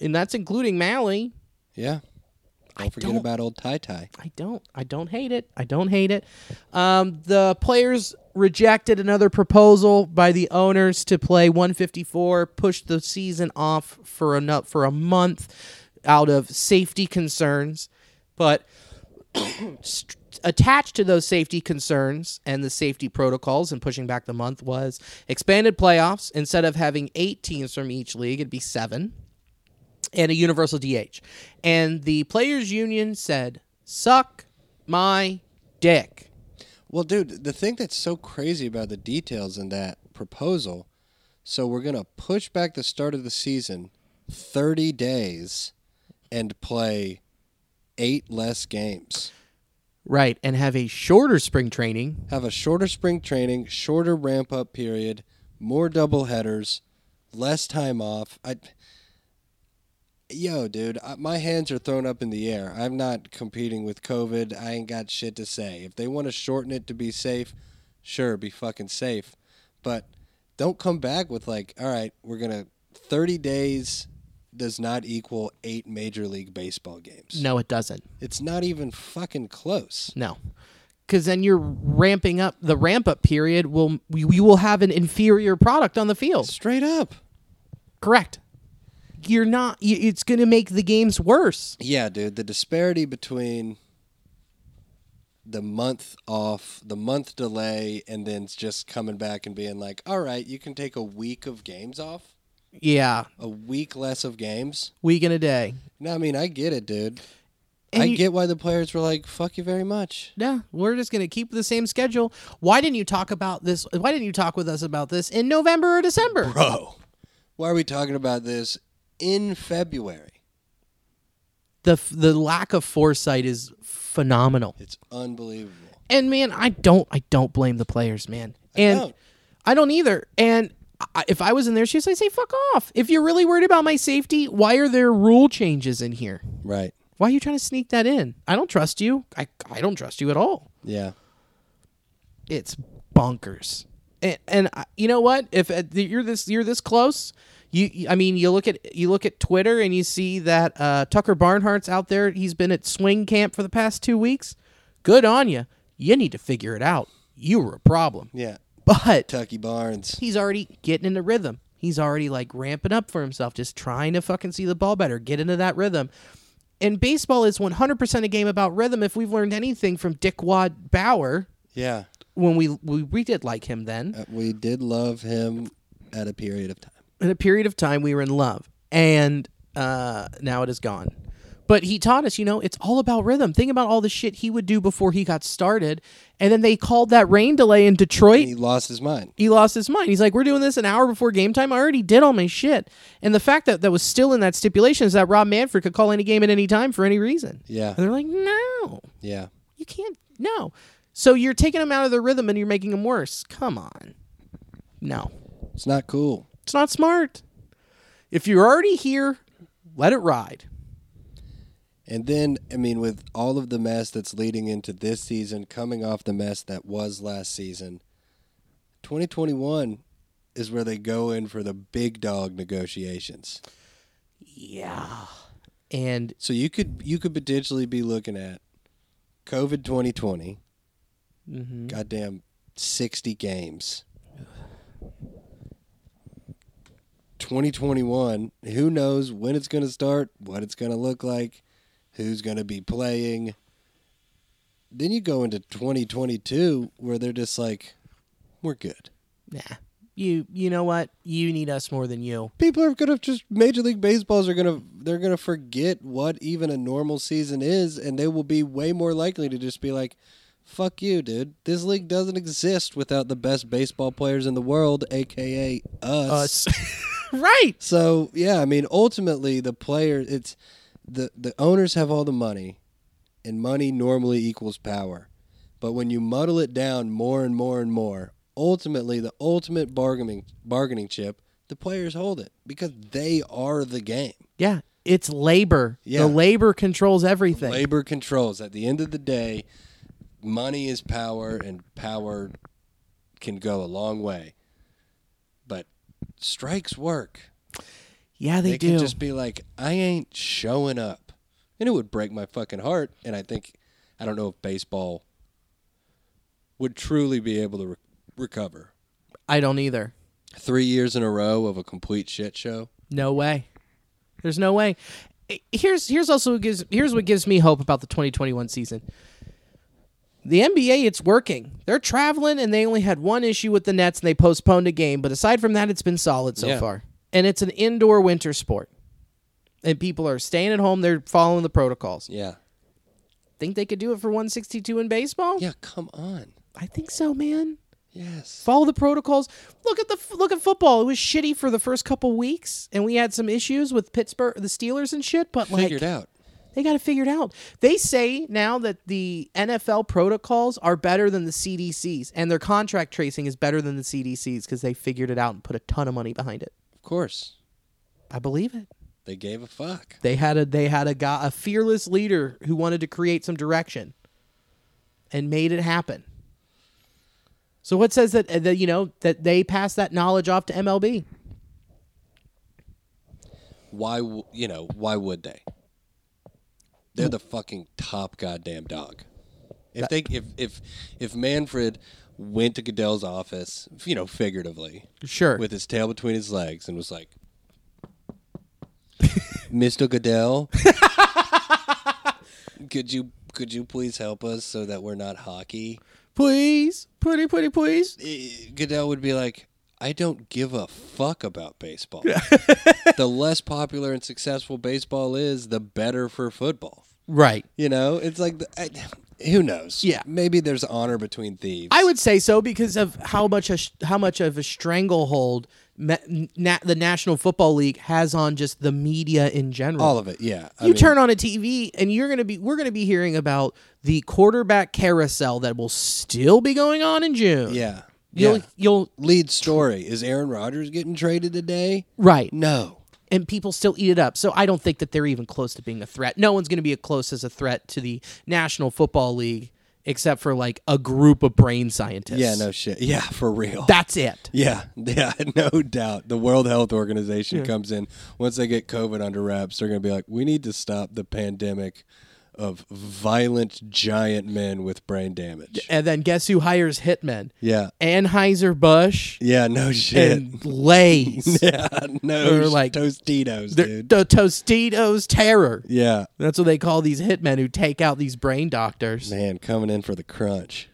A: and that's including Mally.
B: Yeah. Don't forget
A: don't-
B: about old Ty Ty.
A: I don't. I don't hate it. I don't hate it. Um, the players rejected another proposal by the owners to play 154, push the season off for a nu- for a month out of safety concerns. But st- attached to those safety concerns and the safety protocols and pushing back the month was expanded playoffs. Instead of having eight teams from each league, it'd be seven and a universal DH. And the players union said, "Suck my dick."
B: Well, dude, the thing that's so crazy about the details in that proposal, so we're gonna push back the start of the season thirty days and play eight less games.
A: Right, and have a shorter spring training.
B: Have a shorter spring training, shorter ramp up period, more double headers, less time off. I Yo, dude, I, my hands are thrown up in the air. I'm not competing with COVID. I ain't got shit to say. If they want to shorten it to be safe, sure, be fucking safe. But don't come back with like, all right, we're going to 30 days does not equal 8 major league baseball games.
A: No, it doesn't.
B: It's not even fucking close.
A: No. because then you're ramping up the ramp up period. Will we, we will have an inferior product on the field?
B: Straight up,
A: correct. You're not. You, it's going to make the games worse.
B: Yeah, dude. The disparity between the month off, the month delay, and then just coming back and being like, all right, you can take a week of games off.
A: Yeah.
B: A week less of games.
A: Week and a day.
B: No, I mean, I get it, dude. And I you, get why the players were like, fuck you very much.
A: Yeah, we're just going to keep the same schedule. Why didn't you talk about this? Why didn't you talk with us about this in November or December?
B: Bro, why are we talking about this in February?
A: The, the lack of foresight is phenomenal.
B: It's unbelievable.
A: And man, I don't I don't blame the players, man. And I don't, I don't either. And I, if I was in their shoes, I say fuck off. If you're really worried about my safety, why are there rule changes in here?
B: Right.
A: Why are you trying to sneak that in? I don't trust you. I I don't trust you at all.
B: Yeah.
A: It's bonkers. And, and I, you know what? If uh, you're this you're this close, you I mean you look at you look at Twitter and you see that uh, Tucker Barnhart's out there. He's been at swing camp for the past two weeks. Good on you. You need to figure it out. You were a problem.
B: Yeah,
A: but
B: Tucky Barnes.
A: He's already getting into rhythm. He's already like ramping up for himself, just trying to fucking see the ball better, get into that rhythm. And baseball is 100% a game about rhythm. If we've learned anything from Dickwad Bauer,
B: yeah,
A: when we we, we did like him then,
B: uh, we did love him at a period of time
A: in a period of time we were in love and uh, now it is gone but he taught us you know it's all about rhythm think about all the shit he would do before he got started and then they called that rain delay in detroit and
B: he lost his mind
A: he lost his mind he's like we're doing this an hour before game time i already did all my shit and the fact that that was still in that stipulation is that rob manfred could call any game at any time for any reason
B: yeah
A: and they're like no
B: yeah
A: you can't no so you're taking them out of their rhythm and you're making them worse come on no
B: it's not cool
A: it's not smart. If you're already here, let it ride.
B: And then, I mean, with all of the mess that's leading into this season, coming off the mess that was last season, 2021 is where they go in for the big dog negotiations.
A: Yeah. And
B: so you could you could potentially be looking at COVID 2020,
A: mm-hmm.
B: goddamn 60 games. 2021. Who knows when it's going to start, what it's going to look like, who's going to be playing. Then you go into 2022 where they're just like, we're good.
A: Nah. You you know what? You need us more than you.
B: People are gonna just Major League Baseballs are gonna they're gonna forget what even a normal season is, and they will be way more likely to just be like, "Fuck you, dude! This league doesn't exist without the best baseball players in the world, aka
A: Uh,
B: us.
A: us. right
B: so yeah i mean ultimately the player it's the the owners have all the money and money normally equals power but when you muddle it down more and more and more ultimately the ultimate bargaining bargaining chip the players hold it because they are the game
A: yeah it's labor yeah. the labor controls everything
B: labor controls at the end of the day money is power and power can go a long way but strikes work.
A: Yeah, they,
B: they
A: do.
B: just be like, I ain't showing up, and it would break my fucking heart. And I think, I don't know if baseball would truly be able to re- recover.
A: I don't either.
B: Three years in a row of a complete shit show.
A: No way. There's no way. Here's here's also what gives here's what gives me hope about the 2021 season. The NBA, it's working. They're traveling, and they only had one issue with the Nets, and they postponed a game. But aside from that, it's been solid so yeah. far. And it's an indoor winter sport, and people are staying at home. They're following the protocols.
B: Yeah.
A: Think they could do it for 162 in baseball?
B: Yeah, come on.
A: I think so, man.
B: Yes.
A: Follow the protocols. Look at the look at football. It was shitty for the first couple weeks, and we had some issues with Pittsburgh, the Steelers, and shit. But like,
B: figured out.
A: They got it figured out. They say now that the NFL protocols are better than the CDC's and their contract tracing is better than the CDC's because they figured it out and put a ton of money behind it.
B: Of course.
A: I believe it.
B: They gave a fuck.
A: They had a they had a guy, a fearless leader who wanted to create some direction and made it happen. So what says that that you know that they pass that knowledge off to MLB?
B: Why you know, why would they? They're the fucking top goddamn dog. If they if if if Manfred went to Goodell's office, you know, figuratively,
A: Sure.
B: with his tail between his legs, and was like, "Mr. Goodell, could you could you please help us so that we're not hockey?"
A: Please, pretty, pretty, please.
B: Goodell would be like, I don't give a fuck about baseball. the less popular and successful baseball is, the better for football.
A: Right.
B: You know, it's like, the, I, who knows?
A: Yeah.
B: Maybe there's honor between thieves.
A: I would say so because of how much a, how much of a stranglehold ma- na- the National Football League has on just the media in general.
B: All of it, yeah. I
A: you
B: mean,
A: turn on a TV and you're going to be we're going to be hearing about the quarterback carousel that will still be going on in June.
B: Yeah.
A: You'll
B: yeah.
A: you'll
B: Lead story is Aaron Rodgers getting traded today?
A: right.
B: No.
A: And people still eat it up. So I don't think that they're even close to being a threat. No one's going to be close as a threat to the National Football League except for like a group of brain scientists.
B: Yeah, no shit. Yeah, for real.
A: That's it.
B: Yeah, yeah, no doubt. The World Health Organization comes in once they get COVID under wraps. They're going to be like, we need to stop the pandemic of violent giant men with brain damage.
A: And then guess who hires hitmen?
B: Yeah,
A: Anheuser Busch
B: yeah, no shit.
A: and Lay's.
B: yeah, no,
A: Or
B: sh-
A: like-
B: Tostitos,
A: They're-
B: dude.
A: The Tostitos terror.
B: yeah,
A: That's what they call these hitmen who take out these brain doctors.
B: man, coming in for the crunch.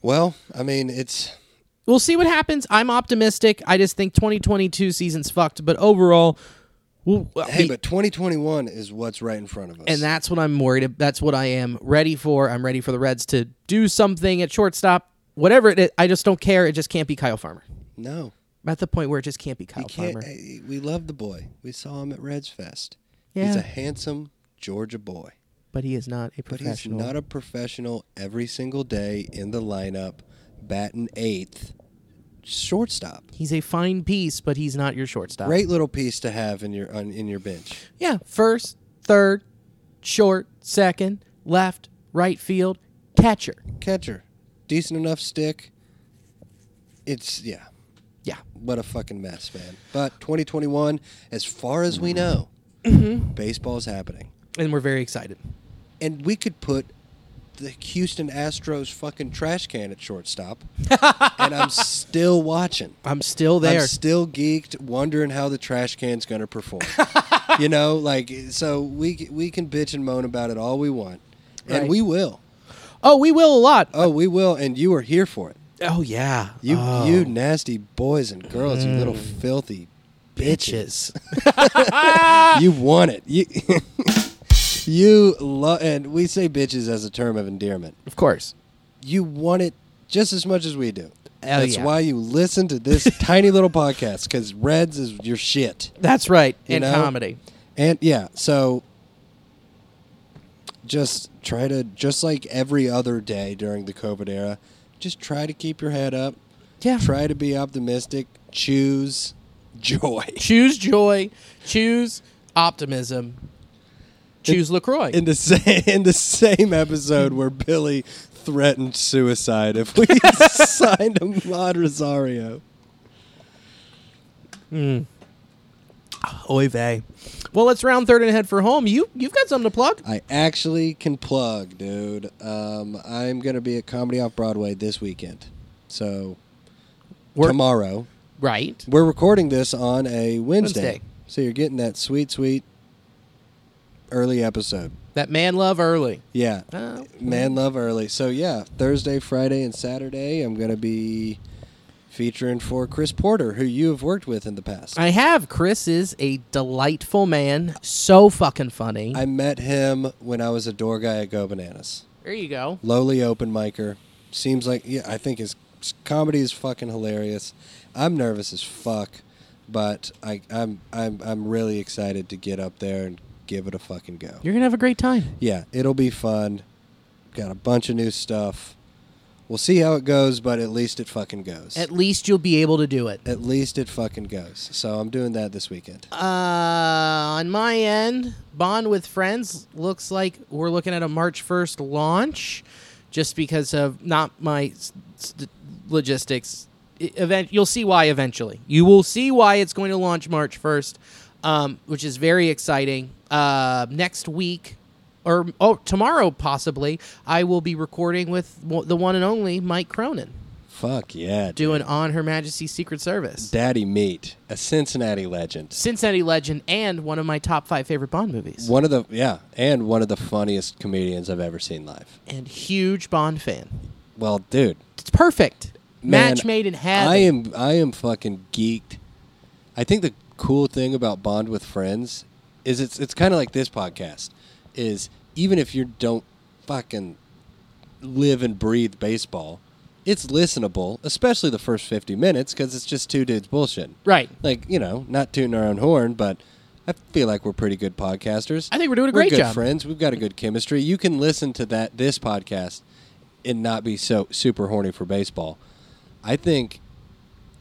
B: Well, I mean, it's
A: We'll see what happens. I'm optimistic. I just think 2022 season's fucked, but overall, we'll,
B: hey,
A: we-
B: but 2021 is what's right in front of us.
A: and that's what I'm worried. ab- That's what I am ready for. I'm ready for the Reds to do something at shortstop, whatever it is. I just don't care. It just can't be Kyle Farmer.
B: no,
A: I'm at the point where it just can't be Kyle
B: you can't.
A: Farmer.
B: eh, we love the boy. We saw him at Reds Fest. He's
A: Yeah.
B: a handsome Georgia boy.
A: but he is not a
B: But he's
A: professional.
B: not a professional every single day in the lineup, batting eighth, shortstop.
A: He's a fine piece, but he's not your shortstop.
B: Great little piece to have in your on, in your bench.
A: Yeah, first, third, short, second, left, right field, catcher.
B: Catcher, decent enough stick. It's yeah,
A: Yeah.
B: what a fucking mess, man. But 2021, as far as we know,
A: Mm-hmm.
B: baseball's happening,
A: And we're very excited.
B: and we could put the Houston Astros fucking trash can at shortstop, and I'm still watching.
A: I'm still there.
B: I'm still geeked, wondering how the trash can's gonna perform. you know, like so we c- we can bitch and moan about it all we want, and
A: Right.
B: we will.
A: oh, we will a lot.
B: Oh, we will, and you are here for it.
A: Oh, yeah.
B: You
A: Oh, Mm.
B: you nasty boys and girls, you little filthy bitches.
A: bitches.
B: you want it. You you love, and we say bitches as a term of endearment.
A: of course.
B: You want it just as much as we do. That's
A: yeah.
B: why you listen to this tiny little podcast because Reds is your shit.
A: That's right.
B: You
A: and
B: know?
A: comedy.
B: And yeah, so just try to just like every other day during the COVID era, just try to keep your head up.
A: Yeah.
B: Try to be optimistic. Choose joy.
A: Choose joy. Choose optimism. Choose LaCroix.
B: In the same in the same episode where Billy threatened suicide if we signed Ahmad Rosario.
A: Oy vey. Well, let's round third and head for home. You, you've got something to plug.
B: I actually can plug, dude. Um, I'm gonna be at Comedy Off Broadway this weekend. So
A: We're-
B: tomorrow.
A: Right.
B: We're recording this on a Wednesday,
A: Wednesday.
B: so you're getting that sweet, sweet early episode.
A: That man love early.
B: Yeah,
A: Oh.
B: man, love early. So yeah, Thursday, Friday, and Saturday, I'm gonna be featuring for Chris Porter, who you have worked with in the past.
A: I have. Chris is a delightful man. So fucking funny.
B: I met him when I was a door guy at Go Bananas.
A: there you go.
B: lowly open micer. Seems like yeah, I think his comedy is fucking hilarious. I'm nervous as fuck, but I, I'm I'm I'm really excited to get up there and give it a fucking go.
A: You're gonna have a great time.
B: Yeah, it'll be fun. Got a bunch of new stuff. We'll see how it goes, but at least it fucking goes.
A: At least you'll be able to do it.
B: At least it fucking goes. So I'm doing that this weekend.
A: Uh, on my end, Bond with Friends looks like we're looking at a March 1st launch, just because of not my s- s- logistics. E- Event you'll see why eventually. You will see why it's going to launch March 1st, um, which is very exciting. Uh, next week, or oh, tomorrow possibly, I will be recording with w- the one and only Mike Cronin.
B: Fuck yeah. dude.
A: Doing on Her Majesty's Secret Service.
B: Daddy Meat, a Cincinnati legend.
A: Cincinnati legend and one of my top five favorite Bond movies.
B: One of the yeah, and one of the funniest comedians I've ever seen live.
A: And huge Bond fan.
B: Well, dude,
A: It's perfect.
B: man,
A: Match made in heaven.
B: I am I am fucking geeked. I think the cool thing about Bond with friends is it's it's kind of like this podcast is even if you don't fucking live and breathe baseball, it's listenable, especially the first 50 minutes cuz it's just two dudes bullshit.
A: Right.
B: Like, you know, not tooting our own horn, but I feel like we're pretty good podcasters.
A: I think we're doing a great
B: good
A: job.
B: friends. We've got a good chemistry. You can listen to that this podcast and not be so super horny for baseball. I think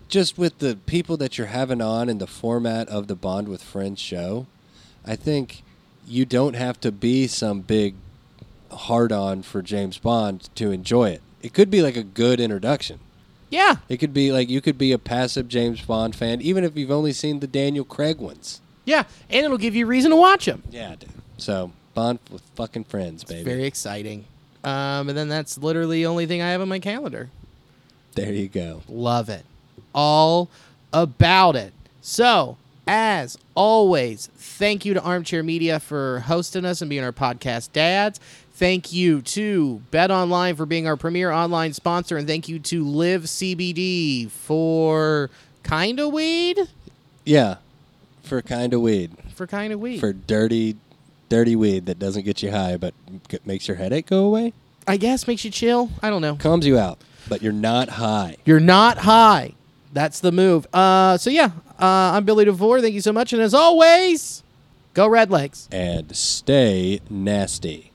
B: just with the people that you're having on and the format of the Bond with Friends show, I think you don't have to be some big hard on for James Bond to enjoy it. It could be like a good introduction.
A: Yeah.
B: It could be like you could be a passive James Bond fan, even if you've only seen the Daniel Craig ones.
A: Yeah, and it'll give you reason to watch them.
B: Yeah, dude. So Bond with fucking friends, baby.
A: Very exciting. Um, and then that's literally the only thing I have on my calendar.
B: there you go.
A: Love it. All about it. So, as always, thank you to Armchair Media for hosting us and being our podcast dads. Thank you to Bet Online for being our premier online sponsor. And thank you to Live CBD for kind of weed?
B: Yeah, for kind of weed,
A: For kind of weed.
B: for dirty, dirty weed that doesn't get you high but g- makes your headache go away,
A: I guess makes you chill. I don't know.
B: calms you out, but you're not high.
A: You're not high. That's the move. Uh, so yeah, uh, I'm Billy DeVore. Thank you so much, and as always, go Red Legs.
B: And stay nasty.